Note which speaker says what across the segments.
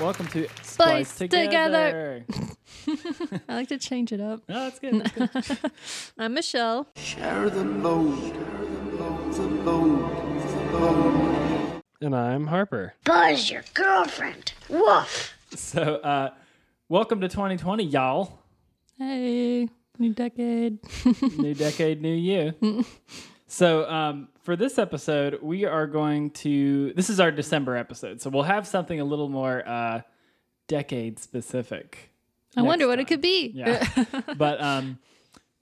Speaker 1: Welcome to
Speaker 2: Splice
Speaker 1: Splice
Speaker 2: Together.
Speaker 1: Together.
Speaker 2: I like to change it up.
Speaker 1: No, that's good. That's good.
Speaker 2: I'm Michelle.
Speaker 3: Share the load. Share the load. The load. The load.
Speaker 1: and I'm Harper.
Speaker 4: Buzz your girlfriend. Woof.
Speaker 1: So, uh, welcome to 2020, y'all.
Speaker 2: Hey, new decade.
Speaker 1: New decade, new you. so, um, for this episode, we are going to. This is our December episode, so we'll have something a little more uh, decade specific.
Speaker 2: I wonder what it could be.
Speaker 1: Yeah. but um,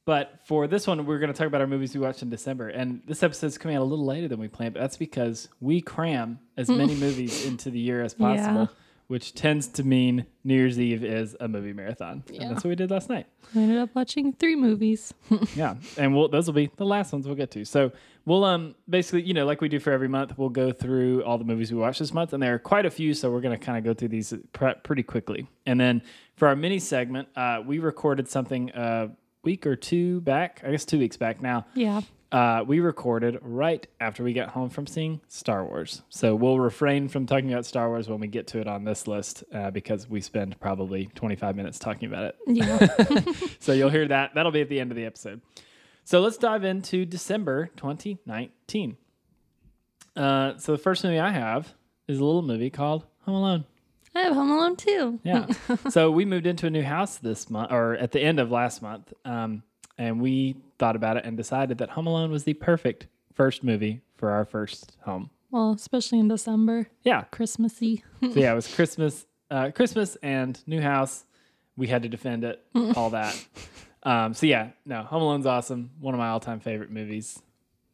Speaker 1: but for this one, we're going to talk about our movies we watched in December, and this episode's coming out a little later than we planned. But that's because we cram as many movies into the year as possible,
Speaker 2: Yeah.
Speaker 1: which tends to mean New Year's Eve is a movie marathon, and that's what we did last night.
Speaker 2: I ended up watching three movies.
Speaker 1: Yeah, and we'll, those will be the last ones we'll get to. So we'll um basically, you know, like we do for every month, we'll go through all the movies we watched this month, and there are quite a few, so we're gonna kind of go through these pre- pretty quickly. And then for our mini segment, uh, we recorded something a week or two back, I guess two weeks back now.
Speaker 2: Yeah.
Speaker 1: Uh, we recorded right after we got home from seeing Star Wars, so we'll refrain from talking about Star Wars when we get to it on this list uh, because we spend probably 25 minutes talking about it.
Speaker 2: Yeah.
Speaker 1: So you'll hear that. That'll be at the end of the episode. So let's dive into December 2019. Uh, so the first movie I have is a little movie called Home Alone.
Speaker 2: I have Home Alone too.
Speaker 1: Yeah. so we moved into a new house this month, or at the end of last month, um, and we thought about it and decided that Home Alone was the perfect first movie for our first home.
Speaker 2: Well, especially in December,
Speaker 1: Yeah.
Speaker 2: Christmassy.
Speaker 1: So yeah, it was Christmas, uh, Christmas and new house. We had to defend it,
Speaker 2: Mm.
Speaker 1: all that. Um, so yeah, no, Home Alone's awesome. One of my all-time favorite movies.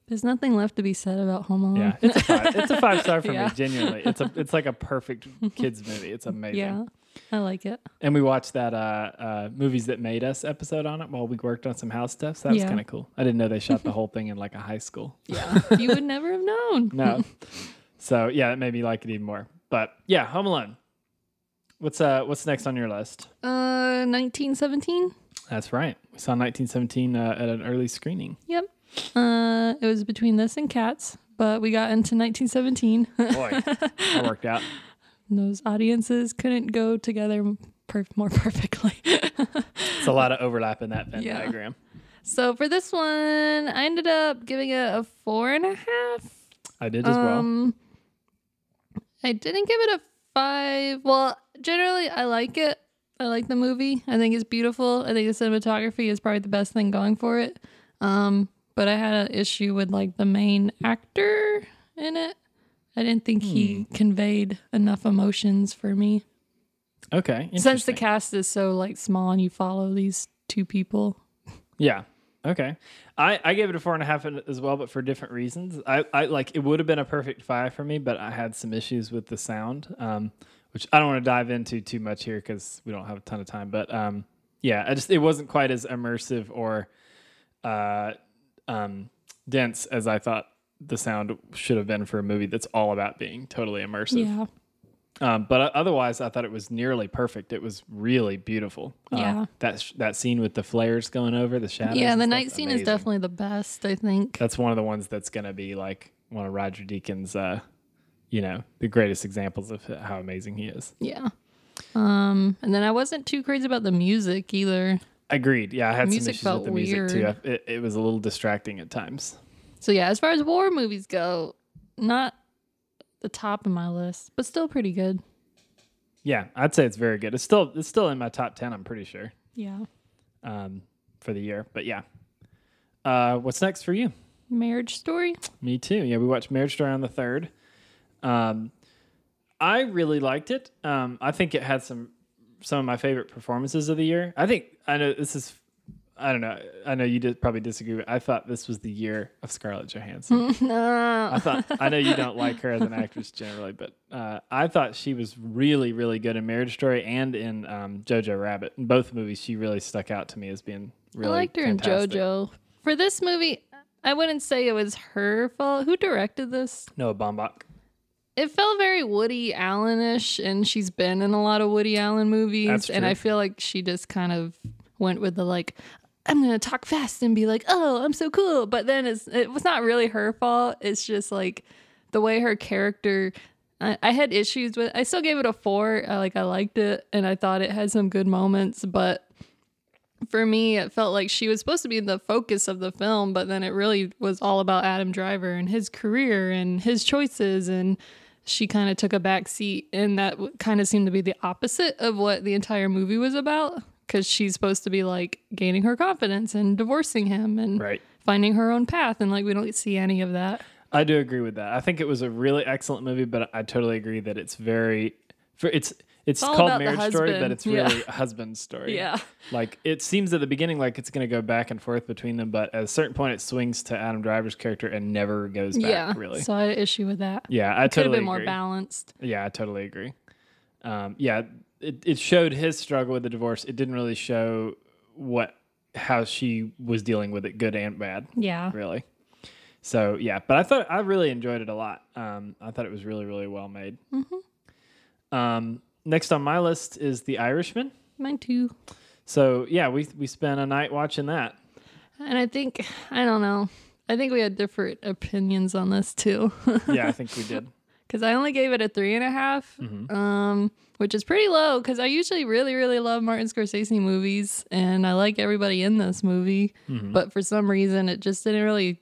Speaker 2: There's nothing left to be said about Home Alone.
Speaker 1: Yeah, it's a five, it's a five star for
Speaker 2: Mm. Yeah.
Speaker 1: me. Genuinely, it's a it's like a perfect kids movie. It's amazing.
Speaker 2: Yeah, I like it.
Speaker 1: And we watched that uh, uh, movies that made us episode on it while we worked on some house stuff. So that was
Speaker 2: Yeah.
Speaker 1: kind of cool. I didn't know they shot the whole thing in like a high school.
Speaker 2: Yeah. you would never have known.
Speaker 1: No. so yeah, that made me like it even more. But yeah, Home Alone. What's uh what's next on your list?
Speaker 2: Uh, 1917.
Speaker 1: That's right. We saw 1917 uh, at an early screening.
Speaker 2: Yep. Uh, it was between this and Cats, but we got into 1917.
Speaker 1: Boy, that worked out.
Speaker 2: Those audiences couldn't go together per- more perfectly.
Speaker 1: It's a lot of overlap in that Venn
Speaker 2: Yeah.
Speaker 1: diagram.
Speaker 2: so for this one, I ended up giving it a four and a half.
Speaker 1: I did as well.
Speaker 2: Um, I didn't give it a five. Well, generally, I like it. I like the movie. I think it's beautiful. I think the cinematography is probably the best thing going for it. Um, but I had an issue with like the main actor in it. I didn't think he conveyed enough emotions for me.
Speaker 1: Okay.
Speaker 2: Since the
Speaker 1: interesting.
Speaker 2: cast is so like small and you follow these two people.
Speaker 1: Yeah. Okay. I, I gave it a four and a half as well, but for different reasons. I, I like it would have been a perfect five for me, but I had some issues with the sound, um, which I don't want to dive into too much here because we don't have a ton of time. But um, yeah, I just it wasn't quite as immersive or uh, um, dense as I thought the sound should have been for a movie that's all about being totally immersive.
Speaker 2: Yeah.
Speaker 1: Um, but o- otherwise, I thought it was nearly perfect. It was really beautiful. Uh,
Speaker 2: Yeah.
Speaker 1: That sh- that scene with the flares going over the shadows.
Speaker 2: Yeah,
Speaker 1: and
Speaker 2: the
Speaker 1: stuff,
Speaker 2: night scene is
Speaker 1: amazing.
Speaker 2: definitely the best, I think.
Speaker 1: That's one of the ones that's going to be like one of Roger Deakins, uh, you know, the greatest examples of how amazing he is.
Speaker 2: Yeah. Um, and then I wasn't too crazy about the music either.
Speaker 1: Agreed. Yeah, I had some
Speaker 2: Music
Speaker 1: issues
Speaker 2: felt
Speaker 1: with the music too.
Speaker 2: weird.
Speaker 1: I- It, it was a little distracting at times.
Speaker 2: So yeah, as far as war movies go, not the top of my list, but still pretty good.
Speaker 1: Yeah, I'd say it's very good. It's still it's still in my top ten. I'm pretty sure
Speaker 2: Yeah.
Speaker 1: um, for the year. But yeah, uh, what's next for you?
Speaker 2: Marriage Story.
Speaker 1: Me too. Yeah, we watched Marriage Story on the third. Um, I really liked it. Um, I think it had some some of my favorite performances of the year. I think I know this is I don't know. I know you did probably disagree, but I thought this was the year of Scarlett Johansson.
Speaker 2: No.
Speaker 1: I thought I know you don't like her as an actress generally, but uh, I thought she was really, really good in Marriage Story and in um, Jojo Rabbit. In both movies, she really stuck out to me as being really.
Speaker 2: I liked her
Speaker 1: fantastic.
Speaker 2: in JoJo. For this movie, I wouldn't say it was her fault. Who directed this?
Speaker 1: Noah Baumbach.
Speaker 2: It felt very Woody Allen-ish, and she's been in a lot of Woody Allen movies,
Speaker 1: That's
Speaker 2: and
Speaker 1: true.
Speaker 2: I feel like she just kind of went with the like. I'm gonna talk fast and be like, "Oh, I'm so cool," but then it's it was not really her fault. It's just like the way her character. I, I had issues with. I still gave it a four. I, like I liked it, and I thought it had some good moments, but for me, it felt like she was supposed to be the focus of the film, but then it really was all about Adam Driver and his career and his choices. And she kind of took a back seat. And that kind of seemed to be the opposite of what the entire movie was about because she's supposed to be like gaining her confidence and divorcing him and
Speaker 1: Right.
Speaker 2: finding her own path. And like, we don't see any of that.
Speaker 1: I do agree with that. I think it was a really excellent movie, but I totally agree that it's very for it's it's,
Speaker 2: all
Speaker 1: called
Speaker 2: about the
Speaker 1: Marriage Story, but
Speaker 2: husband.
Speaker 1: it's
Speaker 2: Yeah.
Speaker 1: really a husband story.
Speaker 2: Yeah.
Speaker 1: Like it seems at the beginning like it's going to go back and forth between them, but at a certain point it swings to Adam Driver's character and never goes back
Speaker 2: yeah.
Speaker 1: really.
Speaker 2: So I had an issue with that.
Speaker 1: yeah, I
Speaker 2: Could have
Speaker 1: totally
Speaker 2: been more
Speaker 1: agree.
Speaker 2: balanced.
Speaker 1: Yeah, I totally agree. Um, yeah, it, it showed his struggle with the divorce. It didn't really show what how she was dealing with it, good and bad
Speaker 2: Yeah.
Speaker 1: really. So yeah, but I thought I really enjoyed it a lot. Um, I thought it was really, really well made. Um, next on my list is The Irishman.
Speaker 2: Mine too.
Speaker 1: So yeah, we we spent a night watching that.
Speaker 2: And I think, I don't know. I think we had different opinions on this too.
Speaker 1: Yeah, I think we did.
Speaker 2: Because I only gave it a three and a half, um, which is pretty low because I usually really, really love Martin Scorsese movies and I like everybody in this movie. But for some reason, it just didn't really,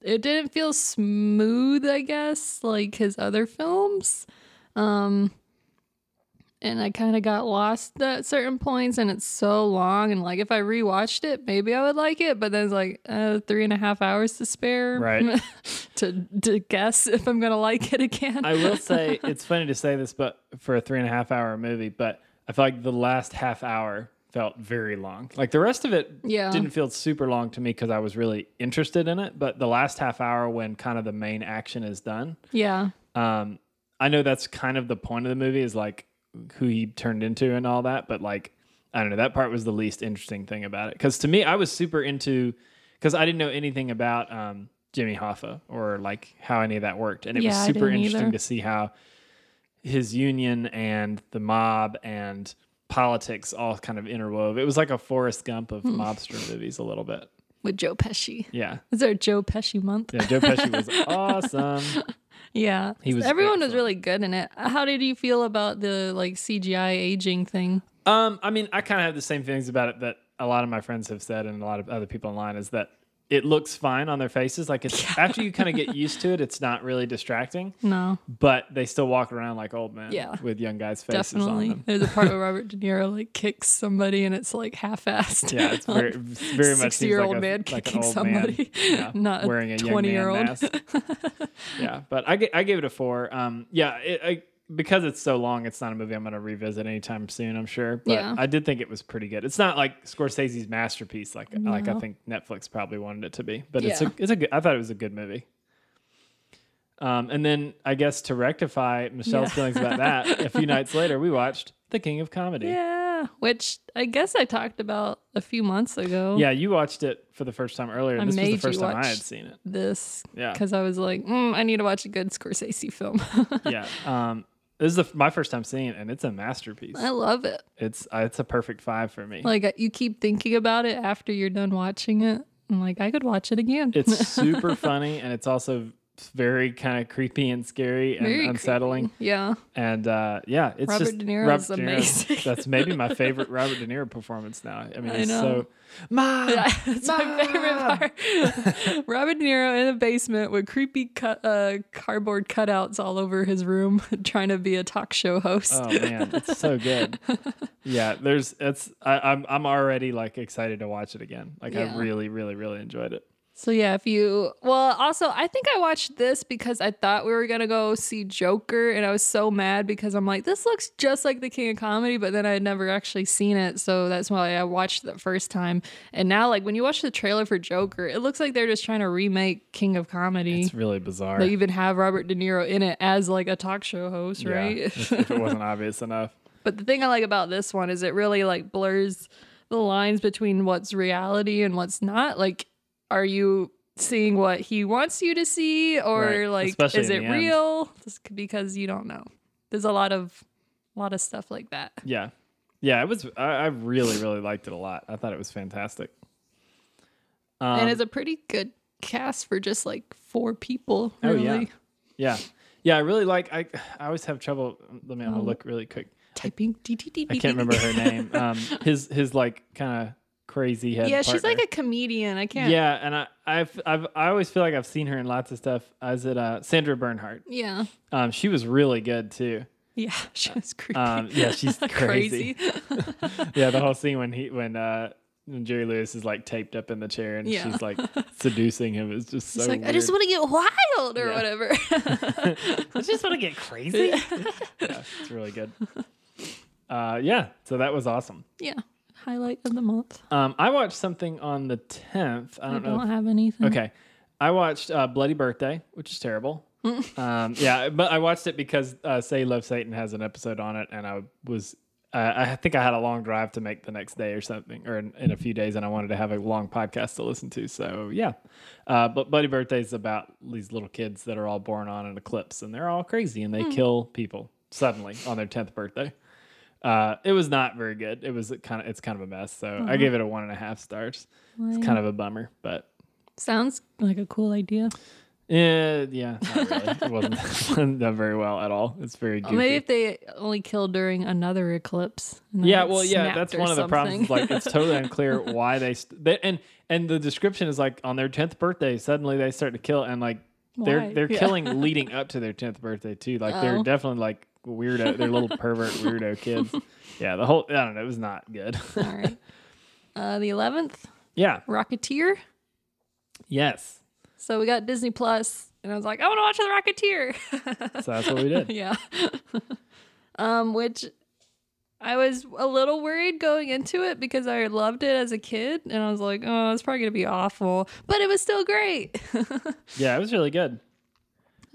Speaker 2: it didn't feel smooth, I guess, like his other films. Um, and I kind of got lost at certain points, and it's so long. And like, if I rewatched it, maybe I would like it. But then it's like uh, three and a half hours to spare,
Speaker 1: Right.
Speaker 2: to to guess if I'm gonna like it again.
Speaker 1: I will say it's funny to say this, but for a three and a half hour movie, but I feel like the last half hour felt very long. Like the rest of it
Speaker 2: Yeah.
Speaker 1: didn't feel super long to me because I was really interested in it. But the last half hour, when kind of the main action is done,
Speaker 2: yeah,
Speaker 1: um i know that's kind of the point of the movie is like who he turned into and all that but like i don't know that part was the least interesting thing about it because to me i was super into because i didn't know anything about um jimmy hoffa or like how any of that worked and it
Speaker 2: Yeah,
Speaker 1: was
Speaker 2: I
Speaker 1: super
Speaker 2: didn't
Speaker 1: interesting
Speaker 2: either.
Speaker 1: to see how his union and the mob and politics all kind of interwove it was like a Forrest gump of
Speaker 2: Hmm.
Speaker 1: mobster movies a little bit
Speaker 2: with Joe Pesci.
Speaker 1: yeah
Speaker 2: Is there a Joe Pesci month?
Speaker 1: yeah joe pesci was awesome
Speaker 2: Yeah,
Speaker 1: He was
Speaker 2: Everyone was
Speaker 1: excellent.
Speaker 2: really good in it. How did you feel about the like CGI aging thing?
Speaker 1: Um, I mean, I kind of have the same feelings about it that a lot of my friends have said, and a lot of other people online is that it looks fine on their faces. Like it's after you kind of get used to it, it's not really distracting,
Speaker 2: No,
Speaker 1: but they still walk around like old men,
Speaker 2: Yeah.
Speaker 1: with young guys' faces on
Speaker 2: definitely.
Speaker 1: them.
Speaker 2: There's a part where Robert De Niro like kicks somebody and it's like half-assed.
Speaker 1: Yeah, it's very, very much seems
Speaker 2: sixty-year-old
Speaker 1: like a,
Speaker 2: man
Speaker 1: like an
Speaker 2: kicking
Speaker 1: old
Speaker 2: somebody,
Speaker 1: man, yeah,
Speaker 2: not
Speaker 1: wearing a young man
Speaker 2: twenty-year-old.
Speaker 1: mask. yeah, but I, ga- I gave it a four. Um, yeah, it, I, because it's so long, it's not a movie I'm going to revisit anytime soon. I'm sure, but
Speaker 2: Yeah.
Speaker 1: I did think it was pretty good. It's not like Scorsese's masterpiece, like like I think Netflix probably wanted it to be, but it's
Speaker 2: Yeah.
Speaker 1: a it's a good. I thought it was a good movie. Um, and then I guess to rectify Michelle's
Speaker 2: Yeah.
Speaker 1: feelings about that, a few nights later we watched The King of Comedy.
Speaker 2: Yeah, which I guess I talked about a few months ago.
Speaker 1: Yeah, you watched it for the first time earlier, and
Speaker 2: I
Speaker 1: this was the
Speaker 2: made Oh. you
Speaker 1: first time
Speaker 2: watch
Speaker 1: I had seen it.
Speaker 2: this
Speaker 1: Yeah.
Speaker 2: because I was like, mm, I need to watch a good Scorsese film.
Speaker 1: yeah. Um, this is the, my first time seeing it, and it's a masterpiece.
Speaker 2: I love it.
Speaker 1: It's uh, it's a perfect five for me.
Speaker 2: Like uh, you keep thinking about it after you're done watching it. I'm like, I could watch it again.
Speaker 1: it's super funny, and it's also very kind of creepy and scary and
Speaker 2: Very
Speaker 1: unsettling.
Speaker 2: creepy. Yeah,
Speaker 1: And uh, yeah, it's
Speaker 2: Robert
Speaker 1: just
Speaker 2: De Niro is amazing.
Speaker 1: That's maybe my favorite Robert De Niro performance now. I mean,
Speaker 2: I
Speaker 1: it's
Speaker 2: know.
Speaker 1: so mom,
Speaker 2: that's
Speaker 1: Ah.
Speaker 2: my favorite part. Robert De Niro in a basement with creepy cut, uh, cardboard cutouts all over his room, trying to be a talk show host.
Speaker 1: Oh man, it's so good. Yeah, there's it's I, I'm I'm already like excited to watch it again. Like I
Speaker 2: Yeah.
Speaker 1: really, really, really enjoyed it.
Speaker 2: So yeah, if you well, also I think I watched this because I thought we were gonna go see Joker, and I was so mad because I'm like, this looks just like the King of Comedy, but then I had never actually seen it, so that's why I watched it the first time. And now, like when you watch the trailer for Joker, it looks like they're just trying to remake King of Comedy.
Speaker 1: It's really bizarre.
Speaker 2: they even have Robert De Niro in it as like a talk show host,
Speaker 1: Yeah,
Speaker 2: right?
Speaker 1: if, if it wasn't obvious enough.
Speaker 2: But the thing I like about this one is it really like blurs the lines between what's reality and what's not. Like, are you seeing what he wants you to see, or
Speaker 1: Right,
Speaker 2: like
Speaker 1: especially
Speaker 2: is
Speaker 1: in
Speaker 2: it
Speaker 1: the end.
Speaker 2: real? Just c- because you don't know. There's a lot of, a lot of stuff like that.
Speaker 1: Yeah. Yeah, it was I, I really, really liked it a lot. I thought it was fantastic. Um,
Speaker 2: and it's a pretty good cast for just like four people.
Speaker 1: Oh,
Speaker 2: Really.
Speaker 1: yeah. yeah. Yeah, I really like I I always have trouble let me I'm
Speaker 2: Oh.
Speaker 1: gonna look really quick.
Speaker 2: Typing. D- d- d-
Speaker 1: I
Speaker 2: d-
Speaker 1: can't
Speaker 2: d-
Speaker 1: remember her name. Um his his like kind of crazy head.
Speaker 2: Yeah, she's
Speaker 1: partner.
Speaker 2: like a comedian. I can't.
Speaker 1: Yeah, and I I've, I've I always feel like I've seen her in lots of stuff. As it uh Sandra Bernhardt.
Speaker 2: Yeah.
Speaker 1: Um she was really good too.
Speaker 2: Yeah. She was creepy.
Speaker 1: Um yeah, she's crazy.
Speaker 2: crazy.
Speaker 1: yeah, the whole scene when he when uh when Jerry Lewis is like taped up in the chair and
Speaker 2: Yeah.
Speaker 1: she's like seducing him is just so
Speaker 2: She's like, I
Speaker 1: weird.
Speaker 2: just want to get wild or
Speaker 1: Yeah.
Speaker 2: whatever.
Speaker 1: I just want to get crazy. yeah, it's really good. Uh, yeah, so that was awesome.
Speaker 2: Yeah. Highlight of the month.
Speaker 1: Um, I watched something on the 10th. I
Speaker 2: I
Speaker 1: don't
Speaker 2: don't,
Speaker 1: know. if-
Speaker 2: have anything.
Speaker 1: okay. I watched uh, Bloody Birthday, which is terrible. um, yeah, but I watched it because uh, Say You Love Satan has an episode on it, and I was. Uh, I think I had a long drive to make the next day or something, or in, in a few days, and I wanted to have a long podcast to listen to. So, yeah. Uh, but Bloody Birthday is about these little kids that are all born on an eclipse, and they're all crazy, and they kill people suddenly on their 10th birthday. Uh, it was not very good. It was kind of it's kind of a mess. So I gave it a one and a half stars. It's kind of a bummer, but
Speaker 2: Sounds like a cool idea.
Speaker 1: yeah, Eh, yeah, not really. it wasn't done very well at all. It's very goofy.
Speaker 2: maybe if they only kill during another eclipse. and then
Speaker 1: yeah,
Speaker 2: it
Speaker 1: well, yeah,
Speaker 2: snapped
Speaker 1: that's
Speaker 2: or
Speaker 1: one of the problems. is,
Speaker 2: something.
Speaker 1: Like, it's totally unclear why they, st- they and and the description is like on their tenth birthday, suddenly they start to kill, and like they're
Speaker 2: Why?
Speaker 1: they're
Speaker 2: Yeah.
Speaker 1: killing leading up to their tenth birthday too. Like they're
Speaker 2: Oh.
Speaker 1: definitely like weirdo, they're little pervert weirdo kids. Yeah, the whole I don't know, it was not good.
Speaker 2: All right. Uh, the 11th,
Speaker 1: yeah,
Speaker 2: Rocketeer.
Speaker 1: yes,
Speaker 2: So we got Disney Plus, and I was like, I want to watch The Rocketeer.
Speaker 1: so that's what we did.
Speaker 2: yeah. um, which I was a little worried going into it because I loved it as a kid, and I was like, oh, it's probably going to be awful, but it was still great.
Speaker 1: Yeah, it was really good.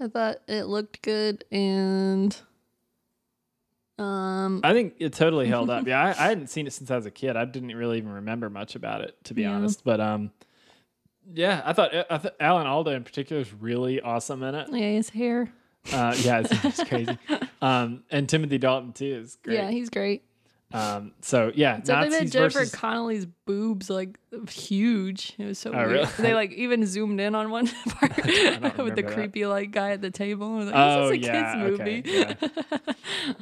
Speaker 2: I thought it looked good and um
Speaker 1: I think it totally held up. Yeah, I, I hadn't seen it since I was a kid. I didn't really even remember much about it, to be
Speaker 2: Yeah.
Speaker 1: honest. But um, yeah, I thought I th- Alan Alda in particular is really awesome in it.
Speaker 2: yeah, his hair.
Speaker 1: Uh, yeah, it's, it's crazy. Um, and Timothy Dalton too is great.
Speaker 2: Yeah, he's great.
Speaker 1: um, so yeah,
Speaker 2: So they made
Speaker 1: Nazis
Speaker 2: Jennifer
Speaker 1: versus
Speaker 2: Connelly's boobs like huge. It was so
Speaker 1: Oh,
Speaker 2: weird.
Speaker 1: really?
Speaker 2: They like even zoomed in on one part
Speaker 1: don't
Speaker 2: with the
Speaker 1: remember that.
Speaker 2: creepy like guy at the table. I was like,
Speaker 1: Oh,
Speaker 2: this is a
Speaker 1: yeah,
Speaker 2: kids
Speaker 1: okay,
Speaker 2: movie.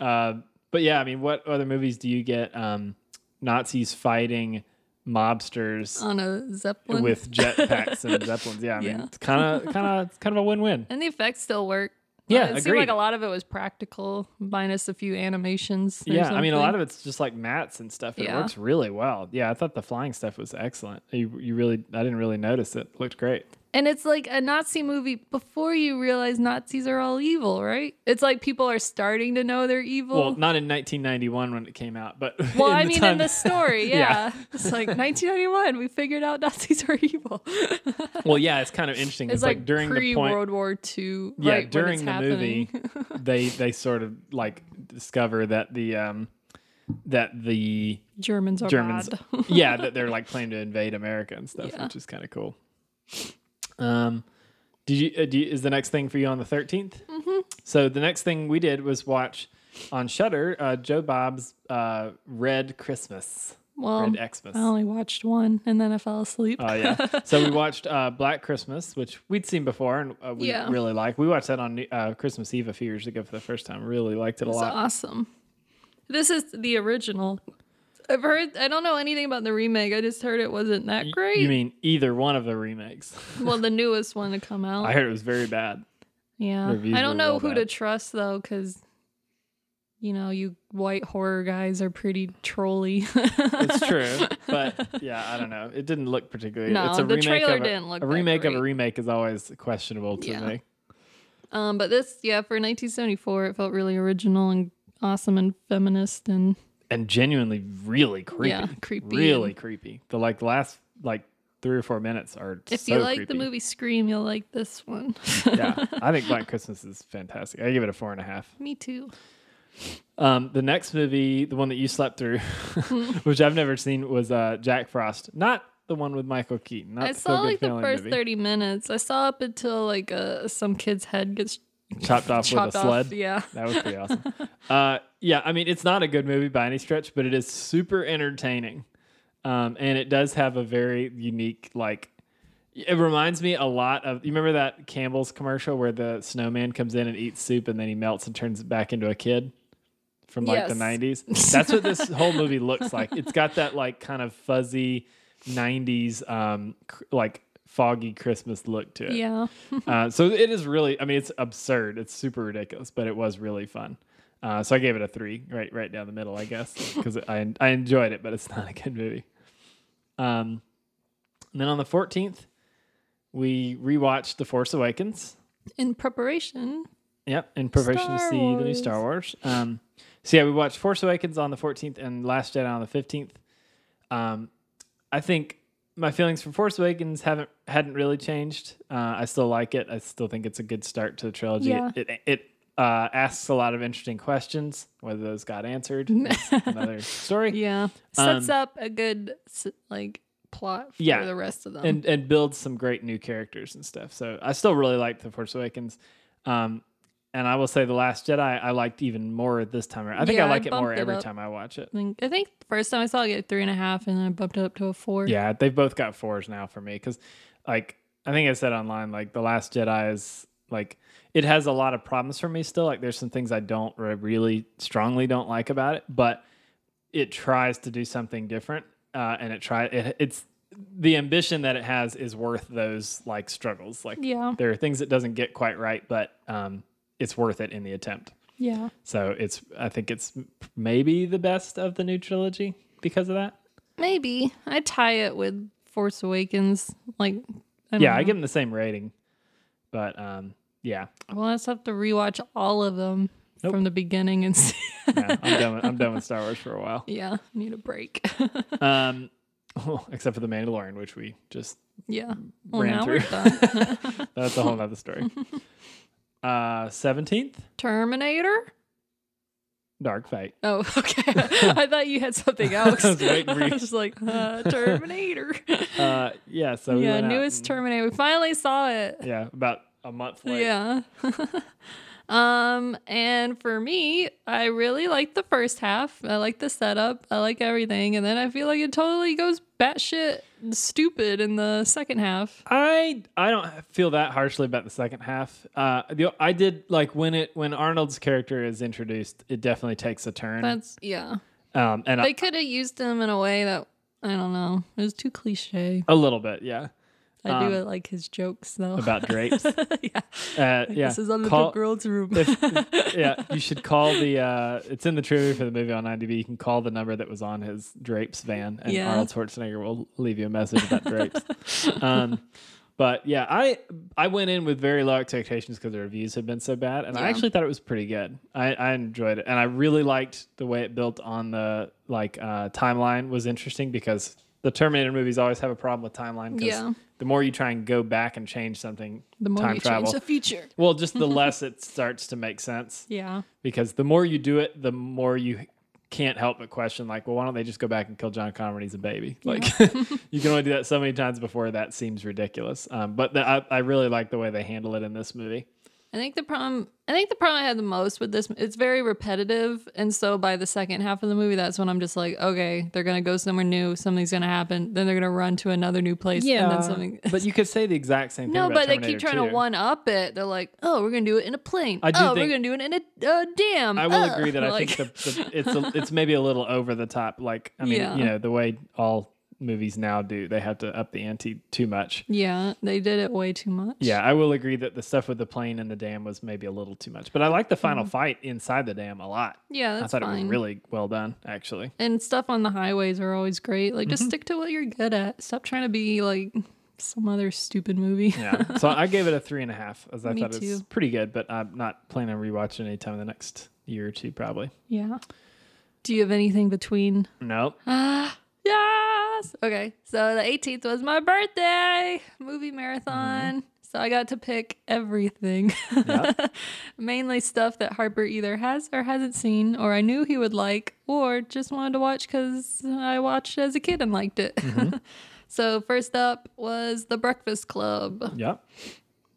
Speaker 1: Uh, but yeah, I mean, what other movies do you get um, Nazis fighting mobsters
Speaker 2: on a Zeppelin.
Speaker 1: with jetpacks and zeppelins? Yeah, I mean,
Speaker 2: Uh, Yeah.
Speaker 1: it's kind of kind of it's kind of a win-win.
Speaker 2: and the effects still work.
Speaker 1: Yeah,
Speaker 2: it seemed like
Speaker 1: agreed.
Speaker 2: a lot of it was practical, minus a few animations. or
Speaker 1: Yeah, I mean, a lot
Speaker 2: something.
Speaker 1: of it's just like mats and stuff. It
Speaker 2: Yeah.
Speaker 1: works really well. Yeah, I thought the flying stuff was excellent. You, you really, I didn't really notice it. Looked great.
Speaker 2: And it's like a Nazi movie before you realize Nazis are all evil, right? It's like people are starting to know they're evil.
Speaker 1: Well, not in 1991 when it came out, but
Speaker 2: Well,
Speaker 1: in
Speaker 2: I
Speaker 1: the
Speaker 2: mean,
Speaker 1: time-
Speaker 2: in the story,
Speaker 1: Yeah.
Speaker 2: yeah. It's like 1991, we figured out Nazis are evil. it's,
Speaker 1: well, yeah, it's kind of interesting. It's like, during
Speaker 2: pre
Speaker 1: the point,
Speaker 2: World War II.
Speaker 1: yeah,
Speaker 2: right, when it's
Speaker 1: during the
Speaker 2: happening.
Speaker 1: movie, they they sort of like discover that the um that the
Speaker 2: Germans are
Speaker 1: Germans,
Speaker 2: bad.
Speaker 1: yeah, that they're like planning to invade America and stuff,
Speaker 2: Yeah.
Speaker 1: which is kind of cool. Um, did you, uh, do you, is the next thing for you on the 13th? Mm-hmm. So the next thing we did was watch on Shutter, uh, Joe Bob's, uh, Red Christmas,
Speaker 2: Well,
Speaker 1: Red Xmas.
Speaker 2: I only watched one and then I fell asleep.
Speaker 1: Oh yeah. So we watched uh, Black Christmas, which we'd seen before and uh, we
Speaker 2: Yeah.
Speaker 1: really like. We watched that on New- uh, Christmas Eve a few years ago for the first time. Really liked it a
Speaker 2: It's
Speaker 1: lot.
Speaker 2: awesome. This is the original. I've heard, I don't know anything about the remake. I just heard it wasn't that great.
Speaker 1: You mean either one of the remakes?
Speaker 2: well, the newest one to come out.
Speaker 1: I heard it was very bad.
Speaker 2: yeah.
Speaker 1: reviews
Speaker 2: I
Speaker 1: were
Speaker 2: don't know
Speaker 1: real
Speaker 2: who
Speaker 1: bad.
Speaker 2: to trust though, because you know, you white horror guys are pretty trolly.
Speaker 1: It's true, but yeah, I don't know. It didn't look particularly.
Speaker 2: No,
Speaker 1: it's a
Speaker 2: the
Speaker 1: remake
Speaker 2: trailer
Speaker 1: of a,
Speaker 2: didn't look
Speaker 1: A
Speaker 2: that
Speaker 1: remake of
Speaker 2: great.
Speaker 1: a remake is always questionable to
Speaker 2: Yeah.
Speaker 1: me.
Speaker 2: Um, but this, yeah, for 1974, it felt really original and awesome and feminist and
Speaker 1: And genuinely, really creepy.
Speaker 2: Yeah, creepy
Speaker 1: Really
Speaker 2: and-
Speaker 1: creepy. The like last like three or four minutes are.
Speaker 2: If
Speaker 1: so
Speaker 2: you like the
Speaker 1: creepy.
Speaker 2: movie Scream, you'll like this one.
Speaker 1: yeah, I think Black Christmas is fantastic. I give it a four and a half.
Speaker 2: Me too.
Speaker 1: Um, the next movie, the one that you slept through, which I've never seen, was uh, Jack Frost. Not the one with Michael Keaton. Not
Speaker 2: I
Speaker 1: the Feel
Speaker 2: saw
Speaker 1: Good
Speaker 2: like the
Speaker 1: Feeling
Speaker 2: first
Speaker 1: movie.
Speaker 2: 30 minutes. I saw up until like uh, some kid's head gets
Speaker 1: chopped off
Speaker 2: chopped
Speaker 1: with a
Speaker 2: off.
Speaker 1: sled.
Speaker 2: Yeah.
Speaker 1: That would be awesome. Uh, yeah, I mean, it's not a good movie by any stretch, but it is super entertaining. Um, and it does have a very unique, like, it reminds me a lot of. You remember that Campbell's commercial where the snowman comes in and eats soup and then he melts and turns back into a kid from like the
Speaker 2: Yes.
Speaker 1: 90s? That's what this whole movie looks like. It's got that, like, kind of fuzzy 90s, um, cr- like, foggy Christmas look to it
Speaker 2: Yeah.
Speaker 1: uh, so it is really i mean it's absurd it's super ridiculous but it was really fun uh, so i gave it a three right right down the middle i guess because I, I enjoyed it but it's not a good movie um, and then on the 14th we rewatched the force awakens
Speaker 2: In preparation.
Speaker 1: Yep, in preparation to
Speaker 2: Star
Speaker 1: see the new Star Wars. Um, so yeah, we watched Force Awakens on the 14th and Last Jedi on the 15th. Um, I think my feelings for Force Awakens haven't hadn't really changed. Uh, I still like it. I still think it's a good start to the trilogy.
Speaker 2: Yeah.
Speaker 1: It it, it uh, asks a lot of interesting questions. Whether those got answered, is another story.
Speaker 2: Yeah. Sets
Speaker 1: Um,
Speaker 2: up a good s- like plot for
Speaker 1: Yeah.
Speaker 2: the rest of them.
Speaker 1: and and builds some great new characters and stuff. So I still really liked the Force Awakens, um, and I will say the Last Jedi I liked even more this time. around. I think
Speaker 2: Yeah,
Speaker 1: I
Speaker 2: I
Speaker 1: like it more
Speaker 2: bumped it
Speaker 1: every
Speaker 2: up.
Speaker 1: time I watch it.
Speaker 2: I think, I think the first time I saw it, I gave it three and a half, and then I bumped it up to a four.
Speaker 1: Yeah, they've both got fours now for me because, like, I think I said online like the Last Jedi is like it has a lot of problems for me still. Like, there's some things I don't re- really strongly don't like about it, but it tries to do something different, uh, and it try it, it's the ambition that it has is worth those like struggles. Like,
Speaker 2: Yeah.
Speaker 1: there are things it doesn't get quite right, but um, it's worth it in the attempt.
Speaker 2: Yeah.
Speaker 1: So it's I think it's maybe the best of the new trilogy because of that.
Speaker 2: Maybe. I tie it with Force Awakens. Like, I don't
Speaker 1: yeah, I
Speaker 2: know.
Speaker 1: give them the same rating, but um, yeah,
Speaker 2: Well, I just have to rewatch all of them
Speaker 1: Nope.
Speaker 2: from the beginning and see.
Speaker 1: no, I'm done. With, I'm done with Star Wars for a while.
Speaker 2: yeah, I need a break.
Speaker 1: Um, except for the Mandalorian, which we just
Speaker 2: yeah. Well,
Speaker 1: Ran
Speaker 2: now we're
Speaker 1: through.
Speaker 2: done.
Speaker 1: that's a whole other story. Uh, seventeenth,
Speaker 2: Terminator?
Speaker 1: Dark Fate.
Speaker 2: Oh, okay. I thought you had something else.
Speaker 1: I was waiting for you.
Speaker 2: I was just like, uh, Terminator.
Speaker 1: Uh, yeah, so we
Speaker 2: yeah,
Speaker 1: went out
Speaker 2: newest
Speaker 1: and-
Speaker 2: Terminator. We finally saw it.
Speaker 1: Yeah, about a month later.
Speaker 2: Yeah. um, and for me, I really like the first half. I like the setup. I like everything, and then I feel like it totally goes batshit stupid in the second half.
Speaker 1: I I don't feel that harshly about the second half. Uh, the, I did like when it when Arnold's character is introduced, it definitely takes a turn.
Speaker 2: That's yeah.
Speaker 1: um, and
Speaker 2: They
Speaker 1: a,
Speaker 2: could have used him in a way that I don't know. It was too cliche.
Speaker 1: a little bit, yeah,
Speaker 2: I do like his jokes though.
Speaker 1: Um, about drapes.
Speaker 2: yeah.
Speaker 1: Uh, yeah,
Speaker 2: This is a little
Speaker 1: Call-
Speaker 2: girl's room.
Speaker 1: if- yeah, you should call the. Uh, it's in the trivia for the movie on IMDb. You can call the number that was on his drapes van, and
Speaker 2: Yeah.
Speaker 1: Arnold Schwarzenegger will leave you a message about drapes. Um, but yeah, I I went in with very low expectations because the reviews had been so bad, and I
Speaker 2: Yeah.
Speaker 1: actually thought it was pretty good. I, I enjoyed it, and I really liked the way it built on the like uh, timeline was interesting because the Terminator movies always have a problem with timeline. 'cause
Speaker 2: Yeah.
Speaker 1: The more you try and go back and change something,
Speaker 2: the more
Speaker 1: time
Speaker 2: you
Speaker 1: travel.
Speaker 2: change the future.
Speaker 1: well, just the less it starts to make sense
Speaker 2: Yeah.
Speaker 1: because the more you do it, the more you can't help but question, like, well, why don't they just go back and kill John Connor when he's a baby? Like, you can only do that so many times before that seems ridiculous. Um, but the, I, I really like the way they handle it in this movie.
Speaker 2: I think the problem I think the problem I had the most with this it's very repetitive and so by the second half of the movie that's when I'm just like okay they're going to go somewhere new something's going to happen then they're going to run to another new place and then something
Speaker 1: but you could say the exact same thing.
Speaker 2: No,
Speaker 1: about
Speaker 2: but they
Speaker 1: Terminator
Speaker 2: keep trying
Speaker 1: 2.
Speaker 2: to one up it. They're like, "Oh, we're going to do it in a plane.
Speaker 1: I do
Speaker 2: oh, we're
Speaker 1: think-
Speaker 2: going to do it in a uh, dam."
Speaker 1: I will
Speaker 2: Oh,"
Speaker 1: agree that I
Speaker 2: like-
Speaker 1: think the, the, it's a, it's maybe a little over the top. Like, I mean,
Speaker 2: Yeah.
Speaker 1: you know, the way all movies now do. They have to up the ante too much.
Speaker 2: Yeah, they did it way too much.
Speaker 1: Yeah, I will agree that the stuff with the plane and the dam was maybe a little too much, but I like the final fight inside the dam a lot.
Speaker 2: Yeah,
Speaker 1: I
Speaker 2: Mm-hmm. that's
Speaker 1: thought it
Speaker 2: fine.
Speaker 1: was really well done, actually.
Speaker 2: and stuff on the highways are always great. Like,
Speaker 1: Mm-hmm.
Speaker 2: just stick to what you're good at. Stop trying to be like some other stupid movie.
Speaker 1: Yeah. so I gave it a three and a half, as I
Speaker 2: Me
Speaker 1: thought it was
Speaker 2: too.
Speaker 1: pretty good, but I'm not planning on rewatching anytime in the next year or two, probably.
Speaker 2: yeah. Do you have anything between?
Speaker 1: Nope.
Speaker 2: Yes. Okay. So the 18th was my birthday movie marathon. So I got to pick everything. Mainly stuff that Harper either has or hasn't seen, or I knew he would like, or just wanted to watch because I watched as a kid and liked it. so first up was The Breakfast Club.
Speaker 1: Yep.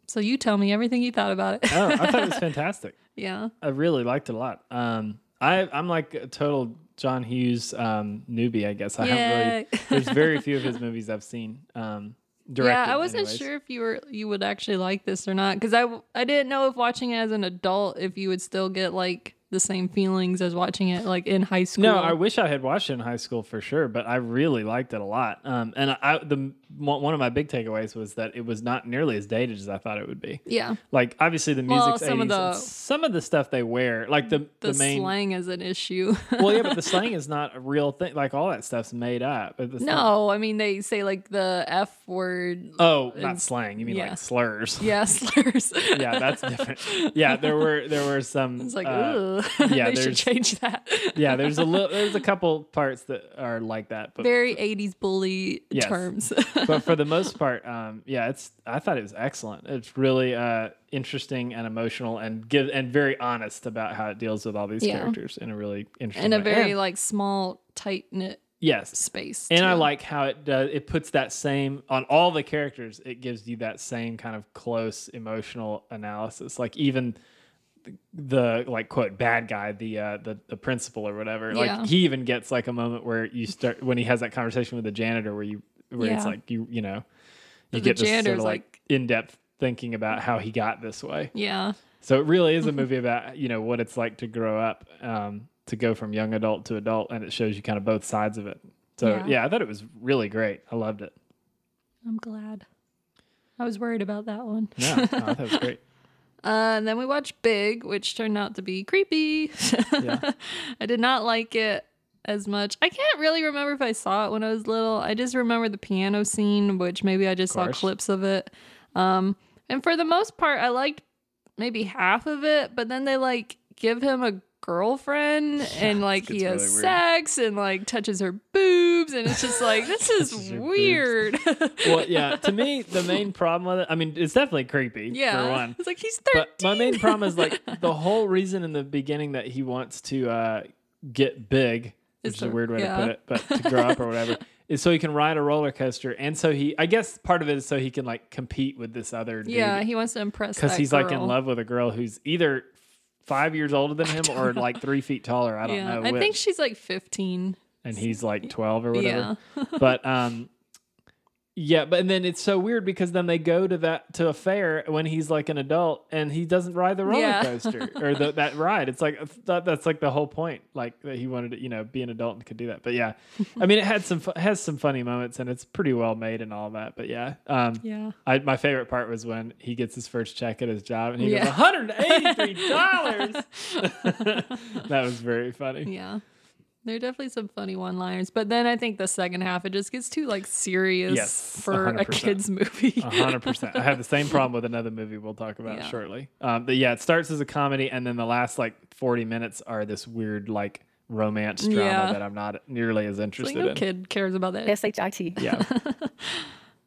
Speaker 2: So you tell me everything you thought about it.
Speaker 1: Oh, I thought it was fantastic.
Speaker 2: yeah.
Speaker 1: I really liked it a lot. Um, I I'm like a total John Hughes um, newbie, I guess. I haven't
Speaker 2: Yay.
Speaker 1: really. There's very few of his movies I've seen. Um, directed,
Speaker 2: Yeah, I wasn't
Speaker 1: anyways.
Speaker 2: sure if you were you would actually like this or not because I w- I didn't know if watching it as an adult if you would still get like the same feelings as watching it like in high school.
Speaker 1: No, I wish I had watched it in high school for sure, but I really liked it a lot. Um, and I the one one of my big takeaways was that it was not nearly as dated as I thought it would be.
Speaker 2: yeah,
Speaker 1: Like obviously the
Speaker 2: Well,
Speaker 1: music's
Speaker 2: some of
Speaker 1: 80s and
Speaker 2: the-
Speaker 1: some of the stuff they wear, like the
Speaker 2: the,
Speaker 1: the, main
Speaker 2: slang is an issue.
Speaker 1: Well, yeah, but the slang is not a real thing. Like all that stuff's made up. But the slang-
Speaker 2: no, I mean they say like the f word.
Speaker 1: Oh, not slang. You mean
Speaker 2: yeah.
Speaker 1: like slurs.
Speaker 2: yeah, slurs.
Speaker 1: yeah, that's different. Yeah, there were there were some.
Speaker 2: it's like
Speaker 1: uh,
Speaker 2: ugh.
Speaker 1: yeah,
Speaker 2: they should
Speaker 1: there's-
Speaker 2: change that.
Speaker 1: yeah, there's a little there's a couple parts that are like that, but
Speaker 2: Very 80s bully
Speaker 1: Yes.
Speaker 2: terms.
Speaker 1: but for the most part, um, yeah, it's I thought it was excellent. It's really uh, interesting and emotional and give and very honest about how it deals with all these
Speaker 2: Yeah.
Speaker 1: characters in a really interesting
Speaker 2: in a
Speaker 1: way.
Speaker 2: very
Speaker 1: And-
Speaker 2: like small tight knit
Speaker 1: yes.
Speaker 2: space.
Speaker 1: And I
Speaker 2: too.
Speaker 1: like how it does. It puts that same on all the characters. It gives you that same kind of close emotional analysis. Like even the, the like quote bad guy, the uh, the the principal or whatever.
Speaker 2: Yeah.
Speaker 1: Like he even gets like a moment where you start when he has that conversation with the janitor, where you where it's
Speaker 2: Yeah.
Speaker 1: like you you know
Speaker 2: the
Speaker 1: you get this sort of
Speaker 2: janitor's
Speaker 1: like, in depth thinking about how he got this way.
Speaker 2: yeah.
Speaker 1: So it really is a movie about you know what it's like to grow up, um, to go from young adult to adult, and it shows you kind of both sides of it. So
Speaker 2: Yeah.
Speaker 1: yeah. I thought it was really great. I loved it.
Speaker 2: I'm glad. I was worried about that one.
Speaker 1: Yeah, no, I thought it was great.
Speaker 2: Uh, and then we watched Big, which turned out to be creepy.
Speaker 1: Yeah.
Speaker 2: I did not like it as much. I can't really remember if I saw it when I was little. I just remember the piano scene, which maybe I just saw
Speaker 1: course.
Speaker 2: clips of it. Um, and for the most part, I liked maybe half of it, but then they like give him a girlfriend and like he
Speaker 1: gets
Speaker 2: has
Speaker 1: really weird.
Speaker 2: sex and like touches her boobs and it's just like this is
Speaker 1: Touches her boobs.
Speaker 2: weird.
Speaker 1: Well, yeah. To me, the main problem with it, I mean, it's definitely creepy.
Speaker 2: Yeah.
Speaker 1: For one,
Speaker 2: It's like he's
Speaker 1: but
Speaker 2: 13.
Speaker 1: my main problem is like the whole reason in the beginning that he wants to uh, get big, which
Speaker 2: Is
Speaker 1: is a
Speaker 2: to-
Speaker 1: weird way
Speaker 2: yeah.
Speaker 1: to put it, but to grow up or whatever, is so he can ride a roller coaster, and so he, I guess, part of it is so he can like compete with this other. Dude.
Speaker 2: yeah, he wants to impress
Speaker 1: because
Speaker 2: that
Speaker 1: he's like in
Speaker 2: girl.
Speaker 1: love with a girl who's either five years older than him or like three feet taller. I don't
Speaker 2: Yeah,
Speaker 1: know.
Speaker 2: I
Speaker 1: which.
Speaker 2: think she's like 15.
Speaker 1: and he's like twelve or whatever. But um, yeah. But and then it's so weird because then they go to that to a fair when he's like an adult and he doesn't ride the roller
Speaker 2: Yeah.
Speaker 1: coaster or the, that ride. It's like that, that's like the whole point, like that he wanted to you know be an adult and could do that. But yeah, I mean it had some fu- has some funny moments and it's pretty well made and all that. But yeah, um,
Speaker 2: Yeah.
Speaker 1: I, my favorite part was when he gets his first check at his job and he
Speaker 2: Yeah.
Speaker 1: goes, $183. that was very funny.
Speaker 2: Yeah. There are definitely some funny one-liners, but then I think the second half it just gets too like serious
Speaker 1: Yes,
Speaker 2: for a
Speaker 1: 100%.
Speaker 2: kids movie.
Speaker 1: A 100%. I have the same problem with another movie we'll talk about
Speaker 2: Yeah.
Speaker 1: shortly. Um, but yeah, it starts as a comedy and then the last like 40 minutes are this weird like romance drama
Speaker 2: Yeah.
Speaker 1: that I'm not nearly as
Speaker 2: like
Speaker 1: interested
Speaker 2: no
Speaker 1: in.
Speaker 2: kid cares about that.
Speaker 5: S H I T.
Speaker 1: Yeah.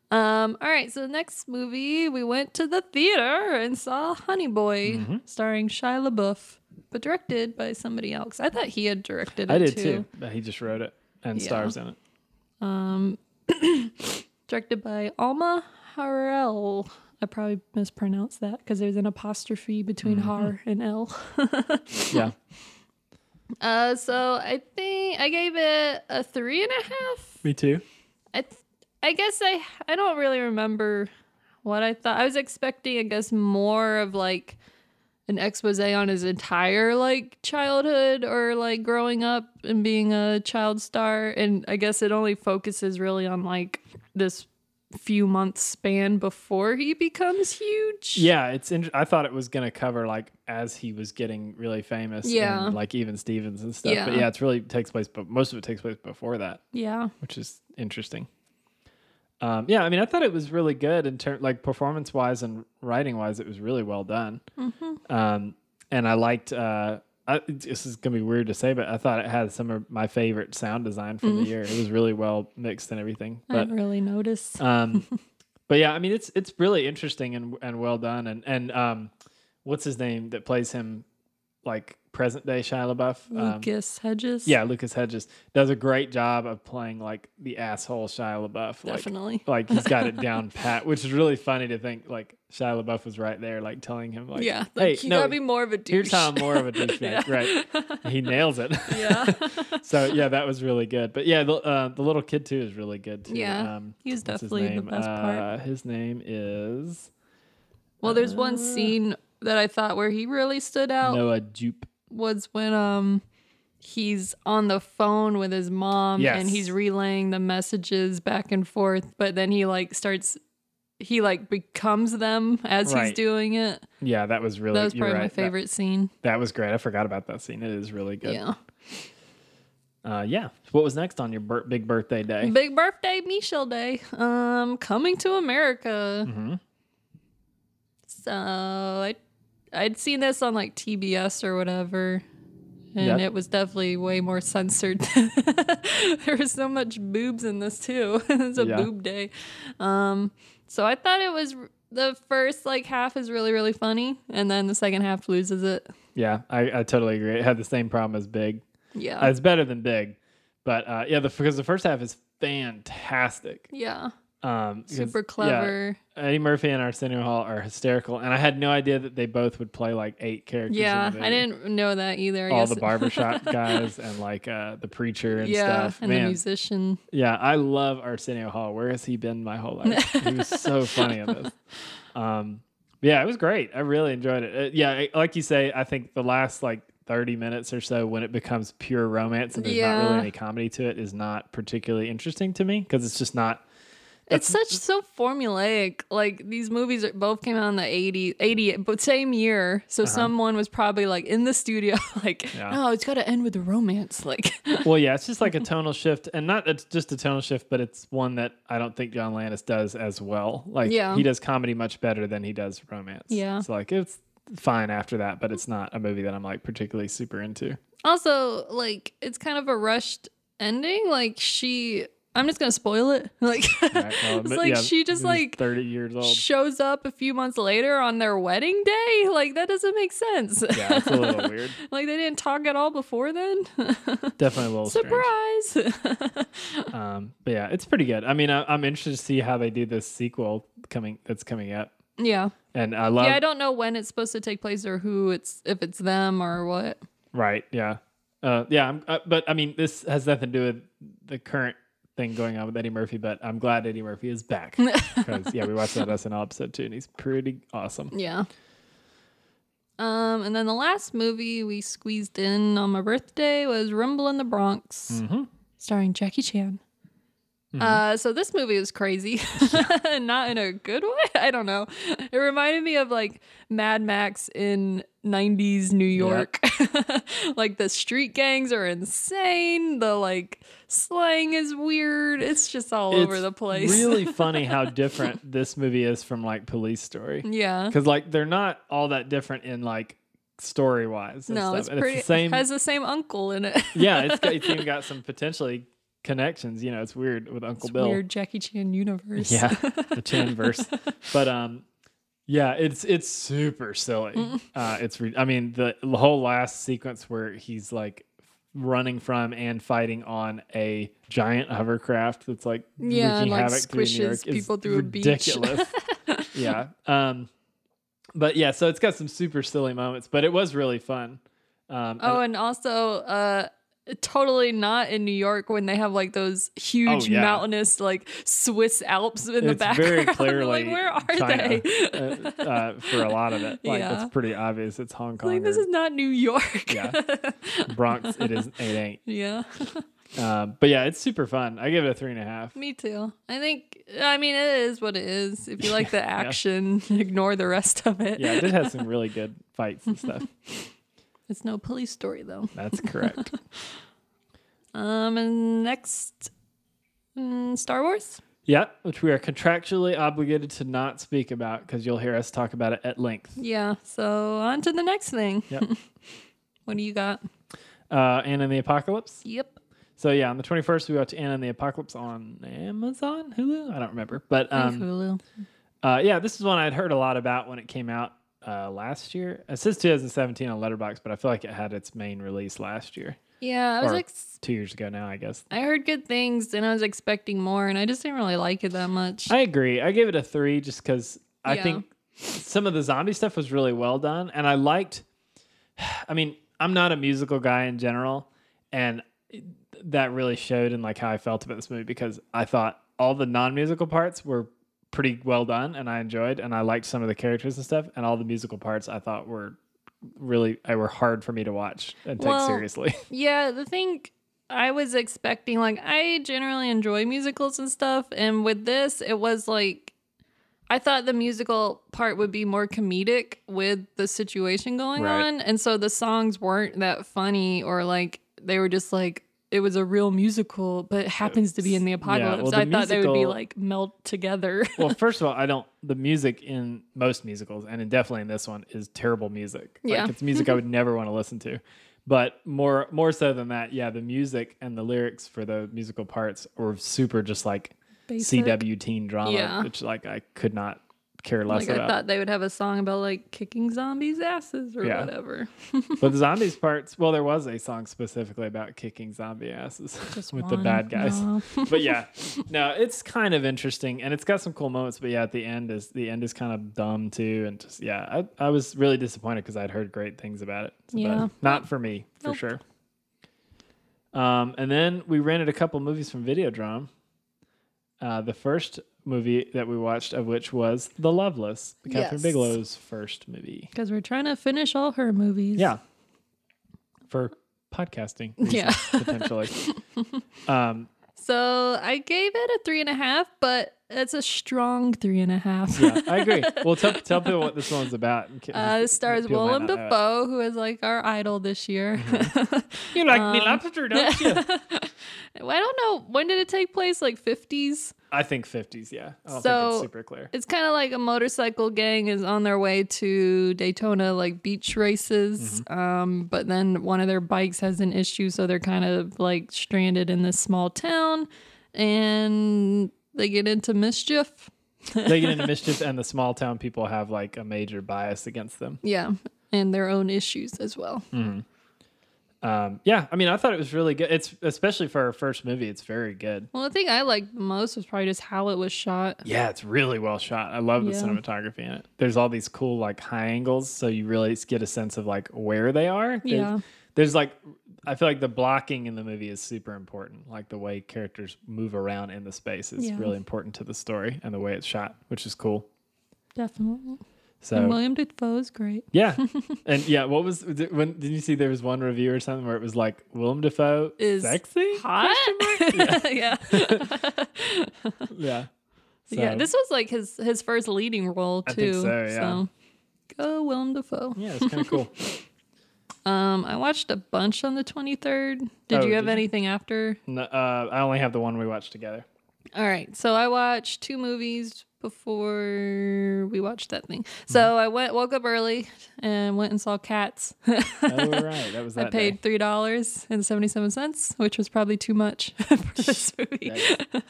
Speaker 2: Um, all right, so next movie we went to the theater and saw Honey Boy,
Speaker 1: Mm-hmm.
Speaker 2: starring Shia LaBeouf, but directed by somebody else. I thought he had directed it
Speaker 1: I did too. But he just wrote it and
Speaker 2: Yeah.
Speaker 1: stars in it.
Speaker 2: directed by Alma Harrell. I probably mispronounced that because there's an apostrophe between har and l.
Speaker 1: Yeah.
Speaker 2: uh, so I think I gave it a three and a half.
Speaker 1: Me too.
Speaker 2: I, th- I guess I I don't really remember what I thought. I was expecting, I guess, more of like an expose on his entire like childhood or like growing up and being a child star and i guess it only focuses really on like this few months span before he becomes huge
Speaker 1: Yeah, it's. In, I thought it was gonna cover like as he was getting really famous.
Speaker 2: Yeah.
Speaker 1: and, like even Stevens and stuff. But
Speaker 2: Yeah.
Speaker 1: yeah, it's really takes place, but most of it takes place before that,
Speaker 2: yeah
Speaker 1: which is interesting. Um, yeah, I mean, I thought it was really good in terms like performance wise and writing wise. It was really well done.
Speaker 2: Mm-hmm.
Speaker 1: Um, and I liked. Uh, I, this is gonna be weird to say, but I thought it had some of my favorite sound design from the year. It was really well mixed and everything.
Speaker 2: Mm-hmm. i
Speaker 1: But
Speaker 2: didn't really notice
Speaker 1: um, but yeah, I mean it's it's really interesting and and well done and and um, what's his name that plays him like present day Shia LaBeouf? Um,
Speaker 2: lucas hedges
Speaker 1: yeah, Lucas Hedges does a great job of playing like the asshole Shia LaBeouf. like-
Speaker 2: Definitely.
Speaker 1: Like, he's got it down pat, which is really funny to think like Shia LaBeouf was right there, like telling him like,
Speaker 2: yeah like,
Speaker 1: hey,
Speaker 2: you
Speaker 1: no,
Speaker 2: gotta be more of a douche
Speaker 1: here's how I'm more of a douchebag, right? He nails it.
Speaker 2: yeah
Speaker 1: so yeah, that was really good. But yeah, the, uh, the little kid too is really good too. Um,
Speaker 2: Yeah, he's
Speaker 1: what's his
Speaker 2: definitely the
Speaker 1: name?
Speaker 2: best part.
Speaker 1: Uh, his name is
Speaker 2: well there's one scene that i thought where he really stood out
Speaker 1: Noah Jupe.
Speaker 2: was when um he's on the phone with his mom
Speaker 1: Yes.
Speaker 2: and he's relaying the messages back and forth but then he like starts he like becomes them as he's
Speaker 1: Right.
Speaker 2: doing it
Speaker 1: Yeah, that was really.
Speaker 2: that was
Speaker 1: you're
Speaker 2: probably my
Speaker 1: right. That-
Speaker 2: favorite scene
Speaker 1: That, was great. I forgot about that scene. It is really good.
Speaker 2: yeah
Speaker 1: Uh, yeah. What was next on your bir- big birthday day?
Speaker 2: big birthday michelle day um coming to america
Speaker 1: Mm-hmm.
Speaker 2: so i i'd seen this on like tbs or whatever and
Speaker 1: Yeah.
Speaker 2: it was definitely way more censored. there was so much boobs in this too. it's a
Speaker 1: Yeah.
Speaker 2: boob day. Um, so I thought it was the first like half is really really funny, and then the second half loses it.
Speaker 1: yeah, I, I totally agree. It had the same problem as Big.
Speaker 2: Yeah,
Speaker 1: Uh, it's better than Big, but uh, yeah, the because the first half is fantastic.
Speaker 2: yeah,
Speaker 1: Um, 'cause-
Speaker 2: super
Speaker 1: yeah,
Speaker 2: clever.
Speaker 1: Eddie Murphy and Arsenio Hall are hysterical, and I had no idea that they both would play like eight characters. in
Speaker 2: Yeah,
Speaker 1: the movie.
Speaker 2: I didn't know that either. I
Speaker 1: All
Speaker 2: guess.
Speaker 1: the barbershop guys and like uh, the preacher and
Speaker 2: yeah,
Speaker 1: stuff.
Speaker 2: and
Speaker 1: Man,
Speaker 2: the musician.
Speaker 1: Yeah, I love Arsenio Hall. Where has he been my whole life? he was so funny in this. Um, yeah, it was great. I really enjoyed it. Uh, yeah, it- like you say, I think the last like 30 minutes or so when it becomes pure romance and there's not
Speaker 2: Yeah.
Speaker 1: really any comedy to it is not particularly interesting to me because it's just not.
Speaker 2: It's such so formulaic. Like these movies are, both came out in the 80s, 80, but same year. So someone was probably like in the studio, like,
Speaker 1: Uh-huh. Yeah.
Speaker 2: no, it's got to end with the romance. Like,
Speaker 1: Well, yeah, it's just like a tonal shift, and not it's just a tonal shift, but it's one that I don't think John Landis does as well. Like
Speaker 2: Yeah.
Speaker 1: he does comedy much better than he does romance.
Speaker 2: Yeah.
Speaker 1: so like it's fine after that, but it's not a movie that I'm like particularly super into.
Speaker 2: also, like, it's kind of a rushed ending. Like, she, I'm just going to spoil it. Like,
Speaker 1: Right? Well,
Speaker 2: it's
Speaker 1: but
Speaker 2: like
Speaker 1: yeah,
Speaker 2: she just
Speaker 1: he's
Speaker 2: like
Speaker 1: 30 years old.
Speaker 2: shows up a few months later on their wedding day. Like, that doesn't make sense.
Speaker 1: yeah, it's a little weird.
Speaker 2: like, they didn't talk at all before then.
Speaker 1: Definitely a little strange.
Speaker 2: Surprise.
Speaker 1: Um, but yeah, it's pretty good. I mean, I, I'm interested to see how they do this sequel coming that's coming up,
Speaker 2: yeah.
Speaker 1: and I love
Speaker 2: Yeah, I don't know when it's supposed to take place or who it's if it's them or what.
Speaker 1: Right. Yeah. Uh, yeah. I'm, uh, but I mean, this has nothing to do with the current thing going on with Eddie Murphy. But I'm glad Eddie Murphy is back. 'Cause, yeah, we watched that SNL episode too, and he's pretty awesome.
Speaker 2: Yeah. Um, and then the last movie we squeezed in on my birthday was Rumble in the Bronx,
Speaker 1: Mm-hmm.
Speaker 2: starring Jackie Chan. Uh, so this movie is crazy, not in a good way. I don't know. It reminded me of like Mad Max in '90s New York. like the street gangs are insane. The like slang is weird. It's just all over
Speaker 1: It's
Speaker 2: the place.
Speaker 1: really funny how different this movie is from like Police Story.
Speaker 2: yeah.
Speaker 1: Because like they're not all that different in like story wise.
Speaker 2: No, it's
Speaker 1: and
Speaker 2: pretty.
Speaker 1: It's the same.
Speaker 2: Has the same uncle in it.
Speaker 1: yeah, it's, got- it's even got some potentially connections. You know, it's weird with Uncle Bill.
Speaker 2: Weird Jackie Chan universe.
Speaker 1: Yeah, the Chan verse. But um, yeah, it's it's super
Speaker 2: Mm-hmm.
Speaker 1: silly. Uh, it's re- I mean the, the whole last sequence where he's like running from and fighting on a giant hovercraft that's like
Speaker 2: Yeah,
Speaker 1: wreaking
Speaker 2: like,
Speaker 1: havoc through New York
Speaker 2: squishes
Speaker 1: is
Speaker 2: people through a beach.
Speaker 1: ridiculous. yeah. Um, but yeah, so it's got some super silly moments, but it was really fun. Um,
Speaker 2: Oh, and Oh, also, uh, totally not in New York when they have like those huge
Speaker 1: Oh, yeah.
Speaker 2: mountainous like Swiss Alps in the
Speaker 1: it's
Speaker 2: background.
Speaker 1: very
Speaker 2: Like,
Speaker 1: clearly
Speaker 2: where are
Speaker 1: China,
Speaker 2: they?
Speaker 1: uh, uh, for a lot of it. Like
Speaker 2: Yeah.
Speaker 1: that's pretty obvious. It's Hong Kong.
Speaker 2: like this
Speaker 1: or
Speaker 2: is not New York.
Speaker 1: Yeah. Bronx. It is. It ain't.
Speaker 2: yeah.
Speaker 1: Uh, but yeah, it's super fun. I give it a three and a half.
Speaker 2: Me too. I think I mean it is what it is. If you like the action, ignore the rest of it.
Speaker 1: Yeah, it did have some really good fights and stuff.
Speaker 2: It's no police story though.
Speaker 1: That's correct.
Speaker 2: Um and next mm, Star Wars?
Speaker 1: Yeah, which we are contractually obligated to not speak about because you'll hear us talk about it at length.
Speaker 2: Yeah. So on to the next thing.
Speaker 1: Yep.
Speaker 2: What do you got?
Speaker 1: Uh, Anne and the Apocalypse.
Speaker 2: Yep.
Speaker 1: So yeah, on the 21st we watch Anne and the Apocalypse on Amazon, Hulu. I don't remember, but
Speaker 2: Hey,
Speaker 1: um,
Speaker 2: Hulu.
Speaker 1: Uh, yeah, this is one I'd heard a lot about when it came out uh, last year. It says 2017 on Letterbox, but I feel like it had its main release last year,
Speaker 2: Yeah, I was
Speaker 1: or-
Speaker 2: ex-
Speaker 1: two years ago now, I guess.
Speaker 2: I heard good things and I was expecting more and I just didn't really like it that much.
Speaker 1: I agree. I gave it a three just because I
Speaker 2: Yeah.
Speaker 1: think some of the zombie stuff was really well done, and I liked. I mean, I'm not a musical guy in general, and that really showed in like how I felt about this movie because I thought all the non-musical parts were pretty well done, and I enjoyed, and I liked some of the characters and stuff, and all the musical parts I thought were really I were hard for me to watch and take
Speaker 2: Well,
Speaker 1: seriously.
Speaker 2: Yeah, the thing I was expecting, like, I generally enjoy musicals and stuff. And with this, it was like, I thought the musical part would be more comedic with the situation going
Speaker 1: Right.
Speaker 2: on. And so the songs weren't that funny or like, they were just like, it was a real musical, but happens to be in the apocalypse.
Speaker 1: well, the
Speaker 2: I thought they would be
Speaker 1: musical-
Speaker 2: like melt together.
Speaker 1: well, first of all, I don't. The music in most musicals, and in- definitely in this one, is terrible music.
Speaker 2: Yeah.
Speaker 1: like, it's music I would never want to listen to. But more, more so than that, yeah, the music and the lyrics for the musical parts were super, just like
Speaker 2: Basic.
Speaker 1: CW teen drama,
Speaker 2: Yeah.
Speaker 1: which like I could not care less
Speaker 2: Like, I
Speaker 1: about.
Speaker 2: thought they would have a song about like kicking zombies' asses or
Speaker 1: Yeah.
Speaker 2: whatever.
Speaker 1: But the zombies parts, well, there was a song specifically about kicking zombie asses
Speaker 2: Just
Speaker 1: with the
Speaker 2: one,
Speaker 1: bad guys.
Speaker 2: no.
Speaker 1: but yeah, no, it's kind of interesting and it's got some cool moments. But yeah, at the end is the end is kind of dumb too, and just yeah, I, I was really disappointed because I'd heard great things about it. So, but
Speaker 2: Yeah.
Speaker 1: not for me for
Speaker 2: Nope.
Speaker 1: sure. Um, and then we rented a couple movies from Videodrome. Uh, the first movie that we watched of which was The Loveless, Catherine
Speaker 2: Yes.
Speaker 1: Bigelow's first movie.
Speaker 2: Because we're trying to finish all her movies.
Speaker 1: Yeah. For podcasting. Reasons,
Speaker 2: Yeah.
Speaker 1: potentially. Um,
Speaker 2: So I gave it a three and a half, but it's a strong three and a half.
Speaker 1: yeah, I agree. Well, tell, tell people what this one's about. in case-
Speaker 2: Uh, it stars
Speaker 1: people might
Speaker 2: Willem
Speaker 1: not know it. Mm-hmm.
Speaker 2: Dafoe, who is like our idol this year.
Speaker 1: You like
Speaker 2: um,
Speaker 1: me lobster, don't you?
Speaker 2: I don't know when did it take place. Like fifties.
Speaker 1: I think 50s, yeah. I don't think
Speaker 2: So-
Speaker 1: it's super clear.
Speaker 2: It's kind of like a motorcycle gang is on their way to Daytona, like beach races.
Speaker 1: Mm-hmm.
Speaker 2: Um, but then one of their bikes has an issue, so they're kind of like stranded in this small town, and they get into mischief.
Speaker 1: they get into mischief, and the small town people have like a major bias against them.
Speaker 2: Yeah, and their own issues as well.
Speaker 1: Hmm. Um, yeah, I mean, I thought it was really good. It's especially for our first movie, it's very good.
Speaker 2: Well, the thing I liked the most was probably just how it was shot.
Speaker 1: Yeah, it's really well shot. I love the
Speaker 2: Yeah.
Speaker 1: cinematography in it. There's all these cool like high angles, so you really get a sense of like where they are. There's,
Speaker 2: Yeah.
Speaker 1: There's like I feel like the blocking in the movie is super important. Like the way characters move around in the space is
Speaker 2: Yeah.
Speaker 1: really important to the story and the way it's shot, which is cool.
Speaker 2: Definitely.
Speaker 1: So
Speaker 2: William Dafoe's great.
Speaker 1: yeah, and yeah, what was di- when did you see there was one review or something where it was like Willem Dafoe
Speaker 2: Is
Speaker 1: sexy?
Speaker 2: Hot. yeah.
Speaker 1: Yeah,
Speaker 2: yeah.
Speaker 1: So,
Speaker 2: This was like his his first leading role too.
Speaker 1: I think so, yeah.
Speaker 2: go Willem Dafoe.
Speaker 1: yeah, it's kind of cool.
Speaker 2: Um, I watched a bunch on the twenty third. Did
Speaker 1: Oh,
Speaker 2: you have
Speaker 1: did you?
Speaker 2: anything after?
Speaker 1: No, uh, I only have the one we watched together.
Speaker 2: All right. So I watched two movies before we watched that thing.
Speaker 1: Mm-hmm.
Speaker 2: So I went woke up early and went and saw Cats.
Speaker 1: Oh right, that was that
Speaker 2: I paid three dollars and seventy seven cents, which was probably too much for this movie.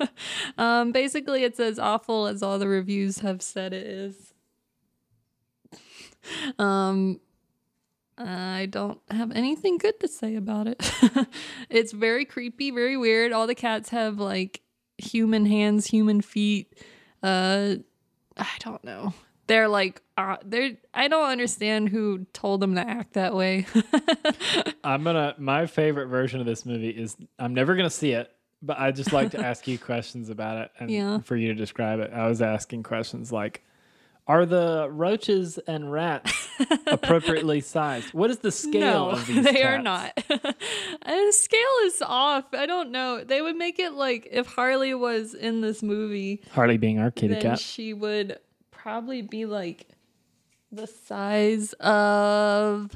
Speaker 2: um, basically, it's as awful as all the reviews have said it is. Um, I don't have anything good to say about it. it's very creepy, very weird. All the cats have like human hands, human feet. Uh, I don't know. they're like uh, they're I don't understand who told them to act that way.
Speaker 1: I'm gonna. My favorite version of this movie is. I'm never gonna see it, but I just like to ask you questions about it and
Speaker 2: Yeah.
Speaker 1: for you to describe it. I was asking questions like, "Are the roaches and rats appropriately sized? What is the scale
Speaker 2: no,
Speaker 1: of these?"
Speaker 2: they are
Speaker 1: cats?"
Speaker 2: not. and scale is off. I don't know. They would make it like if Harley was in this movie,
Speaker 1: Harley being our kitty
Speaker 2: then
Speaker 1: cat.
Speaker 2: she would probably be like the size of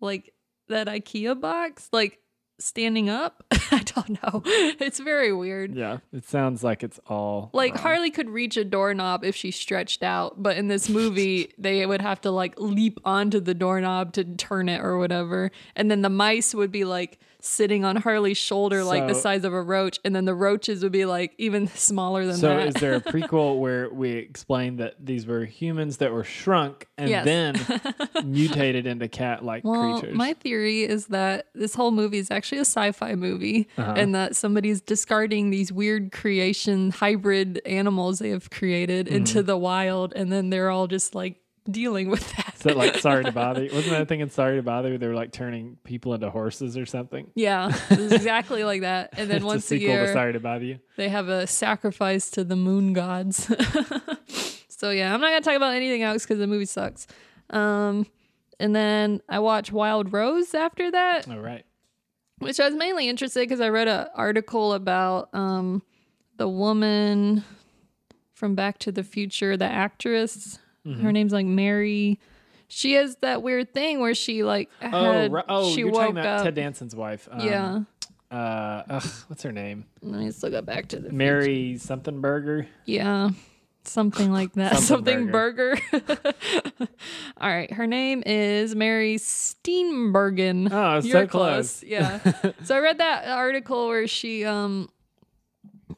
Speaker 2: like that IKEA box, like standing up. I don't know. It's very weird.
Speaker 1: yeah, it sounds like it's all
Speaker 2: Like
Speaker 1: wrong.
Speaker 2: Harley could reach a doorknob if she stretched out, but in this movie they would have to like leap onto the doorknob to turn it or whatever. And then the mice would be like sitting on Harley's shoulder like the
Speaker 1: So-
Speaker 2: size of a roach, and then the roaches would be like even smaller than
Speaker 1: So
Speaker 2: that.
Speaker 1: is there a prequel where we explain that these were humans that were shrunk and
Speaker 2: Yes.
Speaker 1: then mutated into cat-like
Speaker 2: well,
Speaker 1: creatures?
Speaker 2: my theory is that this whole movie is actually a sci-fi movie,
Speaker 1: Uh-huh.
Speaker 2: and that somebody's discarding these weird creation hybrid animals they have created
Speaker 1: Mm-hmm.
Speaker 2: into the wild, and then they're all just like dealing with that.
Speaker 1: Is that like Sorry to Bother You? Wasn't that a thing in Sorry to Bother You? They were like turning people into horses or something.
Speaker 2: Yeah, it was exactly like that. And then
Speaker 1: It's
Speaker 2: once a
Speaker 1: sequel to
Speaker 2: year,
Speaker 1: Sorry to Bother You.
Speaker 2: they have a sacrifice to the moon gods. so yeah, I'm not gonna talk about anything else because the movie sucks. Um, and then I watched Wild Rose after that,
Speaker 1: All right.
Speaker 2: which I was mainly interested because I read an article about um, the woman from Back to the Future, the actress.
Speaker 1: Mm-hmm.
Speaker 2: Her name's like Mary. She has that weird thing where she like
Speaker 1: Oh,
Speaker 2: had,
Speaker 1: ri- oh,
Speaker 2: she
Speaker 1: you're
Speaker 2: woke
Speaker 1: talking about
Speaker 2: up.
Speaker 1: Ted Danson's wife. Um,
Speaker 2: yeah,
Speaker 1: Uh, ugh, what's her name?
Speaker 2: let me still go back to the
Speaker 1: Mary something burger.
Speaker 2: Yeah. Something like that.
Speaker 1: Something
Speaker 2: Something, burger. All right. Her name is Mary Steenbergen.
Speaker 1: Oh, I was
Speaker 2: You're
Speaker 1: so close.
Speaker 2: Yeah. so I read that article where she um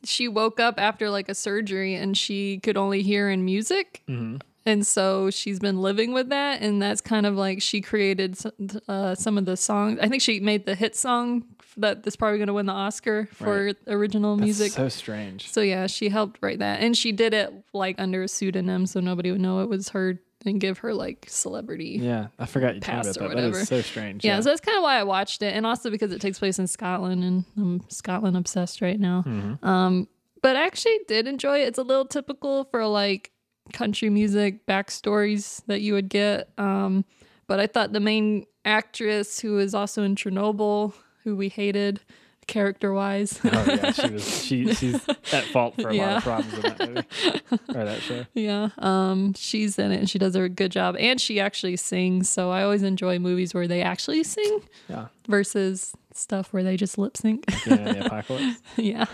Speaker 2: she woke up after like a surgery and she could only hear in music.
Speaker 1: Mm-hmm.
Speaker 2: And so she's been living with that, and that's kind of like she created s- uh, some of the songs. I think she made the hit song that is probably going to win the Oscar for
Speaker 1: Right.
Speaker 2: original music.
Speaker 1: So strange.
Speaker 2: So yeah, she helped write that, and she did it like under a pseudonym, so nobody would know it was her and give her like celebrity. Yeah,
Speaker 1: Yeah, I forgot you talked
Speaker 2: Past
Speaker 1: about
Speaker 2: or
Speaker 1: that. That
Speaker 2: whatever.
Speaker 1: is so strange.
Speaker 2: so that's kind of why I watched it, and also because it takes place in Scotland, and I'm Scotland obsessed right now. Um, but I actually did enjoy it. It's a little typical for like country music backstories that you would get. Um, but I thought the main actress, who is also in Chernobyl, who we hated character wise.
Speaker 1: oh yeah, she was. She she's at fault for a lot
Speaker 2: Yeah.
Speaker 1: of problems in that movie or that show.
Speaker 2: Yeah. Um, she's in it and she does a good job. And she actually sings. So I always enjoy movies where they actually sing
Speaker 1: Yeah,
Speaker 2: versus stuff where they just lip sync.
Speaker 1: Beginning of the apocalypse.
Speaker 2: yeah.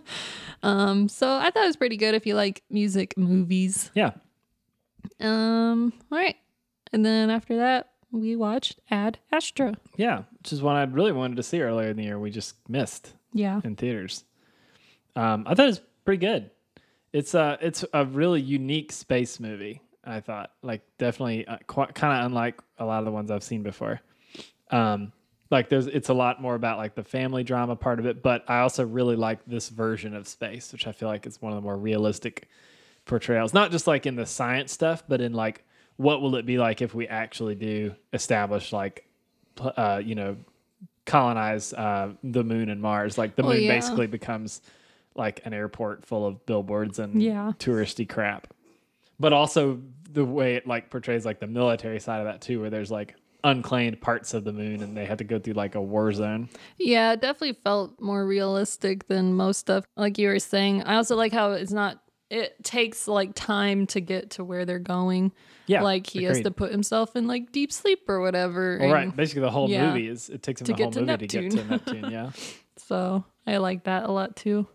Speaker 2: um, so I thought it was pretty good if you like music movies.
Speaker 1: Yeah,
Speaker 2: Um, all right. And then after that, we watched Ad Astra.
Speaker 1: yeah, which is one I really wanted to see earlier in the year. We just missed.
Speaker 2: Yeah.
Speaker 1: in theaters. Um, I thought it was pretty good. It's a it's a really unique space movie. I thought like definitely uh, quite, kind of unlike a lot of the ones I've seen before. Um, like there's it's a lot more about like the family drama part of it, but I also really like this version of space, which I feel like is one of the more realistic portrayals. Not just like in the science stuff, but in like what will it be like if we actually do establish like pl- uh, you know colonize uh, the moon and Mars. Like the
Speaker 2: Well,
Speaker 1: moon
Speaker 2: Oh, yeah.
Speaker 1: basically becomes like an airport full of billboards and
Speaker 2: Yeah.
Speaker 1: touristy crap. But also the way it like portrays like the military side of that too, where there's like unclaimed parts of the moon and they had to go through like a war zone.
Speaker 2: Yeah, it definitely felt more realistic than most stuff. Like you were saying, I also like how it's not. It takes like time to get to where they're going.
Speaker 1: Yeah,
Speaker 2: like he has
Speaker 1: agreed.
Speaker 2: to put himself in like deep sleep or whatever.
Speaker 1: Well, right.
Speaker 2: and
Speaker 1: Basically the whole
Speaker 2: Yeah.
Speaker 1: movie is it takes them
Speaker 2: To
Speaker 1: the whole
Speaker 2: get to
Speaker 1: movie to get to Neptune. Yeah.
Speaker 2: So I like that a lot too.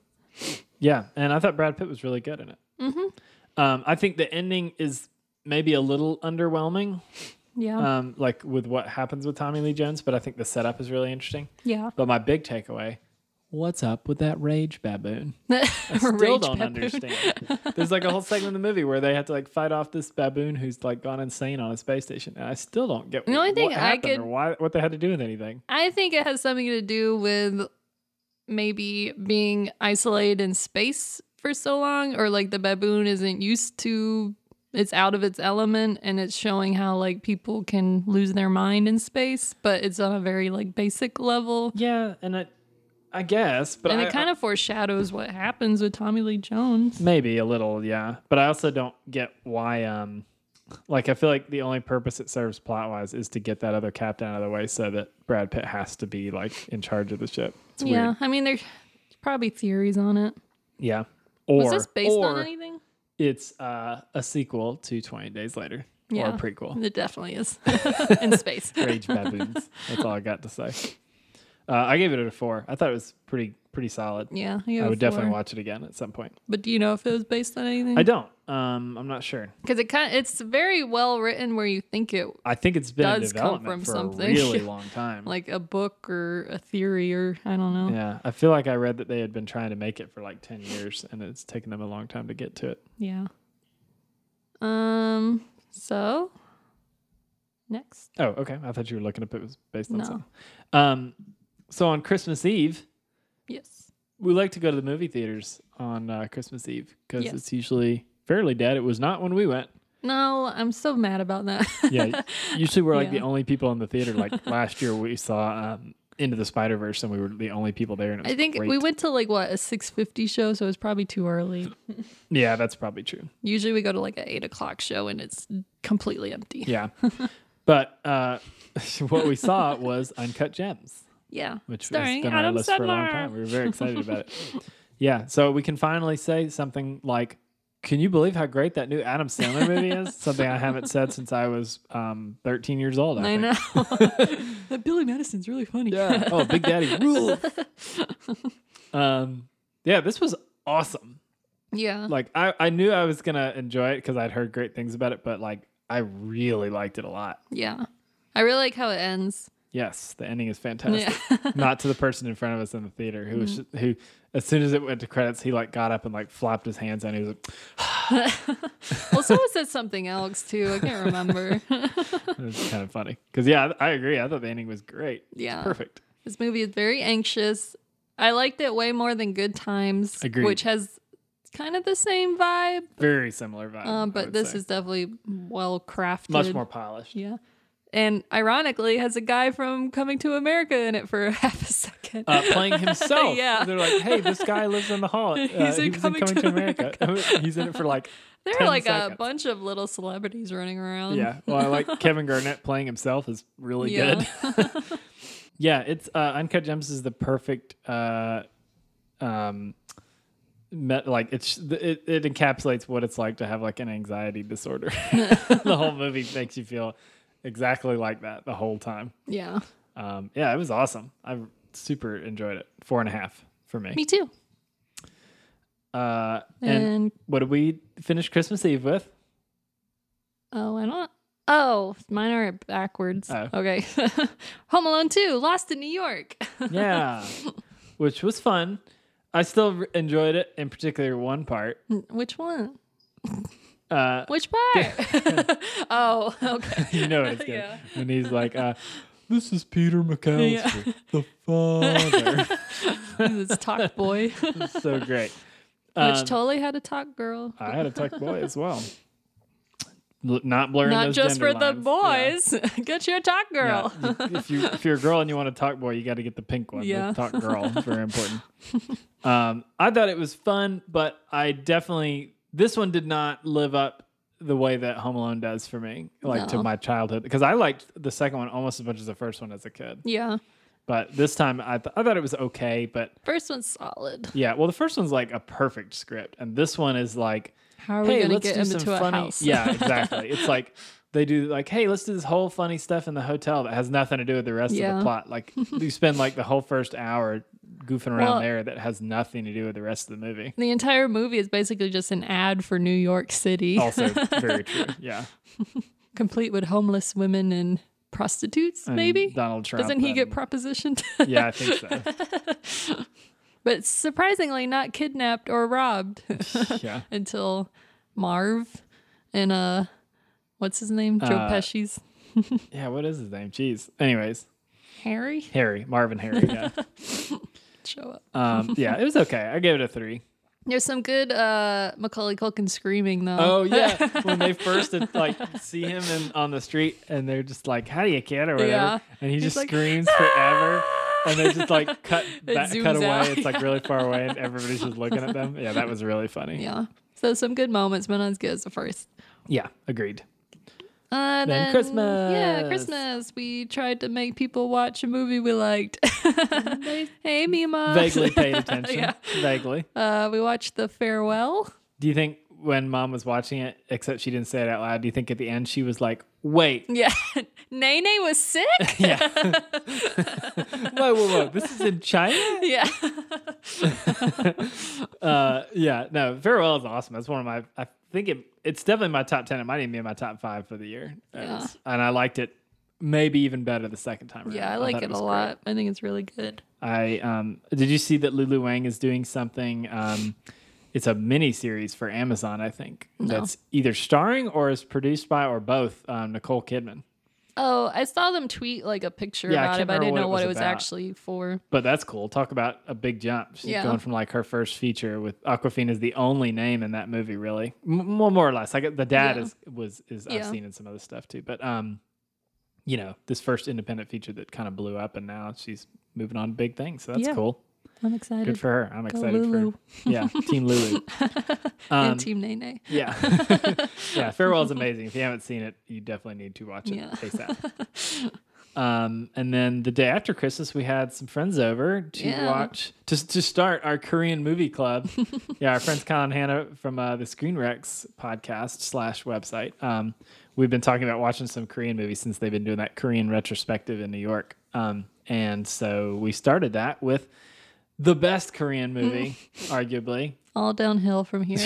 Speaker 1: Yeah, and I thought Brad Pitt was really good in it. Mm-hmm. Um, I think the ending is maybe a little underwhelming,
Speaker 2: Yeah,
Speaker 1: um, like with what happens with Tommy Lee Jones, but I think the setup is really interesting.
Speaker 2: yeah.
Speaker 1: But my big takeaway: what's up with that rage baboon?
Speaker 2: Still
Speaker 1: Still don't understand. There's like a whole segment in the movie where they have to like fight off this baboon who's like gone insane on a space station, and I still don't get
Speaker 2: The only thing
Speaker 1: what
Speaker 2: I
Speaker 1: happened
Speaker 2: could-
Speaker 1: or why what they had to do with anything.
Speaker 2: I think it has something to do with maybe being isolated in space for so long, or like the baboon isn't used to it's out of its element and it's showing how like people can lose their mind in space, but it's on a very like basic level.
Speaker 1: Yeah, and I, I guess, but
Speaker 2: And
Speaker 1: I, uh,
Speaker 2: it kind of foreshadows what happens with Tommy Lee Jones.
Speaker 1: maybe a little, yeah. But I also don't get why. Um, like I feel like the only purpose it serves plot wise is to get that other captain out of the way so that Brad Pitt has to be like in charge of the ship. It's
Speaker 2: yeah,
Speaker 1: weird.
Speaker 2: I mean there's probably theories on it.
Speaker 1: Yeah. Or
Speaker 2: Was this based
Speaker 1: or
Speaker 2: on anything?
Speaker 1: it's uh, a sequel to Twenty Days Later or
Speaker 2: Yeah.
Speaker 1: a prequel.
Speaker 2: It definitely is in space.
Speaker 1: Rage baboons. That's all I got to say. Uh, I gave it a four. I thought it was pretty pretty solid.
Speaker 2: Yeah, I,
Speaker 1: I would definitely watch it again at some point.
Speaker 2: But do you know if it was based on anything?
Speaker 1: I don't. Um, I'm not sure.
Speaker 2: because it kind of, it's very well written where you think it
Speaker 1: I think it's been in
Speaker 2: Does come
Speaker 1: development
Speaker 2: from
Speaker 1: for a
Speaker 2: something.
Speaker 1: really long time.
Speaker 2: like a book or a theory or I don't know.
Speaker 1: yeah, I feel like I read that they had been trying to make it for like ten years, and it's taken them a long time to get to it.
Speaker 2: Yeah. Um. So next,
Speaker 1: Oh, okay. I thought you were looking up it was based on
Speaker 2: No.
Speaker 1: something. Um, so on Christmas Eve,
Speaker 2: yes,
Speaker 1: we like to go to the movie theaters on uh, Christmas Eve because
Speaker 2: Yes.
Speaker 1: it's usually fairly dead. It was not when we went.
Speaker 2: no, I'm so mad about that.
Speaker 1: Yeah, usually we're like the
Speaker 2: Yeah.
Speaker 1: only people in the theater. Like last year, we saw um, Into the Spider Verse, and we were the only people there. And it was
Speaker 2: I think
Speaker 1: great.
Speaker 2: we went to like what a six fifty show, so it's probably too early.
Speaker 1: Yeah, that's probably true.
Speaker 2: Usually we go to like an eight o'clock show and it's completely empty.
Speaker 1: Yeah, but uh, what we saw was Uncut Gems.
Speaker 2: yeah.
Speaker 1: which has
Speaker 2: Starring
Speaker 1: been on our
Speaker 2: Adam
Speaker 1: list for a long
Speaker 2: Sandler.
Speaker 1: time. We were very excited about it. Yeah, so we can finally say something like, "Can you believe how great that new Adam Sandler movie is?" Something I haven't said since I was um, 13 years old. I,
Speaker 2: I
Speaker 1: think.
Speaker 2: know. that Billy Madison's really funny.
Speaker 1: Yeah. Oh, Big Daddy rules. um, yeah, this was awesome.
Speaker 2: Yeah.
Speaker 1: Like I, I knew I was gonna enjoy it because I'd heard great things about it, but like I really liked it a lot.
Speaker 2: Yeah. I really like how it ends.
Speaker 1: Yes, the ending is fantastic.
Speaker 2: Yeah.
Speaker 1: not to the person in front of us in the theater who was
Speaker 2: Mm-hmm.
Speaker 1: who as soon as it went to credits he like got up and like flopped his hands and he was like
Speaker 2: well, someone said something else too. I can't remember.
Speaker 1: it was kind of funny because yeah I, I agree i thought the ending was great It's
Speaker 2: Yeah.
Speaker 1: perfect
Speaker 2: this movie is very anxious. I liked it way more than Good Times,
Speaker 1: Agreed.
Speaker 2: which has kind of the same vibe,
Speaker 1: very similar vibe
Speaker 2: um,
Speaker 1: I
Speaker 2: but
Speaker 1: would
Speaker 2: this
Speaker 1: say.
Speaker 2: is definitely well crafted.
Speaker 1: much more polished
Speaker 2: Yeah. And ironically, has a guy from Coming to America in it for half a second.
Speaker 1: uh, playing himself
Speaker 2: Yeah.
Speaker 1: they're like hey this guy lives in the hall uh,
Speaker 2: He's
Speaker 1: he was
Speaker 2: in
Speaker 1: in coming,
Speaker 2: Coming
Speaker 1: to,
Speaker 2: to
Speaker 1: america, he's in it for like
Speaker 2: there
Speaker 1: 10
Speaker 2: are like
Speaker 1: seconds.
Speaker 2: a bunch of little celebrities running around.
Speaker 1: yeah well i like kevin garnett playing himself is really
Speaker 2: Yeah.
Speaker 1: good Yeah, it's uh, Uncut Gems is the perfect uh, um, met, like it's it, it encapsulates what it's like to have like an anxiety disorder. the whole movie makes you feel exactly like that the whole time.
Speaker 2: yeah.
Speaker 1: Um, yeah, it was awesome. I super enjoyed it. Four and a half for me.
Speaker 2: Me too.
Speaker 1: Uh, and,
Speaker 2: And
Speaker 1: what did we finish Christmas Eve with?
Speaker 2: Oh, I don't. Oh, mine are backwards.
Speaker 1: Oh.
Speaker 2: Okay. Home Alone 2, Lost in New York.
Speaker 1: Yeah, which was fun. I still re- enjoyed it, in particular one part.
Speaker 2: Which one?
Speaker 1: Uh,
Speaker 2: Which part? oh, okay.
Speaker 1: you know it's good.
Speaker 2: Yeah.
Speaker 1: When he's like, uh, "This is Peter McAllister, the father."
Speaker 2: This talk boy, which
Speaker 1: It's so great. Um,
Speaker 2: totally had a talk girl.
Speaker 1: I had a tuck boy as well. L- Not blurring
Speaker 2: Not
Speaker 1: those
Speaker 2: just for
Speaker 1: gender
Speaker 2: the
Speaker 1: lines. Yeah.
Speaker 2: boys. Get your talk girl.
Speaker 1: Yeah. You- if you if you're a girl and you want a talk boy, you got to get the pink one.
Speaker 2: Yeah.
Speaker 1: The talk girl is very important. um, I thought it was fun, but I definitely this one did not live up the way that Home Alone does for me, like to
Speaker 2: No.
Speaker 1: my childhood, because I liked the second one almost as much as the first one as a kid.
Speaker 2: Yeah.
Speaker 1: But this time I, th- I thought it was okay. But
Speaker 2: First one's solid.
Speaker 1: yeah, well, the first one's like a perfect script. And this one is like,
Speaker 2: How are we
Speaker 1: hey,
Speaker 2: going to
Speaker 1: let's
Speaker 2: get
Speaker 1: do
Speaker 2: him
Speaker 1: some
Speaker 2: into a
Speaker 1: funny.
Speaker 2: house?
Speaker 1: Yeah, exactly. it's like they do like, hey, let's do this whole funny stuff in the hotel that has nothing to do with the rest of
Speaker 2: Yeah.
Speaker 1: the plot. Like you spend like the whole first hour goofing around
Speaker 2: Well-
Speaker 1: there that has nothing to do with the rest of the movie.
Speaker 2: The entire movie is basically just an ad for New York City,
Speaker 1: Also very true. Yeah.
Speaker 2: complete with homeless women and prostitutes,
Speaker 1: And
Speaker 2: maybe?
Speaker 1: Donald Trump.
Speaker 2: Doesn't he get
Speaker 1: and-
Speaker 2: propositioned?
Speaker 1: Yeah, I think so.
Speaker 2: but surprisingly, not kidnapped or robbed
Speaker 1: Yeah.
Speaker 2: until Marv and uh, what's his name? Joe
Speaker 1: Uh,
Speaker 2: Pesci's
Speaker 1: Yeah, what is his name? Jeez. Anyways,
Speaker 2: Harry
Speaker 1: Harry, Marvin Harry, yeah.
Speaker 2: show up.
Speaker 1: uh, Um, yeah, it was okay. I gave it a three.
Speaker 2: There's some good uh, Macaulay Culkin screaming though.
Speaker 1: Oh yeah, when they first like see him in, on the street, and they're just like, "How do you kid?" or whatever,
Speaker 2: Yeah.
Speaker 1: and he
Speaker 2: He's
Speaker 1: just
Speaker 2: like,
Speaker 1: screams forever, and they just like cut
Speaker 2: It
Speaker 1: back,
Speaker 2: zooms
Speaker 1: cut away.
Speaker 2: out,
Speaker 1: It's like really far away, and everybody's just looking at them. Yeah, that was really funny.
Speaker 2: yeah. So some good moments, but not as good as the first.
Speaker 1: Yeah, agreed.
Speaker 2: Uh,
Speaker 1: Then
Speaker 2: then
Speaker 1: Christmas.
Speaker 2: Yeah, Christmas. We tried to make people watch a movie we liked. hey, Mima.
Speaker 1: Vaguely paid attention.
Speaker 2: Yeah.
Speaker 1: Vaguely.
Speaker 2: Uh, we watched The Farewell.
Speaker 1: Do you think when mom was watching it, except she didn't say it out loud, do you think at the end she was like, "Wait,
Speaker 2: Yeah. Nene was sick.
Speaker 1: yeah, whoa, whoa, whoa, this is in China"?
Speaker 2: yeah.
Speaker 1: uh, yeah, no, farewell is awesome. That's one of my. I think it. It's definitely my top ten. It might even be in my top five for the year.
Speaker 2: Yeah.
Speaker 1: It's- And I liked it, maybe even better the second time. around.
Speaker 2: Yeah, I
Speaker 1: thought
Speaker 2: like it a
Speaker 1: was
Speaker 2: lot. I think it's really good.
Speaker 1: great. I um, did you see that Lulu Wang is doing something? Um, it's a mini series for Amazon, I think. That's either starring or is produced by or both um, Nicole Kidman.
Speaker 2: Oh, I saw them tweet like a picture
Speaker 1: Yeah, I
Speaker 2: about
Speaker 1: can't
Speaker 2: it, but I didn't
Speaker 1: remember
Speaker 2: know
Speaker 1: what
Speaker 2: what
Speaker 1: it
Speaker 2: it
Speaker 1: was
Speaker 2: was
Speaker 1: about.
Speaker 2: actually for.
Speaker 1: But that's cool. Talk about a big jump. She's
Speaker 2: Yeah.
Speaker 1: going from like her first feature with Aquafina is the only name in that movie, really. M- well, more or less. Like the dad
Speaker 2: Yeah.
Speaker 1: is was is I've
Speaker 2: Yeah.
Speaker 1: seen in some other stuff too. But um, you know, this first independent feature that kind of blew up, and now she's moving on to big things. So that's
Speaker 2: Yeah.
Speaker 1: cool.
Speaker 2: I'm excited.
Speaker 1: Good for her. I'm
Speaker 2: Go
Speaker 1: excited
Speaker 2: Lulu.
Speaker 1: for yeah, Team Lulu. Um,
Speaker 2: and Team Nene.
Speaker 1: yeah, yeah. Farewell is amazing. If you haven't seen it, you definitely need to watch it
Speaker 2: Yeah.
Speaker 1: ASAP. um, and then the day after Christmas, we had some friends over to
Speaker 2: Yeah.
Speaker 1: watch to to start our Korean movie club. yeah, our friends Colin Hanna from uh, the Screen Rex podcast slash website. Um, we've been talking about watching some Korean movies since they've been doing that Korean retrospective in New York. Um, and so we started that with the best Korean movie, arguably,
Speaker 2: All downhill from here.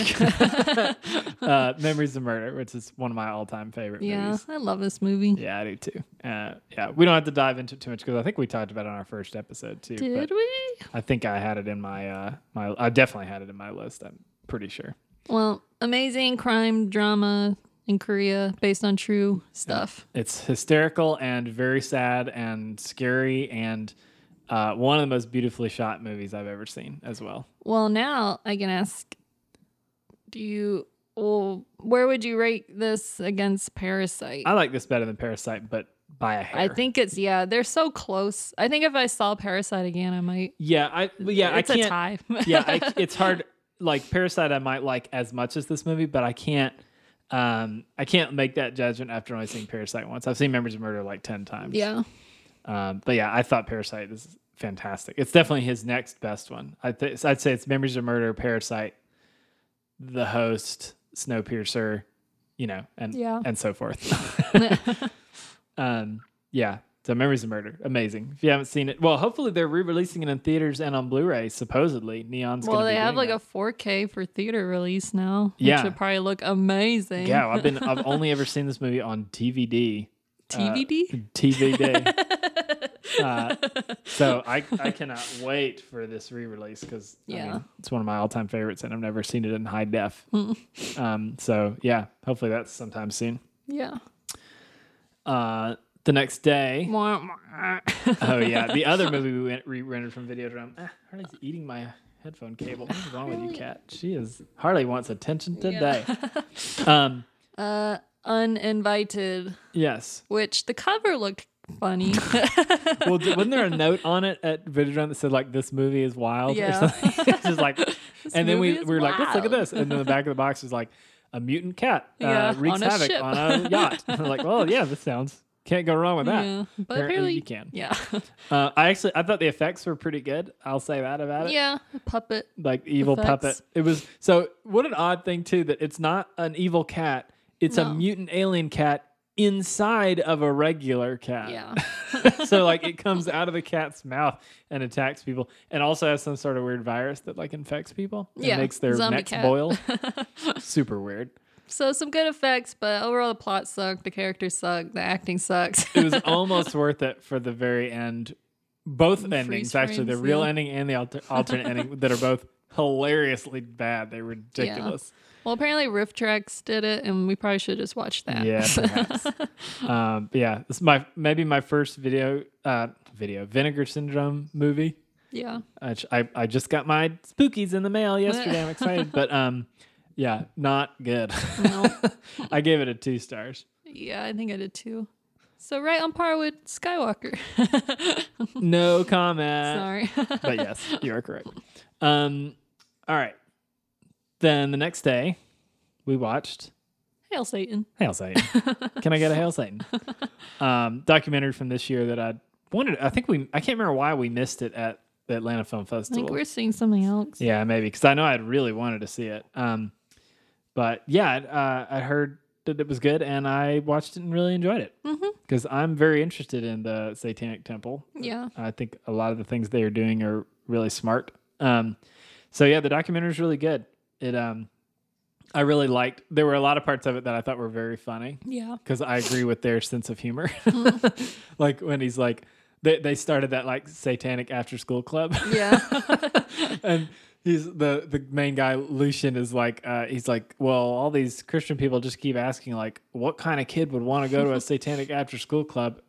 Speaker 1: uh, Memories of Murder, which is one of my all-time favorite
Speaker 2: yeah,
Speaker 1: movies.
Speaker 2: I love this movie.
Speaker 1: Yeah, I do too. Uh, yeah, we don't have to dive into it too much because I think we talked about it on our first episode too.
Speaker 2: Did
Speaker 1: but
Speaker 2: we?
Speaker 1: I think I had it in my uh, my. I definitely had it in my list. I'm pretty sure.
Speaker 2: Well, amazing crime drama in Korea based on true stuff.
Speaker 1: It's hysterical and very sad and scary and uh, one of the most beautifully shot movies I've ever seen as well.
Speaker 2: Well, now I can ask do you well, where would you rate this against Parasite?
Speaker 1: I like this better than Parasite, but by a hair.
Speaker 2: I think it's yeah, they're so close. I think if I saw Parasite again, I might
Speaker 1: Yeah, I well, yeah
Speaker 2: it's
Speaker 1: I can't.
Speaker 2: a tie.
Speaker 1: yeah, I, it's hard. Like Parasite, I might like as much as this movie, but I can't. Um, I can't make that judgment after only seeing Parasite once. I've seen Memories of Murder like ten times.
Speaker 2: yeah.
Speaker 1: Um, but yeah, I thought Parasite is fantastic. It's definitely his next best one. I th- I'd say it's Memories of Murder, Parasite, The Host, Snowpiercer, you know, and
Speaker 2: Yeah.
Speaker 1: and so forth. um, yeah. So Memories of Murder, amazing. If you haven't seen it, well, hopefully they're re-releasing it in theaters and on Blu-ray. Supposedly, Neon's.
Speaker 2: Well,
Speaker 1: gonna
Speaker 2: they
Speaker 1: be
Speaker 2: have
Speaker 1: doing
Speaker 2: like
Speaker 1: that.
Speaker 2: a 4K for theater release now,
Speaker 1: Yeah.
Speaker 2: which would probably look amazing.
Speaker 1: Yeah, uh, I've been. I've only ever seen this movie on DVD. uh,
Speaker 2: TBD.
Speaker 1: TVD. uh, so I I cannot wait for this re-release because
Speaker 2: Yeah.
Speaker 1: it's one of my all-time favorites, and I've never seen it in high def. um, so yeah, hopefully that's sometime soon.
Speaker 2: yeah.
Speaker 1: Uh, the next day.
Speaker 2: Mwah, mwah.
Speaker 1: Oh yeah, the other movie we went, re-rendered from Videodrome. Ah, Harley's eating my headphone cable. What's wrong with you, cat? She is Harley wants attention today. um,
Speaker 2: uh, uninvited,
Speaker 1: yes.
Speaker 2: which the cover looked funny.
Speaker 1: Well, d- wasn't there a note on it at Viditron that said like this movie is wild
Speaker 2: Yeah.
Speaker 1: or something? it's just like, and then
Speaker 2: movie
Speaker 1: we,
Speaker 2: is
Speaker 1: we were like, let's look at
Speaker 2: wild."
Speaker 1: this, and then the back of the box is like a mutant cat uh,
Speaker 2: Yeah,
Speaker 1: wreaks
Speaker 2: on a
Speaker 1: havoc
Speaker 2: ship.
Speaker 1: on a yacht. And we're like, well, yeah, this sounds can't go wrong with that.
Speaker 2: yeah, but
Speaker 1: Apparently
Speaker 2: apparently
Speaker 1: you can.
Speaker 2: Yeah,
Speaker 1: Uh, I actually I thought the effects were pretty good. I'll say that about it.
Speaker 2: yeah, a puppet.
Speaker 1: Like the evil
Speaker 2: Effects.
Speaker 1: puppet. It was so. What an odd thing too that it's not an evil cat. It's a
Speaker 2: No.
Speaker 1: mutant alien cat inside of a regular cat.
Speaker 2: Yeah,
Speaker 1: so like it comes out of the cat's mouth and attacks people and also has some sort of weird virus that like infects people and
Speaker 2: Yeah,
Speaker 1: makes their
Speaker 2: zombie
Speaker 1: necks
Speaker 2: cat.
Speaker 1: boil super weird
Speaker 2: so some good effects, but overall the plot sucked, the characters sucked, the acting sucks.
Speaker 1: it was almost worth it for the very end both endings
Speaker 2: freeze
Speaker 1: actually the
Speaker 2: frames,
Speaker 1: real
Speaker 2: yeah.
Speaker 1: ending and the alter- alternate ending that are both hilariously bad they're ridiculous
Speaker 2: well, apparently Riff Tracks did it, and we probably should just watch that.
Speaker 1: yeah, perhaps um, yeah this is my maybe my first video uh, video vinegar syndrome movie
Speaker 2: Yeah.
Speaker 1: I, I, I just got my spookies in the mail yesterday. I'm excited, but um, yeah, not good.
Speaker 2: No.
Speaker 1: I gave it a two stars.
Speaker 2: Yeah, I think I did too. So right on par with Skywalker.
Speaker 1: Uh. No comment.
Speaker 2: Sorry.
Speaker 1: But yes, you are correct. Um, all right. Then the next day, we watched
Speaker 2: Hail Satan.
Speaker 1: Hail Satan. Can I get a Hail Satan? Um, documentary from this year that I wanted. I think we. I can't remember why we missed it at the Atlanta Film
Speaker 2: I
Speaker 1: Festival.
Speaker 2: think we're seeing something else.
Speaker 1: Yeah, maybe because I know I'd really wanted to see it. Um, but yeah, uh, I heard that it was good, and I watched it and really enjoyed it because I'm very interested in the Satanic Temple.
Speaker 2: Yeah.
Speaker 1: I think a lot of the things they are doing are really smart. Um, so yeah, the documentary is really good. It um, I really liked. There were a lot of parts of it that I thought were very funny
Speaker 2: Yeah.
Speaker 1: because I agree with their sense of humor. like when he's like, they they started that like Satanic After School Club.
Speaker 2: Yeah.
Speaker 1: Uh. and he's the the main guy lucian is like uh, he's like well all these christian people just keep asking like what kind of kid would want to go to a satanic after school club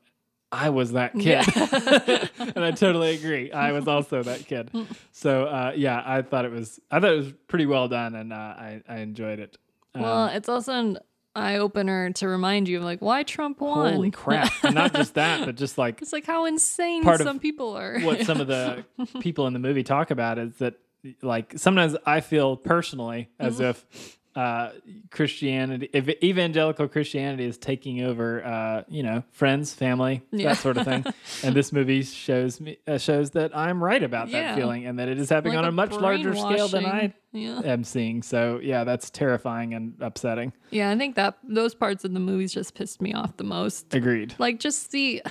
Speaker 1: i was that kid and i totally agree i was also that kid so uh, yeah i thought it was i thought it was pretty well done and uh, I, I enjoyed it
Speaker 2: well, it's also an eye opener to remind you of like why Trump won.
Speaker 1: holy crap and not just that but just like
Speaker 2: It's like how insane
Speaker 1: Part of
Speaker 2: some people are.
Speaker 1: what some of the people in the movie talk about is that like sometimes I feel personally as
Speaker 2: Mm-hmm.
Speaker 1: if uh, Christianity, if evangelical Christianity is taking over, uh, you know, friends, family,
Speaker 2: Yeah.
Speaker 1: that sort of thing, and this movie shows me uh, shows that I'm right about
Speaker 2: Yeah.
Speaker 1: that feeling and that it is happening
Speaker 2: Like
Speaker 1: on a much larger scale than I
Speaker 2: brainwashing. Yeah.
Speaker 1: am seeing. So yeah, that's terrifying and upsetting.
Speaker 2: Yeah, I think that those parts of the movies just pissed me off the most.
Speaker 1: Agreed.
Speaker 2: like just the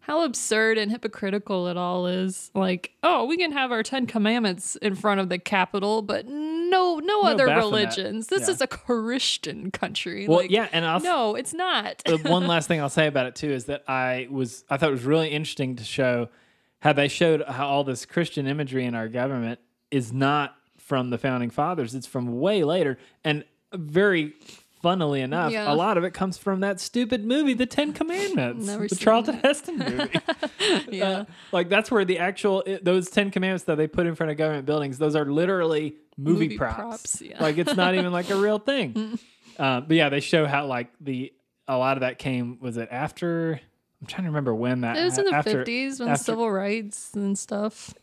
Speaker 2: how absurd and hypocritical it all is like oh we can have our 10 commandments in front of the capitol but no no, other
Speaker 1: Baphomet.
Speaker 2: religions this
Speaker 1: Yeah.
Speaker 2: is a christian country
Speaker 1: Well,
Speaker 2: like,
Speaker 1: yeah, Uh, and I'll
Speaker 2: no it's not
Speaker 1: the one last thing I'll say about it too is that I was I thought it was really interesting to show how they showed how all this Christian imagery in our government is not from the founding fathers. It's from way later, and very funnily enough,
Speaker 2: Yeah.
Speaker 1: a lot of it comes from that stupid movie, The Ten Commandments,
Speaker 2: Never
Speaker 1: the
Speaker 2: seen
Speaker 1: Charlton
Speaker 2: that.
Speaker 1: Heston movie.
Speaker 2: yeah
Speaker 1: Uh, like that's where the actual it, those Ten Commandments that they put in front of government buildings, those are literally movie,
Speaker 2: Movie
Speaker 1: props.
Speaker 2: props, yeah.
Speaker 1: Like it's not even like a real thing. uh, but yeah, they show how like the a lot of that came. Was it after? I'm trying to remember when that
Speaker 2: it was in the
Speaker 1: after-
Speaker 2: 50s when
Speaker 1: after- Um,
Speaker 2: civil rights and stuff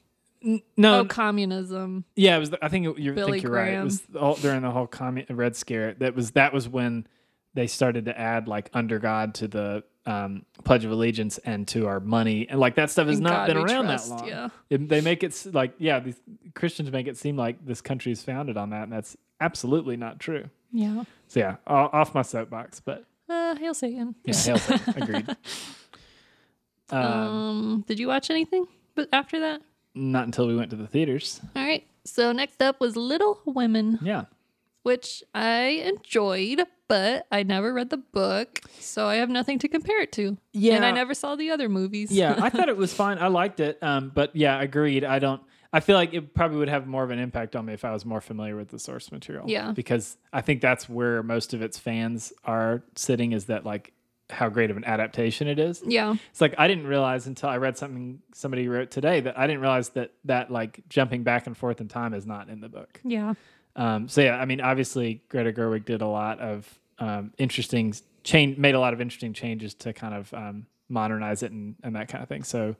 Speaker 1: No,
Speaker 2: oh communism
Speaker 1: yeah, it was. The, I think it- you
Speaker 2: Billy
Speaker 1: think you're right. It
Speaker 2: Graham.
Speaker 1: was all, during the whole commun- Red Scare. That was that was when they started to add like under God to the um, Pledge of Allegiance and to our money, and like that stuff has
Speaker 2: In
Speaker 1: not
Speaker 2: God
Speaker 1: been
Speaker 2: we
Speaker 1: around
Speaker 2: trust,
Speaker 1: that long.
Speaker 2: yeah.
Speaker 1: It- they make it s- like yeah, these Christians make it seem like this country is founded on that, and that's absolutely not true.
Speaker 2: yeah
Speaker 1: So yeah, o- off my soapbox, but
Speaker 2: uh hail satan
Speaker 1: yeah, hail Satan. agreed. Um,
Speaker 2: um did you watch anything but after that
Speaker 1: not until we went to the theaters.
Speaker 2: all right so next up was little women
Speaker 1: Yeah,
Speaker 2: which I enjoyed, but I never read the book, so I have nothing to compare it to.
Speaker 1: Yeah.
Speaker 2: And I never saw the other movies.
Speaker 1: yeah i thought it was fine i liked it um, but yeah agreed i don't i feel like it probably would have more of an impact on me if i was more familiar with the source material
Speaker 2: Yeah.
Speaker 1: because i think that's where most of its fans are sitting is that like how great of an adaptation it is
Speaker 2: yeah.
Speaker 1: it's like i didn't realize until i read something somebody wrote today that i didn't realize that that like jumping back and forth in time is not in the book
Speaker 2: Yeah.
Speaker 1: um, so yeah, I mean, obviously Greta Gerwig did a lot of um, interesting change, made a lot of interesting changes to kind of um, modernize it and, and that kind of thing. So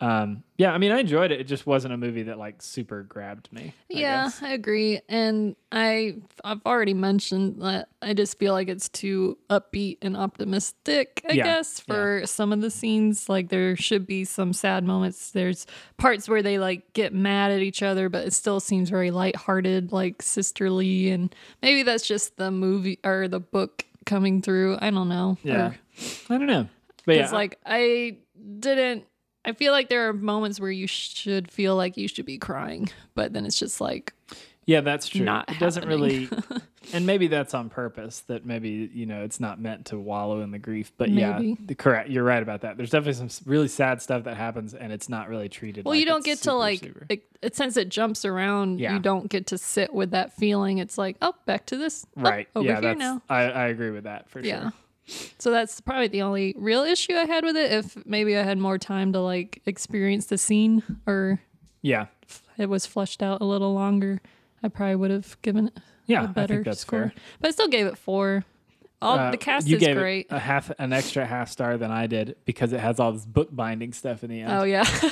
Speaker 1: um, yeah, I mean, I enjoyed it. It just wasn't a movie that like super grabbed me. I
Speaker 2: yeah,
Speaker 1: guess.
Speaker 2: I agree. And I I've already mentioned that I just feel like it's too upbeat and optimistic, I
Speaker 1: Yeah,
Speaker 2: guess, for some of the scenes. Like there should be some sad moments. There's parts where they like get mad at each other, but it still seems very lighthearted, like sisterly and maybe that's just the movie or the book coming through. I don't know.
Speaker 1: yeah.
Speaker 2: Or-
Speaker 1: I don't know, but yeah,
Speaker 2: it's Hmm. like I didn't. I feel like there are moments where you should feel like you should be crying, but then it's just like,
Speaker 1: yeah, that's true.
Speaker 2: not
Speaker 1: it doesn't
Speaker 2: happening.
Speaker 1: really, and maybe that's on purpose. That maybe you know it's not meant to wallow in the grief. But yeah,
Speaker 2: Maybe.
Speaker 1: the, correct. You're right about that. There's definitely some s- really sad stuff that happens, and it's not really treated.
Speaker 2: well,
Speaker 1: like
Speaker 2: you don't
Speaker 1: it's
Speaker 2: get to
Speaker 1: super,
Speaker 2: like,
Speaker 1: super-
Speaker 2: it, it- since it jumps around,
Speaker 1: Yeah.
Speaker 2: you don't get to sit with that feeling. It's like, oh, back to this, oh,
Speaker 1: Right.
Speaker 2: over
Speaker 1: yeah,
Speaker 2: here
Speaker 1: that's,
Speaker 2: now,
Speaker 1: I, I agree with that for
Speaker 2: yeah.
Speaker 1: sure.
Speaker 2: So that's probably the only real issue I had with it. If maybe I had more time to like experience the scene or
Speaker 1: Yeah.
Speaker 2: it was fleshed out a little longer, I probably would have given it
Speaker 1: Yeah. Ah,
Speaker 2: a
Speaker 1: I
Speaker 2: better
Speaker 1: think that's
Speaker 2: score.
Speaker 1: fair.
Speaker 2: But I still gave it four. All
Speaker 1: Uh,
Speaker 2: the cast
Speaker 1: you
Speaker 2: is
Speaker 1: gave it uh,
Speaker 2: great.
Speaker 1: a half, an extra half star than I did because it has all this book binding stuff in the end.
Speaker 2: Oh yeah, that's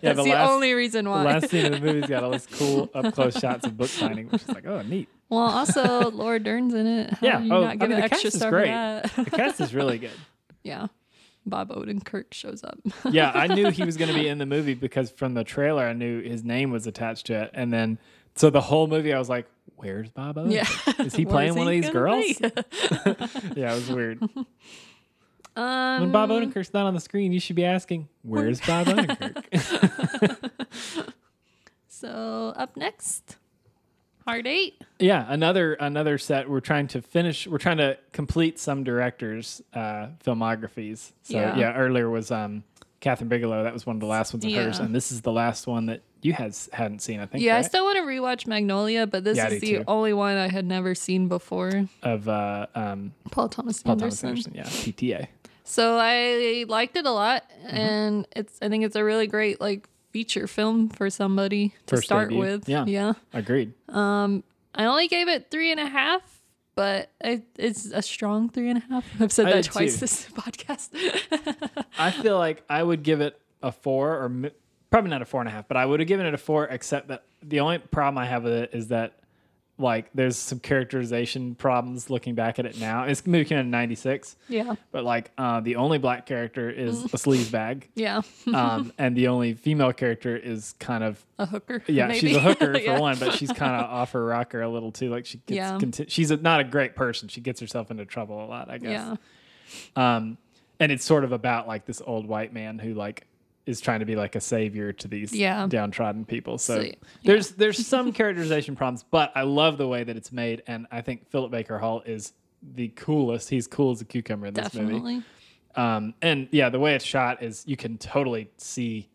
Speaker 1: the
Speaker 2: the,
Speaker 1: last-
Speaker 2: only reason
Speaker 1: The
Speaker 2: why.
Speaker 1: last scene of the movie's got all these cool up close shots of book binding, which is like, oh, neat.
Speaker 2: well, also Laura Dern's in it. How
Speaker 1: Yeah.
Speaker 2: do you
Speaker 1: Oh, I
Speaker 2: not give
Speaker 1: mean,
Speaker 2: an
Speaker 1: the
Speaker 2: extra
Speaker 1: cast is
Speaker 2: star
Speaker 1: great.
Speaker 2: for
Speaker 1: The
Speaker 2: that?
Speaker 1: cast is really good.
Speaker 2: yeah, Bob Odenkirk shows up.
Speaker 1: Yeah, I knew he was going to be in the movie because from the trailer, I knew his name was attached to it. And then, so the whole movie, I was like, where's Bob Odenkirk?
Speaker 2: Yeah.
Speaker 1: Is he
Speaker 2: What
Speaker 1: playing
Speaker 2: is
Speaker 1: one
Speaker 2: he
Speaker 1: of these
Speaker 2: gonna
Speaker 1: girls? yeah, it was weird.
Speaker 2: um,
Speaker 1: When Bob Odenkirk's not on the screen, you should be asking, where's Bob Odenkirk?
Speaker 2: so up next, Hard Eight.
Speaker 1: yeah, another another set. We're trying to finish. We're trying to complete some directors' uh, filmographies. So yeah.
Speaker 2: Yeah.
Speaker 1: earlier was um, Catherine Bigelow. That was one of the last ones of hers,
Speaker 2: Yeah.
Speaker 1: and this is the last one that you has hadn't seen. I think.
Speaker 2: Yeah, I
Speaker 1: right?
Speaker 2: still want to rewatch Magnolia, but this
Speaker 1: Yeah, I
Speaker 2: is
Speaker 1: do
Speaker 2: the
Speaker 1: too.
Speaker 2: only one I had never seen before.
Speaker 1: of uh, um,
Speaker 2: Paul Thomas
Speaker 1: Paul Thomas
Speaker 2: Anderson.
Speaker 1: Anderson. Yeah, PTA.
Speaker 2: So I liked it a lot,
Speaker 1: Mm-hmm.
Speaker 2: and it's I think it's a really great like feature film for somebody to
Speaker 1: First
Speaker 2: start
Speaker 1: debut.
Speaker 2: with.
Speaker 1: Yeah.
Speaker 2: yeah.
Speaker 1: Agreed.
Speaker 2: I only gave it three and a half, but it, it's a strong three and a half. I've said
Speaker 1: I
Speaker 2: that
Speaker 1: did
Speaker 2: twice
Speaker 1: too.
Speaker 2: this podcast.
Speaker 1: I feel like I would give it a four, or mi- probably not a four and a half, but I would have given it a four, except that the only problem I have with it is that like there's some characterization problems looking back at it now. It's movie came out in '96,
Speaker 2: yeah,
Speaker 1: but like uh, the only black character is a sleaze bag,
Speaker 2: yeah,
Speaker 1: um, and the only female character is kind of
Speaker 2: a hooker.
Speaker 1: yeah,
Speaker 2: maybe.
Speaker 1: she's a hooker for
Speaker 2: Yeah.
Speaker 1: one, but she's kind of off her rocker a little too. Like she gets
Speaker 2: Yeah.
Speaker 1: conti- she's a, not a great person. She gets herself into trouble a lot, I guess
Speaker 2: Yeah,
Speaker 1: um and it's sort of about like this old white man who like is trying to be like a savior to these
Speaker 2: Yeah.
Speaker 1: downtrodden people so,
Speaker 2: So, yeah.
Speaker 1: there's there's some characterization problems but i love the way that it's made and i think philip baker hall is the coolest he's cool as a cucumber in this movie
Speaker 2: definitely.
Speaker 1: um and yeah the way it's shot is you can totally see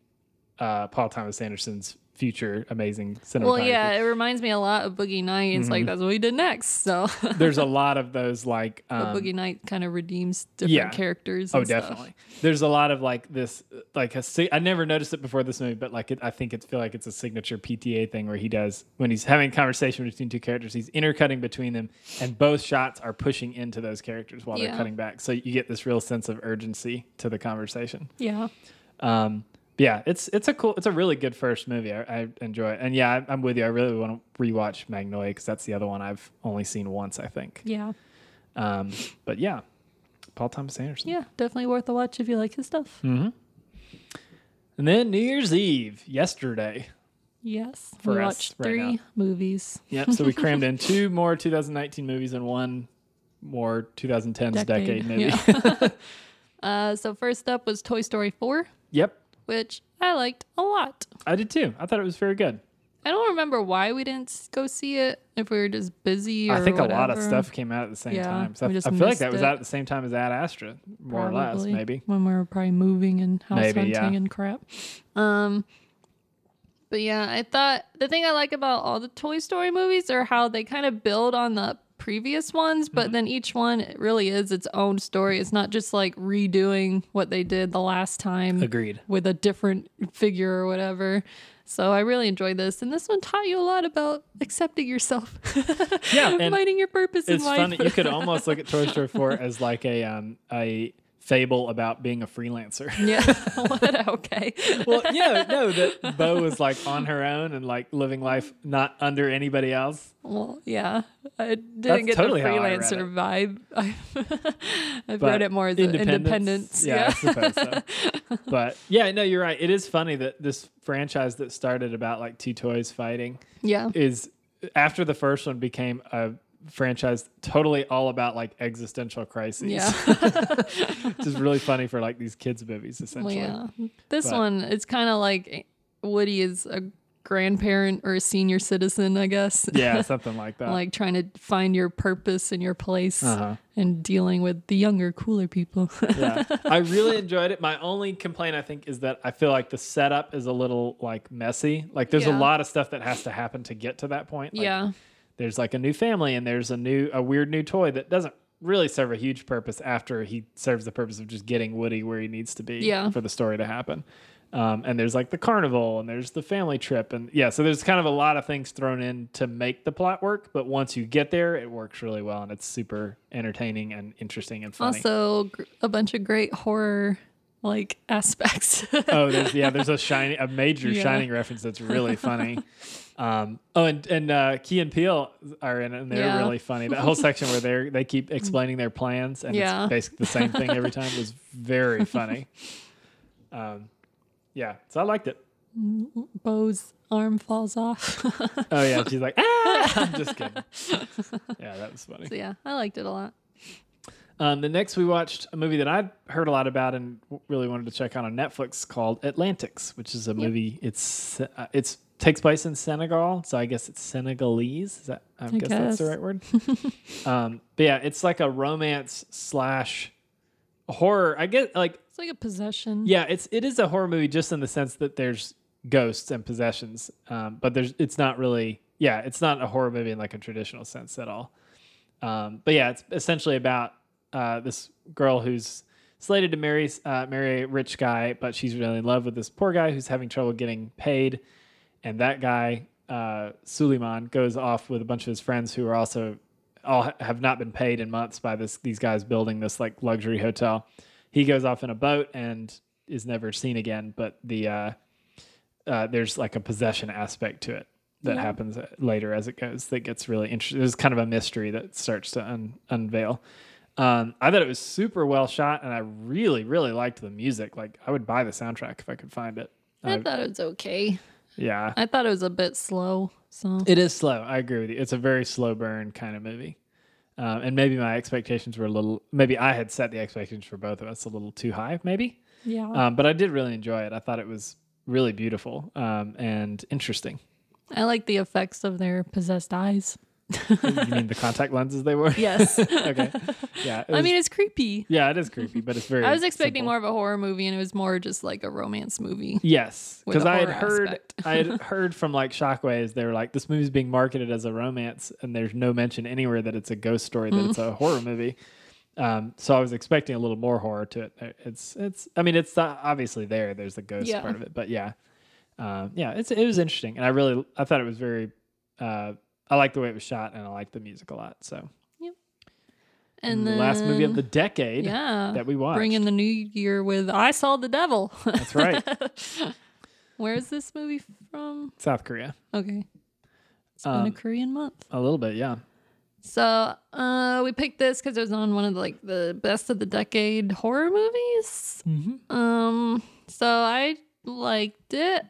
Speaker 1: uh paul thomas anderson's future amazing cinematography
Speaker 2: Well, yeah, it reminds me a lot of Boogie Nights.
Speaker 1: Mm-hmm.
Speaker 2: like that's what we did next. So
Speaker 1: there's a lot of those like um,
Speaker 2: But Boogie Night kind of redeems different
Speaker 1: yeah.
Speaker 2: characters.
Speaker 1: Oh,
Speaker 2: and stuff.
Speaker 1: definitely. There's a lot of like this, like a si- I never noticed it before this movie, but like it, I think it feel like it's a signature PTA thing where he does when he's having a conversation between two characters, he's intercutting between them, and both shots are pushing into those characters while they're
Speaker 2: Yeah.
Speaker 1: cutting back, so you get this real sense of urgency to the conversation.
Speaker 2: Yeah.
Speaker 1: Um, but yeah, it's it's a cool, it's a really good first movie. I, I enjoy it, and yeah, I, I'm with you. I really want to rewatch Magnolia because that's the other one I've only seen once, I think.
Speaker 2: Yeah.
Speaker 1: Um, but yeah, Paul Thomas Anderson.
Speaker 2: Yeah. Definitely worth a watch if you like his stuff.
Speaker 1: Mm. And then New Year's Eve yesterday.
Speaker 2: Yes.
Speaker 1: For
Speaker 2: we
Speaker 1: us
Speaker 2: watched
Speaker 1: right
Speaker 2: three
Speaker 1: now.
Speaker 2: movies.
Speaker 1: Yep. So we crammed in two more 2019 movies and one more 2010s decade,
Speaker 2: Decade,
Speaker 1: movie.
Speaker 2: yeah. Uh, so first up was Toy Story 4,
Speaker 1: yep.
Speaker 2: which I liked a lot.
Speaker 1: I did too. I thought it was very good.
Speaker 2: I don't remember why we didn't s- go see it. If we were just busy, or
Speaker 1: I think a lot of
Speaker 2: whatever.
Speaker 1: stuff came out at the same
Speaker 2: Yeah,
Speaker 1: time. So I,
Speaker 2: we just
Speaker 1: I feel like
Speaker 2: missed
Speaker 1: that was
Speaker 2: it.
Speaker 1: out at the same time as Ad Astra, more or less,
Speaker 2: probably,
Speaker 1: maybe.
Speaker 2: when we were probably moving and house
Speaker 1: Maybe,
Speaker 2: hunting
Speaker 1: yeah.
Speaker 2: and crap. Um, but yeah, I thought the thing I like about all the Toy Story movies are how they kind of build on the previous ones,
Speaker 1: Mm-hmm.
Speaker 2: but then each one really is its own story. It's not just like redoing what they did the last time.
Speaker 1: Agreed.
Speaker 2: with a different figure or whatever. So I really enjoyed this, and this one taught you a lot about accepting yourself.
Speaker 1: Yeah, and
Speaker 2: finding your purpose in
Speaker 1: It's
Speaker 2: life.
Speaker 1: fun that you could almost look at Toy Story 4 as like a um, a fable about being a freelancer.
Speaker 2: yeah, What? okay.
Speaker 1: well, yeah, no, that Bo was like on her own and like living life not under anybody else.
Speaker 2: Well, yeah, I didn't
Speaker 1: That's
Speaker 2: get
Speaker 1: totally
Speaker 2: the
Speaker 1: how I read
Speaker 2: freelancer vibe. I've, I've
Speaker 1: but
Speaker 2: read it more as independence. independence.
Speaker 1: Yeah, I suppose so. but yeah, no, you're right. It is funny that this franchise that started about like two toys fighting
Speaker 2: yeah,
Speaker 1: is after the first one became a franchise totally all about like existential crises.
Speaker 2: yeah.
Speaker 1: Which is really funny for like these kids movies
Speaker 2: Well,
Speaker 1: essentially.
Speaker 2: yeah. This
Speaker 1: But-
Speaker 2: one, it's kind of like Woody is a grandparent or a senior citizen, I guess.
Speaker 1: Yeah, something like that.
Speaker 2: like trying to find your purpose and your place
Speaker 1: Uh-huh.
Speaker 2: and dealing with the younger, cooler people.
Speaker 1: yeah. I really enjoyed it. My only complaint, I think, is that I feel like the setup is a little like messy. Like there's a
Speaker 2: Yeah.
Speaker 1: lot of stuff that has to happen to get to that point. Like,
Speaker 2: yeah.
Speaker 1: there's like a new family and there's a new a weird new toy that doesn't really serve a huge purpose after he serves the purpose of just getting Woody where he needs to be
Speaker 2: Yeah.
Speaker 1: for the story to happen. Um, and there's like the carnival and there's the family trip. And yeah, so there's kind of a lot of things thrown in to make the plot work. But once you get there, it works really well and it's super entertaining and interesting and funny.
Speaker 2: Also, gr- a bunch of great horror like aspects.
Speaker 1: oh, there's, yeah, there's a shining, a major
Speaker 2: Yeah.
Speaker 1: shining reference that's really funny. Um, oh, and and uh, Key and Peele are in it, and they're
Speaker 2: Yeah.
Speaker 1: really funny. That whole section where they they keep explaining their plans, and
Speaker 2: Yeah.
Speaker 1: it's basically the same thing every time was very funny. Um, yeah, so I liked it.
Speaker 2: Bo's arm falls off. so
Speaker 1: Oh yeah, she's like, ah, I'm just kidding. Yeah, that was funny.
Speaker 2: yeah, I liked it a lot.
Speaker 1: Um, the next we watched a movie that I'd heard a lot about and w- really wanted to check out on Netflix called Atlantics, which is a movie. It's uh, it's takes place in Senegal, so I guess it's Senegalese. Is that I, guess, that's the
Speaker 2: guess.
Speaker 1: right word. um, but yeah, it's like a romance slash horror. I get like
Speaker 2: It's like a possession.
Speaker 1: yeah, it's it is a horror movie just in the sense that there's ghosts and possessions, um, but there's it's not really yeah, it's not a horror movie in like a traditional sense at all. Um, but yeah, it's essentially about uh, this girl who's slated to marry uh, marry a rich guy, but she's really in love with this poor guy who's having trouble getting paid, and that guy uh, Suleiman goes off with a bunch of his friends who are also all ha- have not been paid in months by this these guys building this like luxury hotel. He goes off in a boat and is never seen again. But the uh, uh, there's like a possession aspect to it that happens uh, later as it goes that gets really interesting. There's kind of a mystery that starts to un- unveil. Um, I thought it was super well shot, and I really, really liked the music. Like, I would buy the soundtrack if I could find it.
Speaker 2: I thought it was okay.
Speaker 1: Yeah,
Speaker 2: I thought it was a bit slow. So
Speaker 1: it is slow. I agree with you. It's a very slow burn kind of movie. Um, and maybe my expectations were a little. Maybe I had set the expectations for both of us a little too high. Maybe.
Speaker 2: yeah,
Speaker 1: Um, but I did really enjoy it. I thought it was really beautiful um, and interesting.
Speaker 2: I like the effects of their possessed eyes.
Speaker 1: you mean the contact lenses they wore?
Speaker 2: Yes.
Speaker 1: okay. Yeah. it
Speaker 2: I
Speaker 1: was-
Speaker 2: mean, it's creepy.
Speaker 1: yeah, it is creepy, but it's very.
Speaker 2: I was expecting
Speaker 1: simple.
Speaker 2: more of a horror movie, and it was more just like a romance movie.
Speaker 1: Yes,
Speaker 2: with
Speaker 1: because
Speaker 2: a
Speaker 1: I had
Speaker 2: horror
Speaker 1: heard
Speaker 2: aspect.
Speaker 1: I had heard from like Shockwaves, they were like, "This movie's being marketed as a romance, and there's no mention anywhere that it's a ghost story, that it's
Speaker 2: Mm.
Speaker 1: a horror movie." Um, so I was expecting a little more horror to it. Uh, It's it's. I mean, it's uh, obviously there. There's the ghost
Speaker 2: Yeah.
Speaker 1: part of it, but yeah, um, yeah, it's it was interesting, and I really I thought it was very. Uh, I liked the way it was shot, and I liked the music a lot. So
Speaker 2: And
Speaker 1: the
Speaker 2: then,
Speaker 1: last movie of the decade
Speaker 2: yeah,
Speaker 1: that we watched.
Speaker 2: bring in the new year with "I Saw the Devil."
Speaker 1: That's right,
Speaker 2: Where is this movie from?
Speaker 1: South Korea.
Speaker 2: Okay, it's been
Speaker 1: Um,
Speaker 2: a Korean month.
Speaker 1: A little bit, yeah.
Speaker 2: So uh, we picked this because it was on one of the, like the best of the decade horror movies. Um, so I liked it.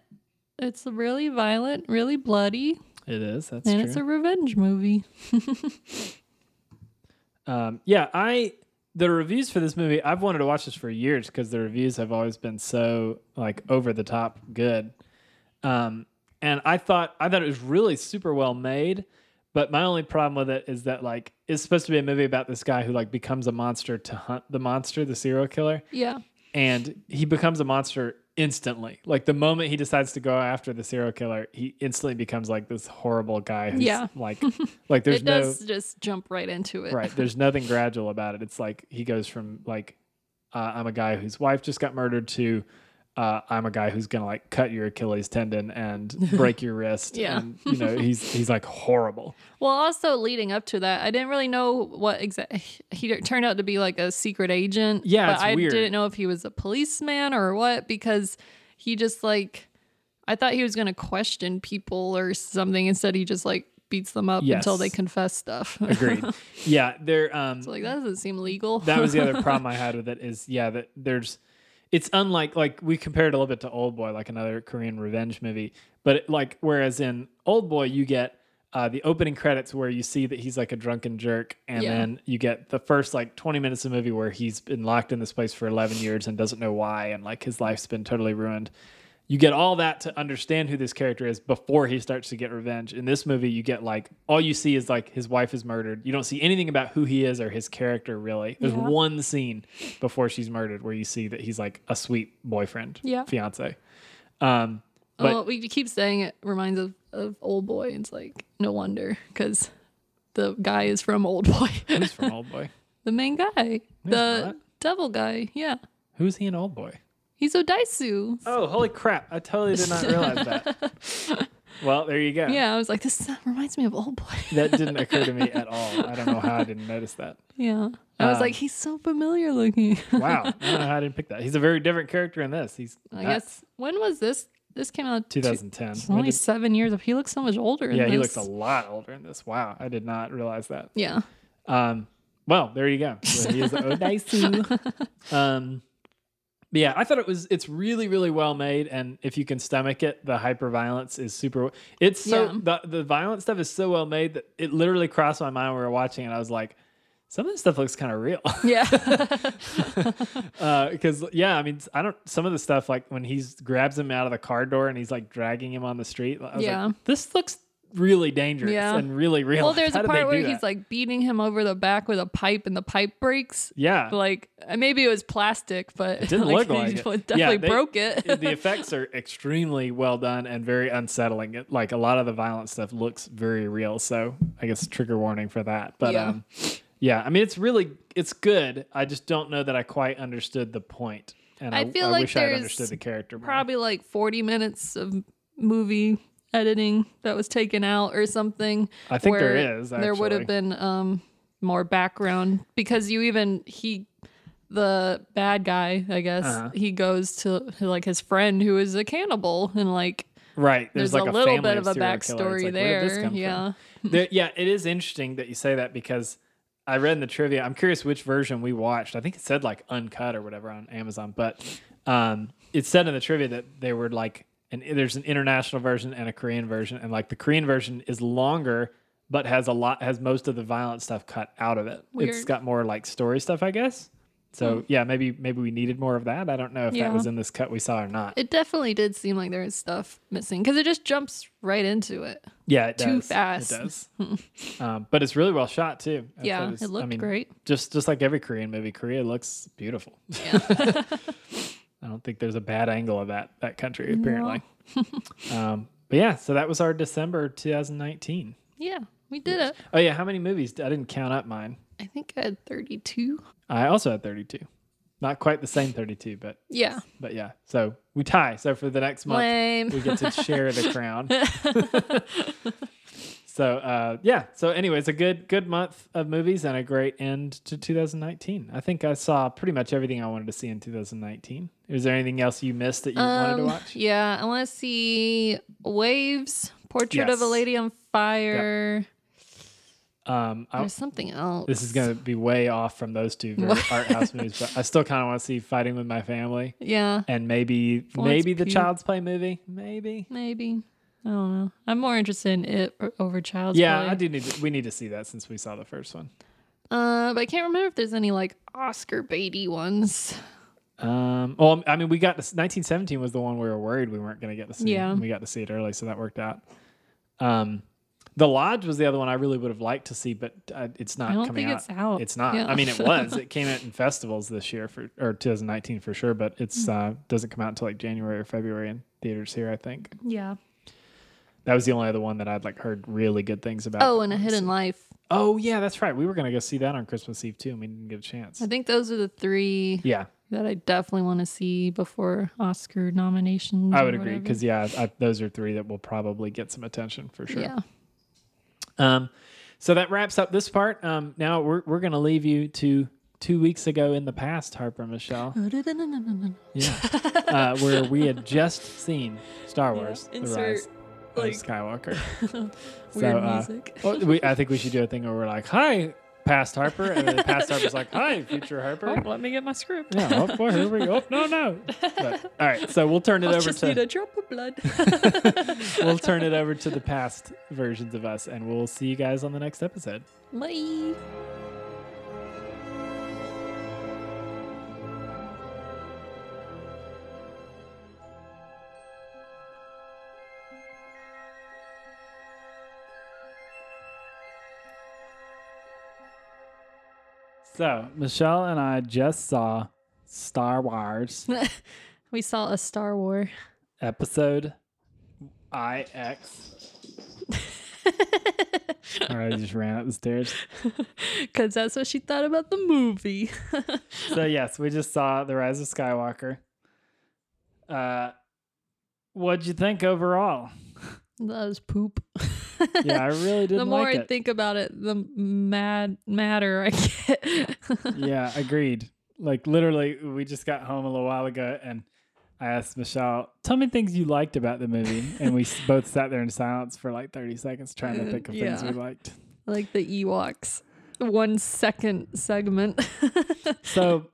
Speaker 2: It's really violent, really bloody,
Speaker 1: It is. That's
Speaker 2: and
Speaker 1: true.
Speaker 2: it's a revenge movie.
Speaker 1: Um, yeah, I the reviews for this movie. I've wanted to watch this for years because the reviews have always been so like over the top good. Um, and I thought I thought it was really super well made, but my only problem with it is that like it's supposed to be a movie about this guy who like becomes a monster to hunt the monster, the serial killer,
Speaker 2: Yeah,
Speaker 1: and he becomes a monster instantly. Like the moment he decides to go after the serial killer, he instantly becomes like this horrible guy who's
Speaker 2: Yeah.
Speaker 1: like like there's
Speaker 2: it
Speaker 1: no
Speaker 2: does just jump right into it.
Speaker 1: right there's nothing gradual about it it's like he goes from like uh, i'm a guy whose wife just got murdered to uh, i'm a guy who's gonna like cut your achilles tendon and break your wrist
Speaker 2: Yeah.
Speaker 1: and you know he's he's like horrible
Speaker 2: Well, also leading up to that, I didn't really know what exactly he turned out to be like a secret agent.
Speaker 1: Yeah,
Speaker 2: but
Speaker 1: it's
Speaker 2: I
Speaker 1: weird.
Speaker 2: didn't know if he was a policeman or what because he just like I thought he was going to question people or something. Instead, he just like beats them up
Speaker 1: Yes.
Speaker 2: until they confess stuff.
Speaker 1: agreed yeah there um
Speaker 2: so, like that doesn't seem legal.
Speaker 1: that was the other problem i had with it is yeah that there's it's unlike like we compared a little bit to old boy like another korean revenge movie but it, like whereas in old boy you get uh, the opening credits where you see that he's like a drunken jerk and
Speaker 2: Yeah.
Speaker 1: then you get the first like 20 minutes of the movie where he's been locked in this place for 11 years and doesn't know why and like his life's been totally ruined you get all that to understand who this character is before he starts to get revenge in this movie you get like all you see is like his wife is murdered you don't see anything about who he is or his character really there's
Speaker 2: Yeah.
Speaker 1: one scene before she's murdered where you see that he's like a sweet boyfriend
Speaker 2: Yeah.
Speaker 1: fiance um but-
Speaker 2: Oh, we keep saying it reminds us of Old Boy. It's like no wonder because the guy is from Old Boy,
Speaker 1: who's from old boy
Speaker 2: the main guy, the
Speaker 1: not.
Speaker 2: devil guy. Yeah,
Speaker 1: who's he an old boy
Speaker 2: He's Odaisu.
Speaker 1: Oh, holy crap! I totally did not realize that. Well, there you go.
Speaker 2: Yeah, I was like, this sound reminds me of Old Boy.
Speaker 1: That didn't occur to me at all. I don't know how I didn't notice that.
Speaker 2: yeah. I was
Speaker 1: Um,
Speaker 2: like, he's so familiar looking.
Speaker 1: Wow, I don't know how I didn't pick that. He's a very different character in this. He's
Speaker 2: I
Speaker 1: nuts.
Speaker 2: guess when was this? This came out two-
Speaker 1: 2010.
Speaker 2: it's
Speaker 1: When
Speaker 2: only
Speaker 1: did-
Speaker 2: seven years. He looks so much older. in
Speaker 1: yeah, he
Speaker 2: this.
Speaker 1: looks a lot older in this. Wow, I did not realize that.
Speaker 2: Yeah.
Speaker 1: Um, well, there you go. So he is the Odaisu. Um, but yeah, I thought it was. It's really, really well made, and if you can stomach it, the hyper violence is super. It's so
Speaker 2: Yeah.
Speaker 1: the the violent stuff is so well made that it literally crossed my mind when we were watching, and I was like, some of this stuff looks kind of real.
Speaker 2: Yeah.
Speaker 1: because yeah, I mean, I don't. Some of the stuff like when he's grabs him out of the car door and he's like dragging him on the street. I was
Speaker 2: Yeah.
Speaker 1: like, this looks really dangerous
Speaker 2: Yeah.
Speaker 1: and really real.
Speaker 2: well, there's
Speaker 1: How
Speaker 2: a
Speaker 1: did they
Speaker 2: part where
Speaker 1: do
Speaker 2: he's
Speaker 1: that?
Speaker 2: like beating him over the back with a pipe, and the pipe breaks.
Speaker 1: yeah,
Speaker 2: Like uh, maybe it was plastic, but it
Speaker 1: didn't look like it.
Speaker 2: definitely
Speaker 1: Yeah, they-
Speaker 2: broke it.
Speaker 1: the effects are extremely well done and very unsettling. It, like a lot of the violent stuff looks very real. So I guess trigger warning for that. But
Speaker 2: Yeah.
Speaker 1: um, yeah, I mean, it's really it's good. I just don't know that I quite understood the point, and I,
Speaker 2: I feel
Speaker 1: I
Speaker 2: like
Speaker 1: wish I had
Speaker 2: there's
Speaker 1: understood the character. More.
Speaker 2: probably like 40 minutes of movie editing that was taken out or something.
Speaker 1: I think there
Speaker 2: where
Speaker 1: is,
Speaker 2: There would
Speaker 1: actually.
Speaker 2: have been um, more background because you even he the bad guy, I guess,
Speaker 1: Uh-huh.
Speaker 2: he goes to like his friend who is a cannibal and like
Speaker 1: Right.
Speaker 2: there's,
Speaker 1: like
Speaker 2: a little
Speaker 1: family
Speaker 2: bit of a
Speaker 1: serial killers.
Speaker 2: backstory
Speaker 1: Like, where did this
Speaker 2: there.
Speaker 1: come from?
Speaker 2: Yeah.
Speaker 1: There- yeah, it is interesting that you say that because I read in the trivia. I'm curious which version we watched. I think it said like uncut or whatever on Amazon, but um, it said in the trivia that they were like, and there's an international version and a Korean version, and like the Korean version is longer, but has a lot has most of the violent stuff cut out of it. It's
Speaker 2: Weird. Hmm.
Speaker 1: got more like story stuff, I guess. So yeah, maybe maybe we needed more of that. I don't know if
Speaker 2: Yeah.
Speaker 1: that was in this cut we saw or not.
Speaker 2: It definitely did seem like there was stuff missing because it just jumps right into it.
Speaker 1: Yeah, it
Speaker 2: too
Speaker 1: does.
Speaker 2: fast.
Speaker 1: It does, um, but it's really well shot too. I
Speaker 2: Yeah,
Speaker 1: thought
Speaker 2: it looked great.
Speaker 1: Just just like every Korean movie, Korea looks beautiful.
Speaker 2: Yeah.
Speaker 1: I don't think there's a bad angle of that that country apparently. um, but yeah, so that was our December 2019.
Speaker 2: yeah. We did it.
Speaker 1: Oh yeah, how many movies? I didn't count up mine.
Speaker 2: I think I had 32.
Speaker 1: I also had 32. Not quite the same 32, but
Speaker 2: Yeah.
Speaker 1: but yeah. So we tie. So for the next month,
Speaker 2: Lame.
Speaker 1: we get to share the crown. so uh, yeah. So anyway, it's a good good month of movies and a great end to 2019. I think I saw pretty much everything I wanted to see in 2019. Is there anything else you missed that you wanted to
Speaker 2: Um,
Speaker 1: watch?
Speaker 2: Yeah, I want to see Waves, Portrait of a
Speaker 1: Yes.
Speaker 2: Lady on Fire.
Speaker 1: Um, I,
Speaker 2: There's something else.
Speaker 1: this is gonna be way off from those two very art house movies, but I still kind of want to see Fighting with My Family
Speaker 2: Yeah,
Speaker 1: and maybe
Speaker 2: Florence
Speaker 1: maybe the
Speaker 2: Pugh.
Speaker 1: Child's Play movie, maybe.
Speaker 2: maybe. I don't know. I'm more interested in it o- over Child's
Speaker 1: Yeah,
Speaker 2: Play.
Speaker 1: I do need. To, we need to see that since we saw the first one.
Speaker 2: Uh, but I can't remember if there's any like Oscar Beatty ones.
Speaker 1: Um, well, I mean, we got to, 1917 was the one we were worried we weren't going to get to see.
Speaker 2: Yeah.
Speaker 1: and we got to see it early, so that worked out. Um, the Lodge was the other one I really would have liked to see, but uh, it's not
Speaker 2: I don't
Speaker 1: coming
Speaker 2: think
Speaker 1: out.
Speaker 2: it's out.
Speaker 1: It's not.
Speaker 2: Yeah.
Speaker 1: I mean, it was. it came out in festivals this year for or 2019 for sure, but
Speaker 2: Hmm.
Speaker 1: it's uh, doesn't come out until like January or February in theaters here. I think
Speaker 2: Yeah.
Speaker 1: that was the only other one that I'd like heard really good things about.
Speaker 2: Oh, and A Hidden Life.
Speaker 1: Oh yeah, that's right. We were going to go see that on Christmas Eve too, and we didn't get a chance.
Speaker 2: I think those are the three
Speaker 1: yeah,
Speaker 2: that I definitely want to see before Oscar nominations.
Speaker 1: I
Speaker 2: or
Speaker 1: would agree
Speaker 2: whatever.
Speaker 1: because yeah, I, those are three that will probably get some attention for sure.
Speaker 2: Yeah.
Speaker 1: Um, so that wraps up this part. Um, now we're we're gonna leave you to two weeks ago in the past, Harper and Michelle,
Speaker 2: Yeah.
Speaker 1: uh, where we had just seen Star Wars: The
Speaker 2: Insert,
Speaker 1: Rise
Speaker 2: like,
Speaker 1: of Skywalker.
Speaker 2: Weird
Speaker 1: uh,
Speaker 2: music.
Speaker 1: well, we, I think we should do a thing where we're like, "Hi, past Harper," and then past Harper's like, "Hi, future Harper."
Speaker 2: let me get my script.
Speaker 1: Yeah, oh boy, here we go. Oh, no, no. But, all right, so we'll turn it over to
Speaker 2: drop of blood.
Speaker 1: we'll turn it over to the past versions of us, and we'll see you guys on the next episode.
Speaker 2: Bye.
Speaker 1: So Michelle and I just saw Star Wars
Speaker 2: We saw a Star War.
Speaker 1: episode IX. All right, I just ran up the stairs.
Speaker 2: Because that's what she thought about the movie.
Speaker 1: So yes, we just saw The Rise of Skywalker. Uh, what'd you think overall?
Speaker 2: That was poop.
Speaker 1: Yeah, I really didn't
Speaker 2: the more
Speaker 1: like
Speaker 2: I
Speaker 1: it.
Speaker 2: think about it, the mad madder I get.
Speaker 1: yeah, agreed. Like literally, we just got home a little while ago, and I asked Michelle, "Tell me things you liked about the movie," and we s- both sat there in silence for like thirty seconds, trying to think of things
Speaker 2: Yeah.
Speaker 1: we liked.
Speaker 2: like the Ewoks. One second segment.
Speaker 1: So,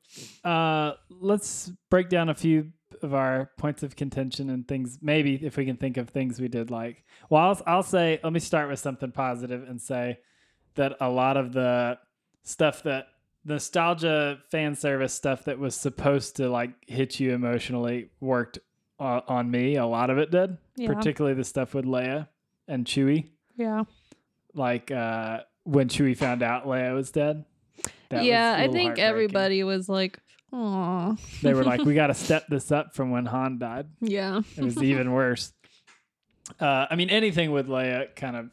Speaker 1: uh, let's break down a few of our points of contention and things. Maybe if we can think of things we did like. Well, I'll, I'll say, let me start with something positive and say that a lot of the stuff that nostalgia fan service stuff that was supposed to like hit you emotionally worked uh, on me. A lot of it did,
Speaker 2: Yeah.
Speaker 1: particularly the stuff with Leia and Chewie,
Speaker 2: yeah.
Speaker 1: like uh, when Chewie found out Leia was dead. That was
Speaker 2: yeah,
Speaker 1: a
Speaker 2: I
Speaker 1: little
Speaker 2: think
Speaker 1: heartbreaking.
Speaker 2: everybody was like, "Aw,
Speaker 1: They were like, we got to step this up from when Han died.
Speaker 2: yeah,
Speaker 1: It was even worse. Uh, I mean, anything with Leia kind of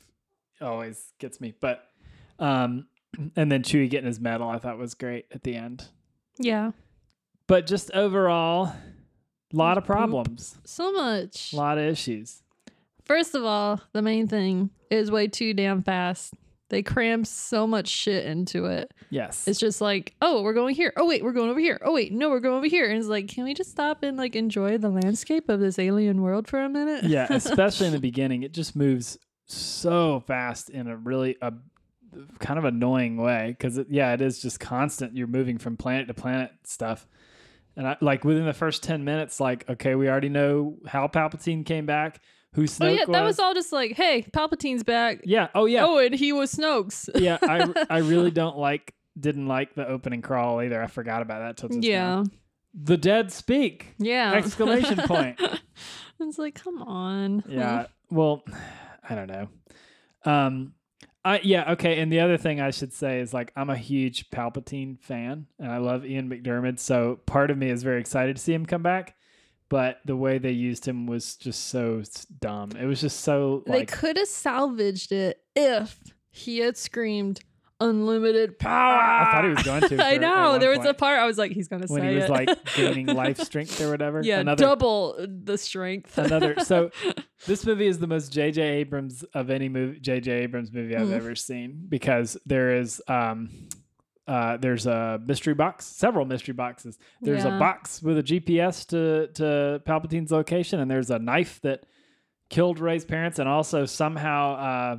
Speaker 1: always gets me. But, um, and then Chewie getting his medal, I thought was great at the end.
Speaker 2: yeah,
Speaker 1: But just overall, lot of
Speaker 2: Poop.
Speaker 1: problems,
Speaker 2: so much."
Speaker 1: lot of issues.
Speaker 2: First of all, the main thing is way too damn fast. They cram so much shit into it.
Speaker 1: Yes.
Speaker 2: It's just like, oh, we're going here. Oh wait, we're going over here. Oh wait, no, we're going over here. And it's like, can we just stop and like enjoy the landscape of this alien world for a minute? Oh,
Speaker 1: yeah, especially in the beginning, it just moves so fast in a really a kind of annoying way because it, yeah, it is just constant. You're moving from planet to planet stuff, and I like within the first ten minutes, like okay, we already know how Palpatine came back, who Snoke
Speaker 2: oh yeah,
Speaker 1: was.
Speaker 2: that was all just like, hey, Palpatine's back.
Speaker 1: yeah, oh yeah,
Speaker 2: Oh, and he was Snoke's.
Speaker 1: yeah. I I really don't like didn't like the opening crawl either. I forgot about that till just now.
Speaker 2: yeah,
Speaker 1: The dead speak!
Speaker 2: yeah.
Speaker 1: Exclamation point.
Speaker 2: it's like, come on.
Speaker 1: Yeah. Well, I don't know. Um I yeah, okay, and the other thing I should say is like I'm a huge Palpatine fan and I love Ian McDermott, so part of me is very excited to see him come back, but the way they used him was just so s- dumb. It was just so
Speaker 2: They
Speaker 1: like
Speaker 2: could have salvaged it if he had screamed unlimited power.
Speaker 1: I thought he was going to.
Speaker 2: I
Speaker 1: for- at
Speaker 2: know.
Speaker 1: one
Speaker 2: There was a
Speaker 1: point
Speaker 2: part I was like, he's gonna
Speaker 1: when
Speaker 2: say
Speaker 1: he was
Speaker 2: it.
Speaker 1: like gaining life strength or whatever.
Speaker 2: yeah,
Speaker 1: Another-
Speaker 2: double the strength.
Speaker 1: another so this movie is the most jj abrams of any movie jj abrams movie i've
Speaker 2: Mm.
Speaker 1: ever seen because there is um uh, there's a mystery box, several mystery boxes. There's a
Speaker 2: Yeah.
Speaker 1: box with a GPS to to Palpatine's location, and there's a knife that killed Ray's parents, and also somehow uh,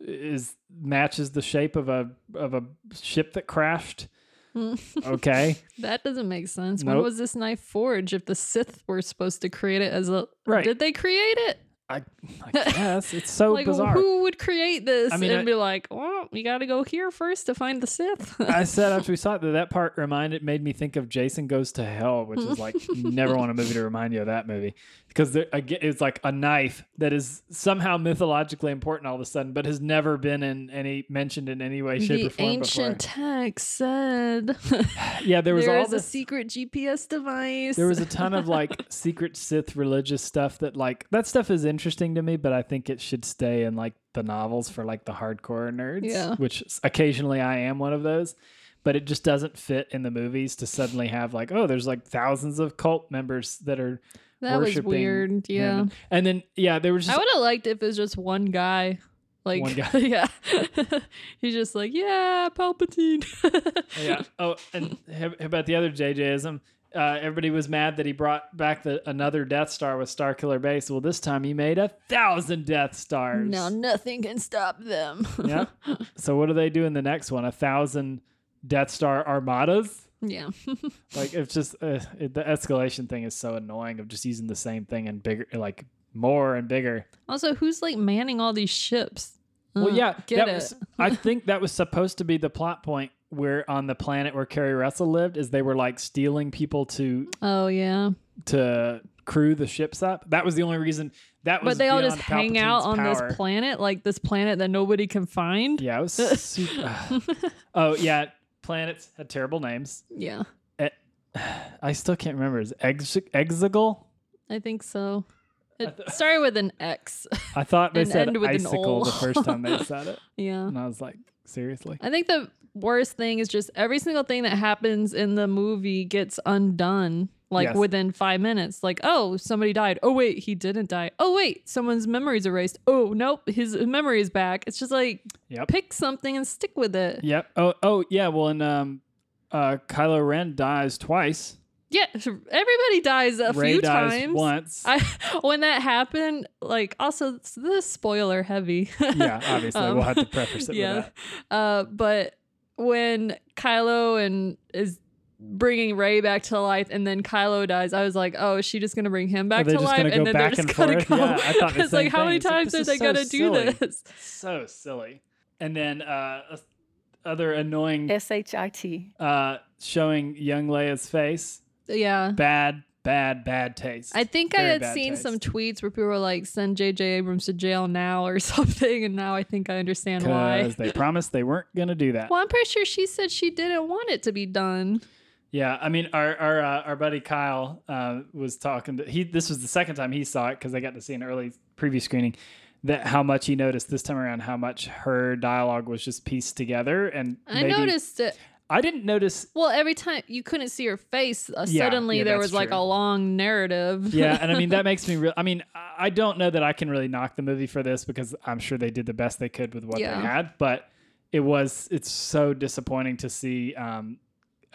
Speaker 1: is matches the shape of a of a ship that crashed.
Speaker 2: Hmm.
Speaker 1: okay,
Speaker 2: that doesn't make sense. When
Speaker 1: Nope.
Speaker 2: was this knife forged? If the Sith were supposed to create it as a
Speaker 1: Right.
Speaker 2: did they create it?
Speaker 1: I, I guess it's so
Speaker 2: like
Speaker 1: bizarre.
Speaker 2: who would create this
Speaker 1: I mean,
Speaker 2: and
Speaker 1: I-
Speaker 2: be like, well, we got to go here first to find the Sith.
Speaker 1: I said after we saw it that that part reminded made me think of Jason Goes to Hell, which is like you never want a movie to remind you of that movie because there, again, it's like a knife that is somehow mythologically important all of a sudden, but has never been in any mentioned in any way, shape, or
Speaker 2: the
Speaker 1: form
Speaker 2: ancient text said
Speaker 1: before. Yeah, there was
Speaker 2: there
Speaker 1: all
Speaker 2: is a
Speaker 1: this.
Speaker 2: secret GPS device.
Speaker 1: there was a ton of like secret Sith religious stuff that like that stuff is interesting to me, but I think it should stay in like the novels for like the hardcore nerds,
Speaker 2: Yeah.
Speaker 1: which s- occasionally I am one of those. But it just doesn't fit in the movies to suddenly have like, oh, there's like thousands of cult members that are
Speaker 2: that was
Speaker 1: worshiping
Speaker 2: weird. Yeah.
Speaker 1: him. And then yeah, there was just
Speaker 2: I would have liked if it was just one guy. Like,
Speaker 1: One guy.
Speaker 2: yeah. He's just like, yeah, Palpatine.
Speaker 1: yeah. Oh, and how- how about the other JJism? Uh, everybody was mad that he brought back the another Death Star with Star Killer Base. Well, this time he made a thousand Death Stars.
Speaker 2: Now nothing can stop them.
Speaker 1: yeah. So what do they do in the next one? A thousand Death Star armadas?
Speaker 2: yeah.
Speaker 1: Like it's just uh, it, the escalation thing is so annoying of just using the same thing and bigger, like more and bigger.
Speaker 2: Also, who's like manning all these ships?
Speaker 1: Well,
Speaker 2: Ugh,
Speaker 1: yeah,
Speaker 2: Mm, Get
Speaker 1: that
Speaker 2: it.
Speaker 1: was. I think that was supposed to be the plot point where on the planet where Carrie Russell lived is they were like stealing people to
Speaker 2: oh, yeah.
Speaker 1: to crew the ships up. That was the only reason. That was.
Speaker 2: But they all
Speaker 1: beyond
Speaker 2: just hang out
Speaker 1: Palpatine's
Speaker 2: on
Speaker 1: power.
Speaker 2: this planet, like this planet that nobody can find.
Speaker 1: Yeah, it was super. oh yeah, planets had terrible names.
Speaker 2: Yeah.
Speaker 1: I still can't remember. Is ex- Exegol?
Speaker 2: I think so. It started with an X.
Speaker 1: I thought they
Speaker 2: And
Speaker 1: said
Speaker 2: end with an
Speaker 1: icicle
Speaker 2: ol.
Speaker 1: the first time they said it,
Speaker 2: yeah.
Speaker 1: and I was like, seriously?
Speaker 2: I think the worst thing is just every single thing that happens in the movie gets undone. like
Speaker 1: Yes.
Speaker 2: within five minutes. Like, oh, somebody died. Oh, wait, he didn't die. Oh, wait, someone's memory's erased. Oh, nope, his memory is back. It's just like
Speaker 1: Yep.
Speaker 2: pick something and stick with it.
Speaker 1: Yep. Oh, oh, yeah. Well, and um, uh, Kylo Ren dies twice.
Speaker 2: Yeah, everybody dies a
Speaker 1: Ray
Speaker 2: few
Speaker 1: dies
Speaker 2: times.
Speaker 1: once.
Speaker 2: I when that happened, like also this is spoiler heavy.
Speaker 1: yeah, obviously,
Speaker 2: Um,
Speaker 1: we'll have to preface it with
Speaker 2: yeah.
Speaker 1: that.
Speaker 2: Uh, but when Kylo and is bringing Ray back to life, and then Kylo dies, I was like, oh, is she just gonna bring him back
Speaker 1: they
Speaker 2: to
Speaker 1: just
Speaker 2: life,
Speaker 1: gonna go
Speaker 2: and then they're
Speaker 1: back
Speaker 2: just
Speaker 1: and
Speaker 2: gonna
Speaker 1: forth?
Speaker 2: go?
Speaker 1: Yeah, I thought the
Speaker 2: it's like
Speaker 1: same
Speaker 2: how
Speaker 1: thing.
Speaker 2: many
Speaker 1: It's like,
Speaker 2: times
Speaker 1: this
Speaker 2: are
Speaker 1: is
Speaker 2: they
Speaker 1: so
Speaker 2: gonna
Speaker 1: silly.
Speaker 2: do this?
Speaker 1: So silly. And then uh, other annoying
Speaker 5: S H I T.
Speaker 1: uh, showing young Leia's face.
Speaker 2: Yeah.
Speaker 1: Bad, bad, bad taste.
Speaker 2: I think I
Speaker 1: Very
Speaker 2: had
Speaker 1: bad
Speaker 2: seen
Speaker 1: taste.
Speaker 2: some tweets where people were like, send JJ Abrams to jail now or something. And now I think I understand why.
Speaker 1: because they promised they weren't going to do that.
Speaker 2: Well, I'm pretty sure she said she didn't want it to be done.
Speaker 1: Yeah, I mean, our our uh, our buddy Kyle uh, was talking. To, he this was the second time he saw it because I got to see an early preview screening. That how much he noticed this time around, how much her dialogue was just pieced together, and
Speaker 2: I
Speaker 1: maybe-
Speaker 2: noticed it.
Speaker 1: I didn't notice.
Speaker 2: Well, every time you couldn't see her face, uh,
Speaker 1: Yeah,
Speaker 2: suddenly
Speaker 1: yeah,
Speaker 2: there
Speaker 1: that's
Speaker 2: was like
Speaker 1: true.
Speaker 2: a long narrative.
Speaker 1: Yeah, and I mean that makes me real. I mean, I I don't know that I can really knock the movie for this because I'm sure they did the best they could with what
Speaker 2: Yeah.
Speaker 1: they had, but it was it's so disappointing to see um,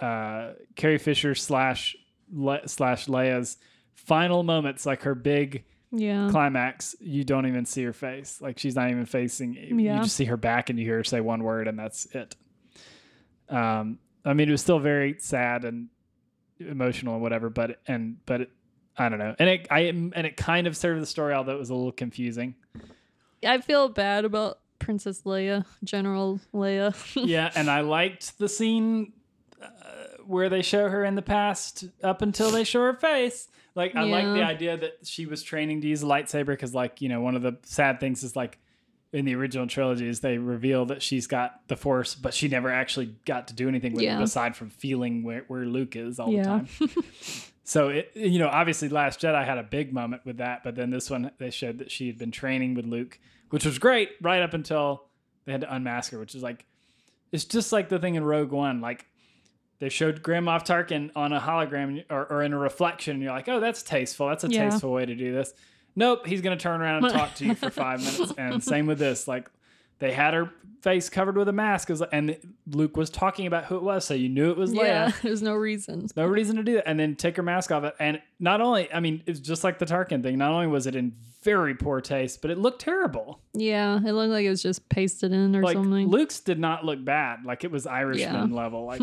Speaker 1: uh, Carrie Fisher slash Le- slash Leia's final moments, like her big.
Speaker 2: yeah.
Speaker 1: climax, you don't even see her face. Like she's not even facing. You
Speaker 2: Yeah.
Speaker 1: just see her back, and you hear her say one word, and that's it. Um, I mean, it was still very sad and emotional and whatever, but and but it, I don't know, and it I and it kind of served the story, although it was a little confusing.
Speaker 2: I feel bad about Princess Leia, General Leia.
Speaker 1: yeah, and I liked the scene uh, where they show her in the past up until they show her face. Like I like the
Speaker 2: Yeah.
Speaker 1: idea that she was training to use a lightsaber because, like, you know, one of the sad things is like in the original trilogy is they reveal that she's got the Force, but she never actually got to do anything with it
Speaker 2: Yeah.
Speaker 1: aside from feeling where, where Luke is all
Speaker 2: Yeah.
Speaker 1: the time. So it, you know, obviously, Last Jedi had a big moment with that, but then this one they showed that she had been training with Luke, which was great, right up until they had to unmask her, which is like, it's just like the thing in Rogue One, like they showed Grand Moff Tarkin on a hologram or, or in a reflection, and you're like, oh, that's tasteful, that's a
Speaker 2: Yeah.
Speaker 1: tasteful way to do this. Nope, he's gonna turn around and talk to you for five minutes, and same with this, like. They had her face covered with a mask, it was- and Luke was talking about who it was, so you knew it was Leia.
Speaker 2: yeah. There's no reason.
Speaker 1: No reason to do that. And then take her mask off. And not only, I mean, it's just like the Tarkin thing. Not only was it in very poor taste, but it looked terrible.
Speaker 2: Yeah. It looked like it was just pasted in or
Speaker 1: like
Speaker 2: something.
Speaker 1: Luke's did not look bad. Like it was Irishman level. Like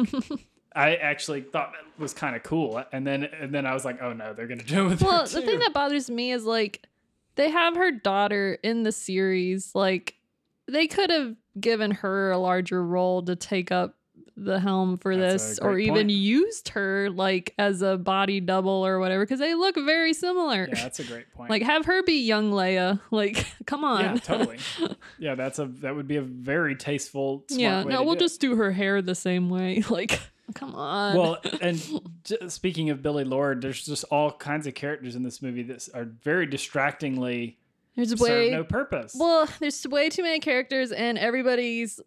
Speaker 1: I actually thought that was kind of cool. And then and then I was like, oh no, they're gonna do it with
Speaker 2: Well,
Speaker 1: her
Speaker 2: the
Speaker 1: too.
Speaker 2: thing that bothers me is like they have her daughter in the series. Like they could have given her a larger role to take up the helm for
Speaker 1: That's a
Speaker 2: this
Speaker 1: great
Speaker 2: or even
Speaker 1: point.
Speaker 2: used her like as a body double or whatever because they look very similar.
Speaker 1: yeah, that's a great point.
Speaker 2: like have her be young Leia. Like come on.
Speaker 1: yeah, totally. Yeah, that's a that would be a very tasteful. Smart
Speaker 2: yeah,
Speaker 1: way
Speaker 2: no,
Speaker 1: to
Speaker 2: we'll
Speaker 1: do it.
Speaker 2: just do her hair the same way. Like come on.
Speaker 1: Well, and j- speaking of Billy Lord, there's just all kinds of characters in this movie that are very distractingly
Speaker 2: there's way
Speaker 1: serve no purpose.
Speaker 2: Well, there's way too many characters, and everybody's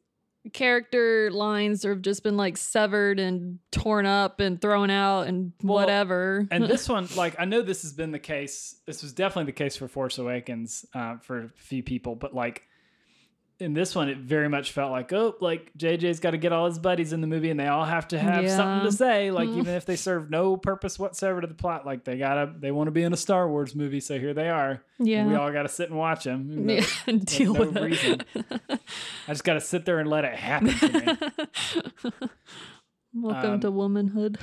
Speaker 2: character lines have just been like severed and torn up and thrown out and
Speaker 1: Well,
Speaker 2: whatever.
Speaker 1: and this one, like, I know this has been the case. This was definitely the case for Force Awakens uh, for a few people, but like in this one, it very much felt like, oh, like JJ's got to get all his buddies in the movie, and they all have to have
Speaker 2: Yeah.
Speaker 1: something to say. Like,
Speaker 2: Mm.
Speaker 1: even if they serve no purpose whatsoever to the plot, like they gotta, they want to be in a Star Wars movie, so here they are.
Speaker 2: yeah.
Speaker 1: We all gotta sit and watch them. even though
Speaker 2: yeah, and deal
Speaker 1: no
Speaker 2: with it.
Speaker 1: reason. I just gotta sit there and let it happen to me.
Speaker 2: Welcome
Speaker 1: Um,
Speaker 2: to womanhood.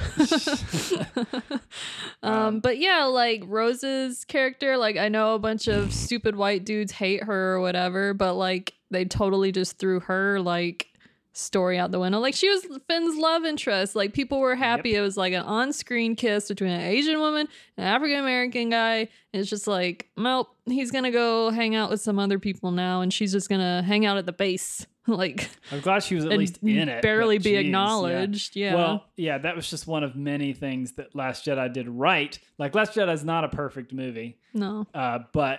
Speaker 2: um, but yeah, like Rose's character, like I know a bunch of stupid white dudes hate her or whatever, but like they totally just threw her like story out the window. Like she was Finn's love interest. Like people were happy. It was like an on-screen kiss between an Asian woman and an African American guy. And it's just like, nope, he's gonna go hang out with some other people now, and she's just gonna hang out at the base. like
Speaker 1: I'm glad she was at
Speaker 2: and
Speaker 1: least in it.
Speaker 2: barely
Speaker 1: but
Speaker 2: be
Speaker 1: geez, yeah.
Speaker 2: acknowledged. Yeah.
Speaker 1: Well, yeah, that was just one of many things that Last Jedi did right. Like Last Jedi is not a perfect movie,
Speaker 2: no.
Speaker 1: uh, but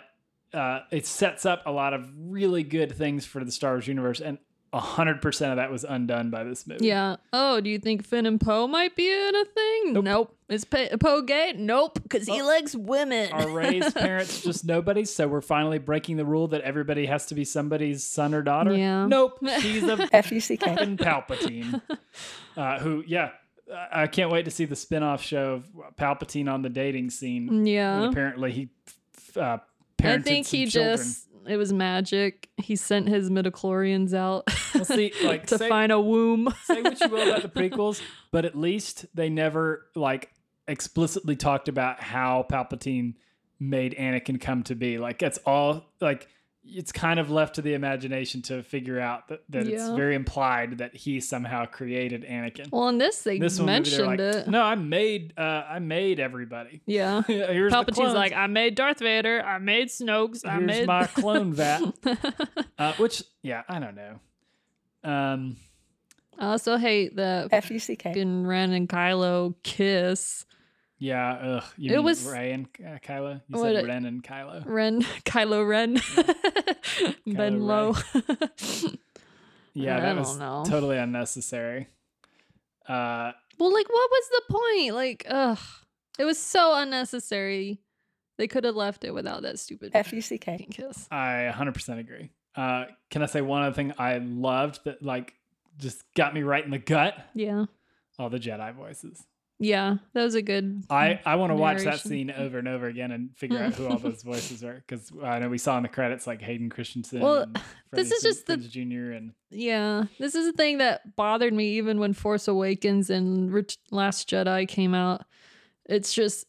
Speaker 1: uh, it sets up a lot of really good things for the Star Wars universe, and hundred percent of that was undone by this movie.
Speaker 2: Yeah. Oh, do you think Finn and Poe might be in a thing? Nope. Is Pe- Poe gay? Nope, because he likes women.
Speaker 1: Uh, Are Ray's parents just nobody? So we're finally breaking the rule that everybody has to be somebody's son or daughter.
Speaker 2: Yeah.
Speaker 1: Nope. She's a
Speaker 5: F U C K.
Speaker 1: fucking Palpatine. Uh, who? Yeah. I- I can't wait to see the spin-off show of Palpatine on the dating scene.
Speaker 2: Yeah.
Speaker 1: when apparently he f- uh,
Speaker 2: Uh-huh. I
Speaker 1: parented
Speaker 2: think
Speaker 1: some
Speaker 2: he
Speaker 1: children.
Speaker 2: just it was magic. He sent his midichlorians out
Speaker 1: Well, see, like,
Speaker 2: to
Speaker 1: say-
Speaker 2: find a womb.
Speaker 1: say what you will about the prequels, but at least they never like explicitly talked about how Palpatine made Anakin come to be. Like that's all like it's kind of left to the imagination to figure out that, that it's
Speaker 2: Yeah.
Speaker 1: very implied that he somehow created Anakin.
Speaker 2: well, in this they
Speaker 1: this one maybe they're
Speaker 2: mentioned
Speaker 1: like,
Speaker 2: it.
Speaker 1: no, I made uh, I made everybody.
Speaker 2: Yeah.
Speaker 1: Here's the
Speaker 2: Palpatine's
Speaker 1: clones.
Speaker 2: like, I made Darth Vader. I made Snoke's. I
Speaker 1: Here's
Speaker 2: made
Speaker 1: my clone vat. uh, which yeah, I don't know. Um
Speaker 2: I also hate that
Speaker 5: F U C K.
Speaker 2: fucking Ren and Kylo kiss.
Speaker 1: Yeah, ugh, you
Speaker 2: It
Speaker 1: mean
Speaker 2: was-
Speaker 1: Ray and uh, Kylo. You
Speaker 2: What
Speaker 1: said
Speaker 2: a- Mm,
Speaker 1: Ren and Kylo.
Speaker 2: Ren, Kylo Ren, Ben Low.
Speaker 1: Yeah,
Speaker 2: I
Speaker 1: that
Speaker 2: don't
Speaker 1: was
Speaker 2: know.
Speaker 1: totally unnecessary. Uh,
Speaker 2: Well, like, what was the point? Like, ugh, it was so unnecessary. They could have left it without that stupid
Speaker 5: F U C K.
Speaker 2: fucking kiss.
Speaker 1: I 100% agree. Uh, can I say one other thing I loved that like just got me right in the gut?
Speaker 2: Yeah,
Speaker 1: All the Jedi voices.
Speaker 2: yeah, that was a good.
Speaker 1: I, I want to watch that
Speaker 2: Hmm. Narration.
Speaker 1: scene over and over again and figure out who all those voices are because I know we saw in the credits like Hayden Christensen.
Speaker 2: Well,
Speaker 1: and
Speaker 2: this is just the-
Speaker 1: Junior and
Speaker 2: Yeah, this is the thing that bothered me even when Force Awakens and Ret- Last Jedi came out. It's just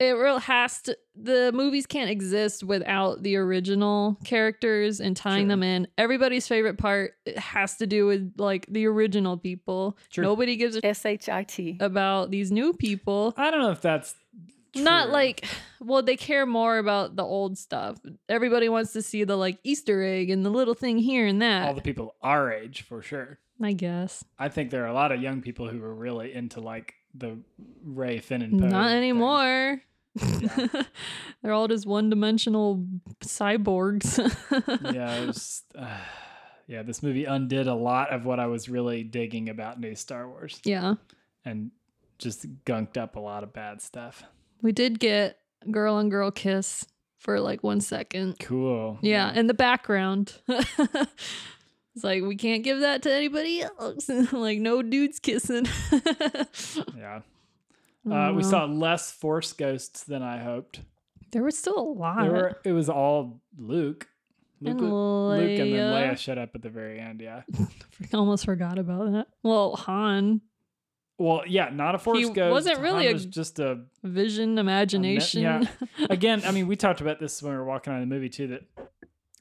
Speaker 2: it real has to the movies can't exist without the original characters and tying
Speaker 1: Sure.
Speaker 2: them in. Everybody's favorite part it has to do with like the original people.
Speaker 1: Sure.
Speaker 2: Nobody gives a
Speaker 5: S H I T.
Speaker 2: about these new people.
Speaker 1: I don't know if that's
Speaker 2: Not
Speaker 1: true.
Speaker 2: like, well, they care more about the old stuff. Everybody wants to see the like Easter egg and the little thing here and that.
Speaker 1: all the people our age for sure.
Speaker 2: I guess
Speaker 1: I think there are a lot of young people who are really into like the Ray Finn and Poe.
Speaker 2: not
Speaker 1: thing.
Speaker 2: anymore. They're all just one-dimensional cyborgs.
Speaker 1: yeah, it was, uh, yeah. This movie undid a lot of what I was really digging about new Star Wars,
Speaker 2: yeah,
Speaker 1: and just gunked up a lot of bad stuff.
Speaker 2: we did get girl on girl kiss for like one second.
Speaker 1: Cool.
Speaker 2: Yeah, in the background. It's like we can't give that to anybody else. like no dudes kissing.
Speaker 1: Yeah. Uh,
Speaker 2: Oh,
Speaker 1: we
Speaker 2: well.
Speaker 1: saw less Force ghosts than I hoped.
Speaker 2: There was still a lot.
Speaker 1: There were, it was all Luke. Luke,
Speaker 2: And
Speaker 1: wa- Luke and then
Speaker 2: Leia.
Speaker 1: Leia shut up at the very end. Yeah.
Speaker 2: Freak- almost forgot about that. Well, Han,
Speaker 1: Well, yeah, not a Force
Speaker 2: He
Speaker 1: ghost.
Speaker 2: wasn't really
Speaker 1: Han
Speaker 2: a-
Speaker 1: was just a
Speaker 2: vision,
Speaker 1: A me-
Speaker 2: imagination.
Speaker 1: yeah. Again, I mean, we talked about this when we were walking on the movie too. That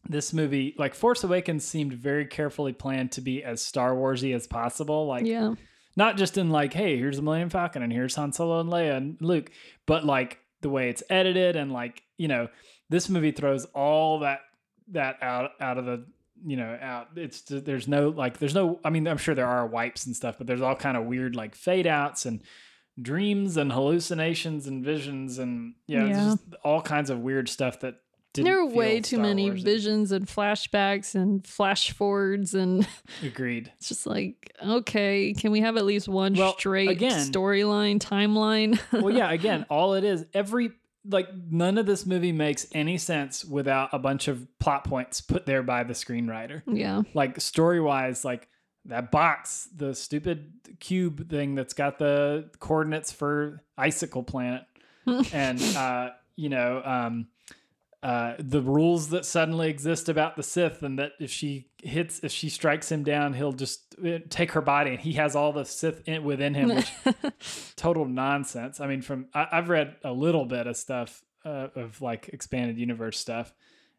Speaker 1: this movie, like Force Awakens, seemed very carefully planned to be as Star Warsy as possible. Like,
Speaker 2: yeah.
Speaker 1: not just in like, hey, here's the Millennium Falcon and here's Han Solo and Leia and Luke, but like the way it's edited and like you know, this movie throws all that that out out of the you know out it's there's no like there's no i mean i'm sure there are wipes and stuff but there's all kind of weird like fade outs and dreams and hallucinations and visions and yeah, it's
Speaker 2: Yeah.
Speaker 1: just all kinds of weird stuff that didn't
Speaker 2: There were
Speaker 1: feel
Speaker 2: way too
Speaker 1: Star
Speaker 2: many
Speaker 1: Warsy.
Speaker 2: visions and flashbacks and flash forwards, and
Speaker 1: agreed
Speaker 2: it's just like, okay, can we have at least one
Speaker 1: Well,
Speaker 2: straight
Speaker 1: again-
Speaker 2: storyline timeline?
Speaker 1: well, yeah, again, all it is, every like none of this movie makes any sense without a bunch of plot points put there by the screenwriter.
Speaker 2: yeah,
Speaker 1: Like story wise, like that box, the stupid cube thing that's got the coordinates for Icicle Planet, and uh, you know, um, uh, the rules that suddenly exist about the Sith, and that if she hits, if she strikes him down, he'll just uh, take her body, and he has all the Sith in, within him, which total nonsense. I mean, from I, I've read a little bit of stuff uh, of like expanded universe stuff,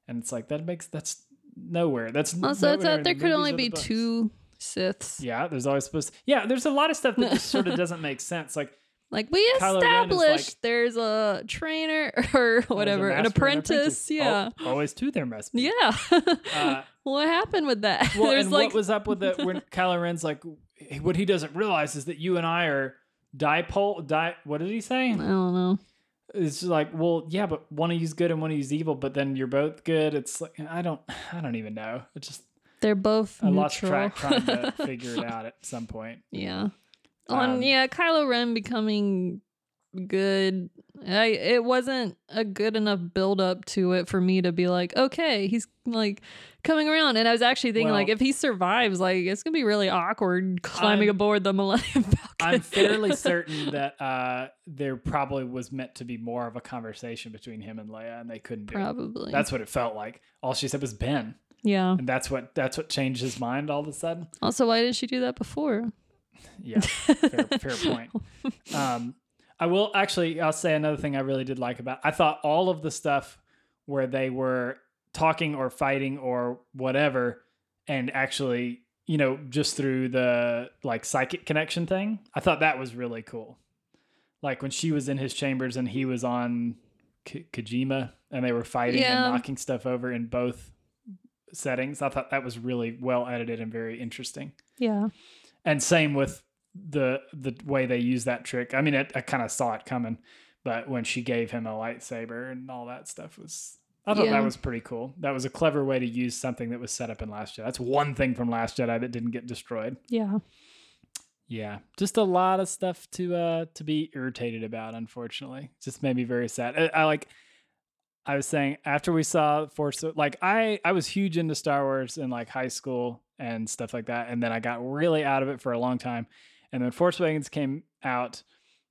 Speaker 1: and it's like that makes that's nowhere. That's nowhere
Speaker 2: also, I
Speaker 1: in
Speaker 2: thought
Speaker 1: the
Speaker 2: there could
Speaker 1: movies
Speaker 2: only
Speaker 1: or the
Speaker 2: be
Speaker 1: books.
Speaker 2: two Siths.
Speaker 1: Yeah, there's always supposed. yeah, there's a lot of stuff that just sort of doesn't make sense. Like
Speaker 2: Like we
Speaker 1: Kylo Ren is like-
Speaker 2: established, there's a trainer or
Speaker 1: oh, there's a
Speaker 2: whatever,
Speaker 1: master
Speaker 2: an
Speaker 1: and an
Speaker 2: apprentice. Yeah,
Speaker 1: Al- always two there must be.
Speaker 2: yeah.
Speaker 1: Uh,
Speaker 2: what happened with that?
Speaker 1: Well,
Speaker 2: there's
Speaker 1: and
Speaker 2: like
Speaker 1: what was up with the when Kylo Ren's like, what he doesn't realize is that you and I are dipole. Di, what did he say?
Speaker 2: I don't know.
Speaker 1: It's just like, well, yeah, but one of you's good and one of you's evil, but then you're both good. It's like I don't, I don't even know. It just
Speaker 2: They're both
Speaker 1: I
Speaker 2: neutral.
Speaker 1: lost track trying to figure it out at some point.
Speaker 2: yeah. On
Speaker 1: Um,
Speaker 2: yeah, Kylo Ren becoming good. I it wasn't a good enough build up to it for me to be like, okay, he's like coming around. And I was actually thinking
Speaker 1: Well-
Speaker 2: like, if he survives, like it's gonna be really awkward climbing
Speaker 1: I'm-
Speaker 2: aboard the Millennium Falcon.
Speaker 1: I'm fairly certain that uh, there probably was meant to be more of a conversation between him and Leia, and they couldn't do it.
Speaker 2: probably
Speaker 1: That's what it felt like. All she said was Ben,
Speaker 2: yeah.
Speaker 1: and that's what that's what changed his mind all of a sudden.
Speaker 2: Also, why didn't she do that before?
Speaker 1: Yeah, fair, fair point. Um, I will actually. I'll say another thing I really did like about. I thought all of the stuff where they were talking or fighting or whatever, and actually, you know, just through the like psychic connection thing, I thought that was really cool. Like when she was in his chambers and he was on K- Kojima, and they were fighting
Speaker 2: Yeah.
Speaker 1: and knocking stuff over in both settings. I thought that was really well edited and very interesting
Speaker 2: Yeah.
Speaker 1: and same with the the way they use that trick. I mean, it, I kind of saw it coming, but when she gave him a lightsaber and all that stuff was, I thought
Speaker 2: Yeah.
Speaker 1: that was pretty cool. That was a clever way to use something that was set up in Last Jedi. That's one thing from Last Jedi that didn't get destroyed.
Speaker 2: Yeah.
Speaker 1: Yeah, just a lot of stuff to uh to be irritated about. Unfortunately, just made me very sad. I, I like. I was saying after we saw Force, like I I was huge into Star Wars in like high school and stuff like that, and then I got really out of it for a long time, and then Force Awakens came out.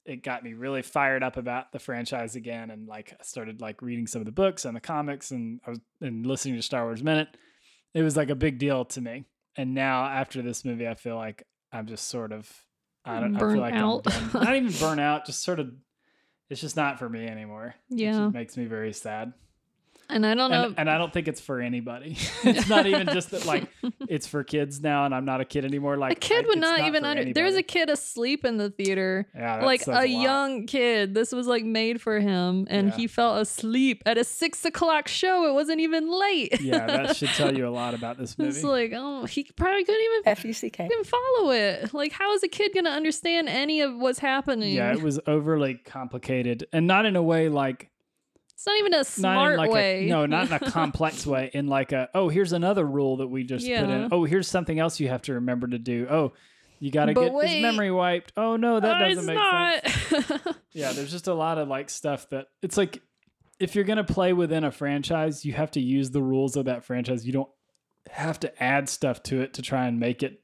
Speaker 1: It got me really fired up about the franchise again, and like I started like reading some of the books and the comics, and I was and listening to Star Wars Minute. It was like a big deal to me, and now after this movie, I feel like I'm just sort of I don't I
Speaker 2: Burnt
Speaker 1: feel like
Speaker 2: out.
Speaker 1: I'm done. not even burnt out, just sort of it's just not for me anymore. which
Speaker 2: Yeah.
Speaker 1: makes me very sad.
Speaker 2: And I don't know.
Speaker 1: And, and I don't think it's for anybody. it's not even just that like it's for kids now, and I'm not a kid anymore. Like
Speaker 2: a kid would
Speaker 1: it's
Speaker 2: not, even
Speaker 1: for
Speaker 2: under. There was a
Speaker 1: anybody.
Speaker 2: kid asleep in the theater.
Speaker 1: Yeah, that
Speaker 2: like
Speaker 1: says
Speaker 2: a
Speaker 1: lot.
Speaker 2: young kid. This was like made for him, and
Speaker 1: Yeah.
Speaker 2: he fell asleep at a six o'clock show. It wasn't even late.
Speaker 1: yeah, that should tell you a lot about this movie.
Speaker 2: it's like oh, he probably couldn't even
Speaker 5: F U C K.
Speaker 2: fucking follow it. Like, how is a kid gonna understand any of what's happening?
Speaker 1: yeah, it was overly complicated, and not in a way like
Speaker 2: it's not even a
Speaker 1: not
Speaker 2: smart
Speaker 1: in like
Speaker 2: way.
Speaker 1: a no, not in a complex way. In like a oh, here's another rule that we just put
Speaker 2: Yeah.
Speaker 1: in. Oh, here's something else you have to remember to do. Oh, you got to
Speaker 2: But
Speaker 1: get
Speaker 2: wait.
Speaker 1: this memory wiped. Oh no, that
Speaker 2: Uh,
Speaker 1: doesn't
Speaker 2: it's
Speaker 1: make sense.
Speaker 2: not.
Speaker 1: Yeah, there's just a lot of like stuff that it's like if you're gonna play within a franchise, you have to use the rules of that franchise. You don't have to add stuff to it to try and make it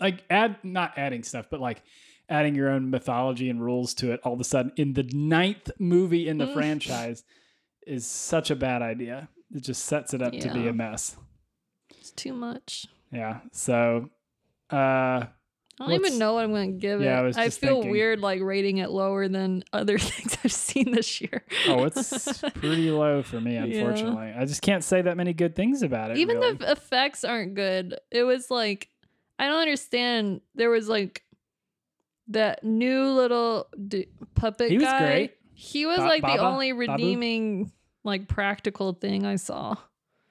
Speaker 1: like add not adding stuff, but like adding your own mythology and rules to it all of a sudden in the ninth movie in the
Speaker 2: Mm.
Speaker 1: franchise is such a bad idea. It just sets it up to be
Speaker 2: Yeah.
Speaker 1: a mess.
Speaker 2: it's too much.
Speaker 1: Yeah. So uh
Speaker 2: I don't
Speaker 1: Let's-
Speaker 2: even know what I'm gonna give
Speaker 1: Yeah,
Speaker 2: it.
Speaker 1: I was just
Speaker 2: feel
Speaker 1: thinking.
Speaker 2: weird like rating it lower than other things I've seen this year.
Speaker 1: oh it's pretty low for me,
Speaker 2: Yeah.
Speaker 1: unfortunately. I just can't say that many good things about it.
Speaker 2: even
Speaker 1: really.
Speaker 2: the f- effects aren't good it was like i don't understand there was like that new little d- puppet
Speaker 1: He was
Speaker 2: guy
Speaker 1: great.
Speaker 2: he was
Speaker 1: Ba-
Speaker 2: like
Speaker 1: Baba?
Speaker 2: the only
Speaker 1: Babu?
Speaker 2: redeeming like practical thing i saw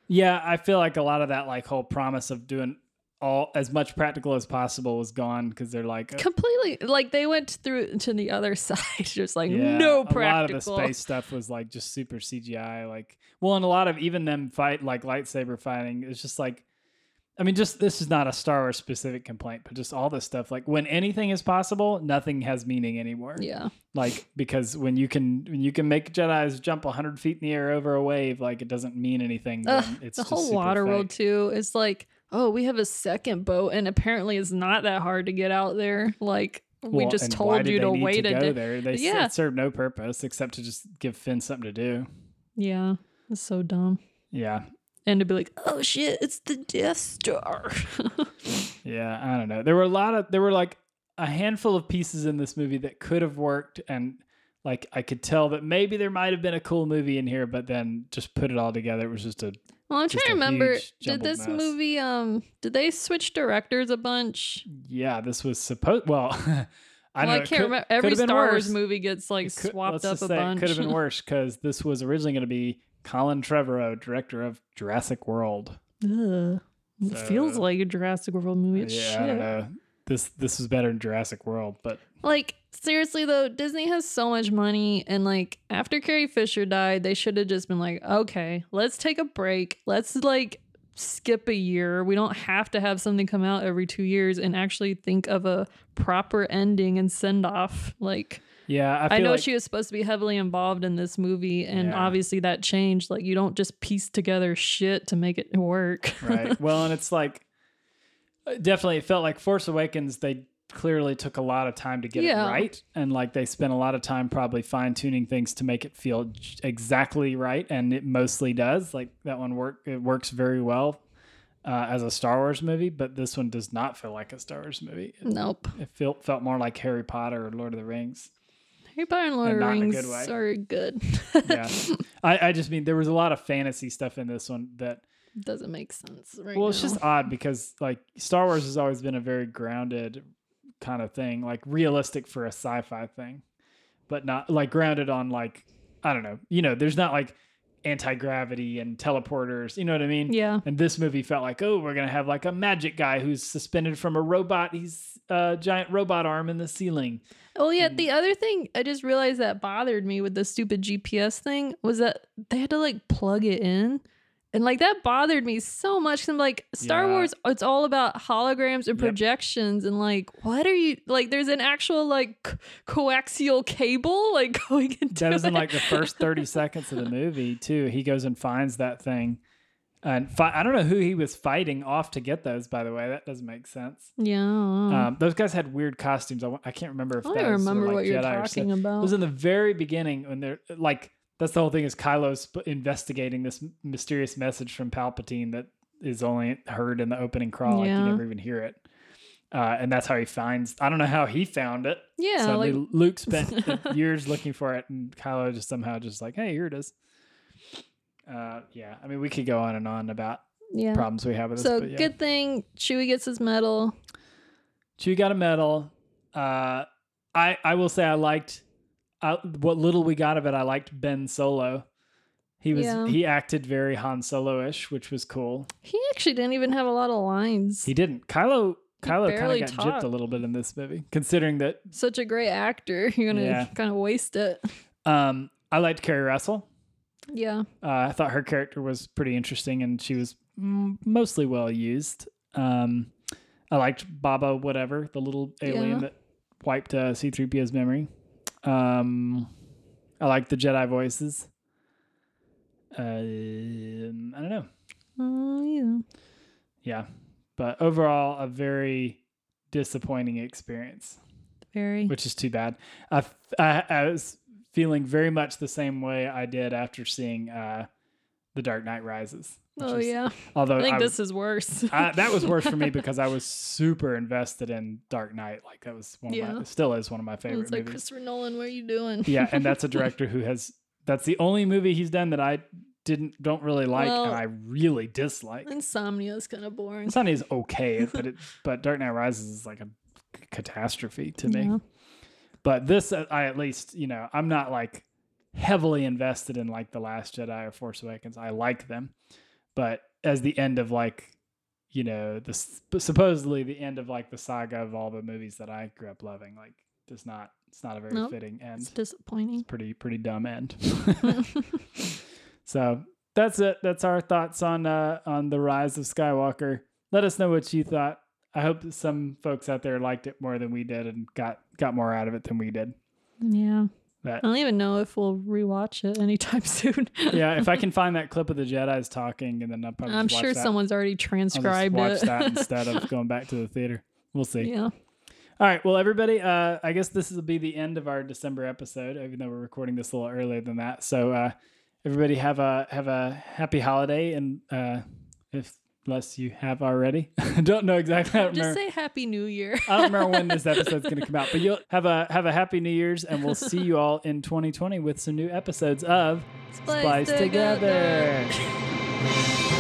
Speaker 1: Yeah, I feel like a lot of that like whole promise of doing all as much practical as possible was gone because they're like uh,
Speaker 2: completely like they went through to the other side just like
Speaker 1: yeah, A
Speaker 2: no
Speaker 1: lot of the
Speaker 2: practical
Speaker 1: space stuff was like just super CGI. Like, well, and a lot of even them fight like lightsaber fighting. It's just like, I mean, just this is not a Star Wars specific complaint, but just all this stuff. Like, when anything is possible, nothing has meaning anymore.
Speaker 2: yeah
Speaker 1: Like, because when you can when you can make Jedi's jump hundred feet in the air over a wave, like it doesn't mean anything.
Speaker 2: Ugh,
Speaker 1: then. it's
Speaker 2: the
Speaker 1: just
Speaker 2: whole
Speaker 1: super
Speaker 2: water
Speaker 1: fake.
Speaker 2: world too is like oh we have a second boat and apparently it's not that hard to get out there like we
Speaker 1: Well,
Speaker 2: just
Speaker 1: and why
Speaker 2: told
Speaker 1: did
Speaker 2: you
Speaker 1: they
Speaker 2: to
Speaker 1: need
Speaker 2: wait a
Speaker 1: go
Speaker 2: day
Speaker 1: there. They
Speaker 2: Yeah.
Speaker 1: yeah. served no purpose except to just give Finn something to do.
Speaker 2: Yeah, it's so dumb.
Speaker 1: Yeah,
Speaker 2: And to be like, oh shit, it's the Death Star.
Speaker 1: yeah. I don't know. There were a lot of there were like a handful of pieces in this movie that could have worked, and like I could tell that maybe there might have been a cool movie in here, but then just put it all together, it was just a
Speaker 2: well, I'm
Speaker 1: Just
Speaker 2: trying to
Speaker 1: a
Speaker 2: remember.
Speaker 1: huge
Speaker 2: Did
Speaker 1: jumbled
Speaker 2: this
Speaker 1: mess.
Speaker 2: movie um? Did they switch directors a bunch?
Speaker 1: yeah. This was supposed well. I
Speaker 2: Well,
Speaker 1: don't know.
Speaker 2: I
Speaker 1: it
Speaker 2: can't
Speaker 1: could-
Speaker 2: remember.
Speaker 1: could
Speaker 2: Every
Speaker 1: have been
Speaker 2: Star Wars
Speaker 1: worse.
Speaker 2: movie gets like
Speaker 1: It could-
Speaker 2: swapped
Speaker 1: let's
Speaker 2: up
Speaker 1: just
Speaker 2: a
Speaker 1: say
Speaker 2: bunch.
Speaker 1: It could have been worse because this was originally going to be Colin Trevorrow, director of Jurassic World.
Speaker 2: Ugh. It feels
Speaker 1: So- uh,
Speaker 2: like a Jurassic World movie. It's
Speaker 1: yeah, I don't
Speaker 2: shit.
Speaker 1: know. This this was better than Jurassic World, but
Speaker 2: Like seriously though, Disney has so much money, and like after Carrie Fisher died, they should have just been like, okay, let's take a break. Let's like skip a year. We don't have to have something come out every two years and actually think of a proper ending and send off. Like,
Speaker 1: Yeah, I, feel
Speaker 2: I, know
Speaker 1: like,
Speaker 2: she was supposed to be heavily involved in this movie, and
Speaker 1: Yeah.
Speaker 2: obviously that changed. Like, you don't just piece together shit to make it work.
Speaker 1: right. Well, and it's like uh, definitely it felt like Force Awakens. They clearly took a lot of time to get
Speaker 2: Yeah.
Speaker 1: it right, and like they spent a lot of time probably fine tuning things to make it feel j- exactly right, and it mostly does. Like that one work it works very well uh, as a Star Wars movie, but this one does not feel like a Star Wars movie. It,
Speaker 2: nope.
Speaker 1: it felt felt more like Harry Potter or Lord of the Rings.
Speaker 2: Harry Potter and Lord of the
Speaker 1: not in a
Speaker 2: Rings
Speaker 1: good way.
Speaker 2: are good.
Speaker 1: Yeah, I, I just mean there was a lot of fantasy stuff in this one that
Speaker 2: Doesn't make sense. Right
Speaker 1: well
Speaker 2: now.
Speaker 1: it's just odd because like star wars has always been a very grounded kind of thing like realistic for a sci-fi thing but not like grounded on like i don't know you know there's not like anti-gravity and teleporters you know what i mean
Speaker 2: Yeah.
Speaker 1: and this movie felt like oh we're gonna have like a magic guy who's suspended from a robot he's a giant robot arm in the ceiling
Speaker 2: Well, Oh, yeah. The other thing I just realized that bothered me with the stupid GPS thing was that they had to like plug it in. And like that bothered me so much. 'cause I'm like, Star
Speaker 1: Yeah.
Speaker 2: Wars, it's all about holograms and
Speaker 1: Yep.
Speaker 2: projections. And like, what are you like? There's an actual like c- coaxial cable like going into
Speaker 1: that was in
Speaker 2: it.
Speaker 1: like the first 30 seconds of the movie too he goes and finds that thing and fi- i don't know who he was fighting off to get those by the way that doesn't make sense
Speaker 2: Yeah. I
Speaker 1: um, those guys had weird costumes i, w- I can't remember if
Speaker 2: Mm-hmm.
Speaker 1: that
Speaker 2: don't even
Speaker 1: was sort of
Speaker 2: remember
Speaker 1: like
Speaker 2: what you're
Speaker 1: Jedi or Sith.
Speaker 2: talking
Speaker 1: it was
Speaker 2: about.
Speaker 1: in the very beginning when they're like that's the whole thing is kylo's sp- investigating this m- mysterious message from palpatine that is only heard in the opening crawl like you
Speaker 2: Yeah.
Speaker 1: never even hear it uh, and that's how he finds i don't know how he found it
Speaker 2: Yeah.
Speaker 1: Suddenly,
Speaker 2: like,
Speaker 1: Luke spent years looking for it, and Kylo just somehow just like, hey, here it is. Uh, yeah, I mean, we could go on and on about
Speaker 2: yeah.
Speaker 1: problems we have with this.
Speaker 2: So
Speaker 1: but yeah.
Speaker 2: good thing Chewie gets his medal.
Speaker 1: Chewie got a medal. Uh, I I will say I liked I, what little we got of it. I liked Ben Solo. He was
Speaker 2: Yeah.
Speaker 1: he acted very Han Solo ish, which was cool.
Speaker 2: He actually didn't even have a lot of lines.
Speaker 1: He didn't. Kylo Kylo kind of
Speaker 2: barely
Speaker 1: got gypped
Speaker 2: talked.
Speaker 1: a little bit in this movie, considering that.
Speaker 2: Such a great actor. You're gonna
Speaker 1: Yeah.
Speaker 2: kind of waste it.
Speaker 1: Um, I liked Carrie Russell.
Speaker 2: Yeah.
Speaker 1: Uh, I thought her character was pretty interesting, and she was mm, mostly well used. Um, I liked Baba, whatever the little alien
Speaker 2: Yeah.
Speaker 1: that wiped uh, C-3PO's memory. Um, I liked the Jedi voices. Um, I don't know,
Speaker 2: Oh yeah.
Speaker 1: yeah, but overall, a very disappointing experience,
Speaker 2: Very.
Speaker 1: which is too bad. I, f- I- I was feeling very much the same way I did after seeing uh, the Dark Knight Rises. which
Speaker 2: oh
Speaker 1: is-
Speaker 2: yeah.
Speaker 1: Although
Speaker 2: I think
Speaker 1: I was-
Speaker 2: this is worse.
Speaker 1: I- that was worse for me because I was super invested in Dark Knight. Like that was one of my
Speaker 2: Yeah.
Speaker 1: it still is one of my favorite
Speaker 2: it's like
Speaker 1: movies.
Speaker 2: Christopher Nolan. What are you doing?
Speaker 1: yeah, and that's a director who has that's the only movie he's done that I didn't don't really like
Speaker 2: Well-
Speaker 1: and I really dislike.
Speaker 2: Insomnia is kind of boring.
Speaker 1: Insomnia is okay, but it but Dark Knight Rises is like a catastrophe to me.
Speaker 2: Yeah.
Speaker 1: But this uh, I at least, you know, I'm not like heavily invested in like The Last Jedi or Force Awakens. I like them. But as the end of like, you know, the s- supposedly the end of like the saga of all the movies that I grew up loving, like does not it's not a very
Speaker 2: Nope.
Speaker 1: fitting end.
Speaker 2: It's disappointing.
Speaker 1: pretty pretty dumb end. so that's it. That's our thoughts on uh, on the rise of Skywalker. Let us know what you thought. I hope that some folks out there liked it more than we did and got got more out of it than we did.
Speaker 2: Yeah.
Speaker 1: That
Speaker 2: I don't even know if we'll rewatch it anytime soon.
Speaker 1: yeah, if I can find that clip of the Jedi's talking and then I'll probably
Speaker 2: I'm
Speaker 1: just watch
Speaker 2: sure
Speaker 1: that.
Speaker 2: someone's already
Speaker 1: I'll
Speaker 2: transcribed
Speaker 1: just watch
Speaker 2: it.
Speaker 1: that instead of going back to the theater. We'll see.
Speaker 2: yeah.
Speaker 1: All right. Well, everybody, uh, I guess this will be the end of our December episode, even though we're recording this a little earlier than that. So, uh, everybody, have a have a happy holiday, and uh, if unless you have already, I don't know exactly. I don't,
Speaker 2: Just
Speaker 1: remember,
Speaker 2: say Happy New Year.
Speaker 1: I don't remember when this episode's going to come out, but you'll have a have a happy New Year's, and we'll see you all in 2020 with some new episodes of
Speaker 2: Spliced
Speaker 1: Spliced Together.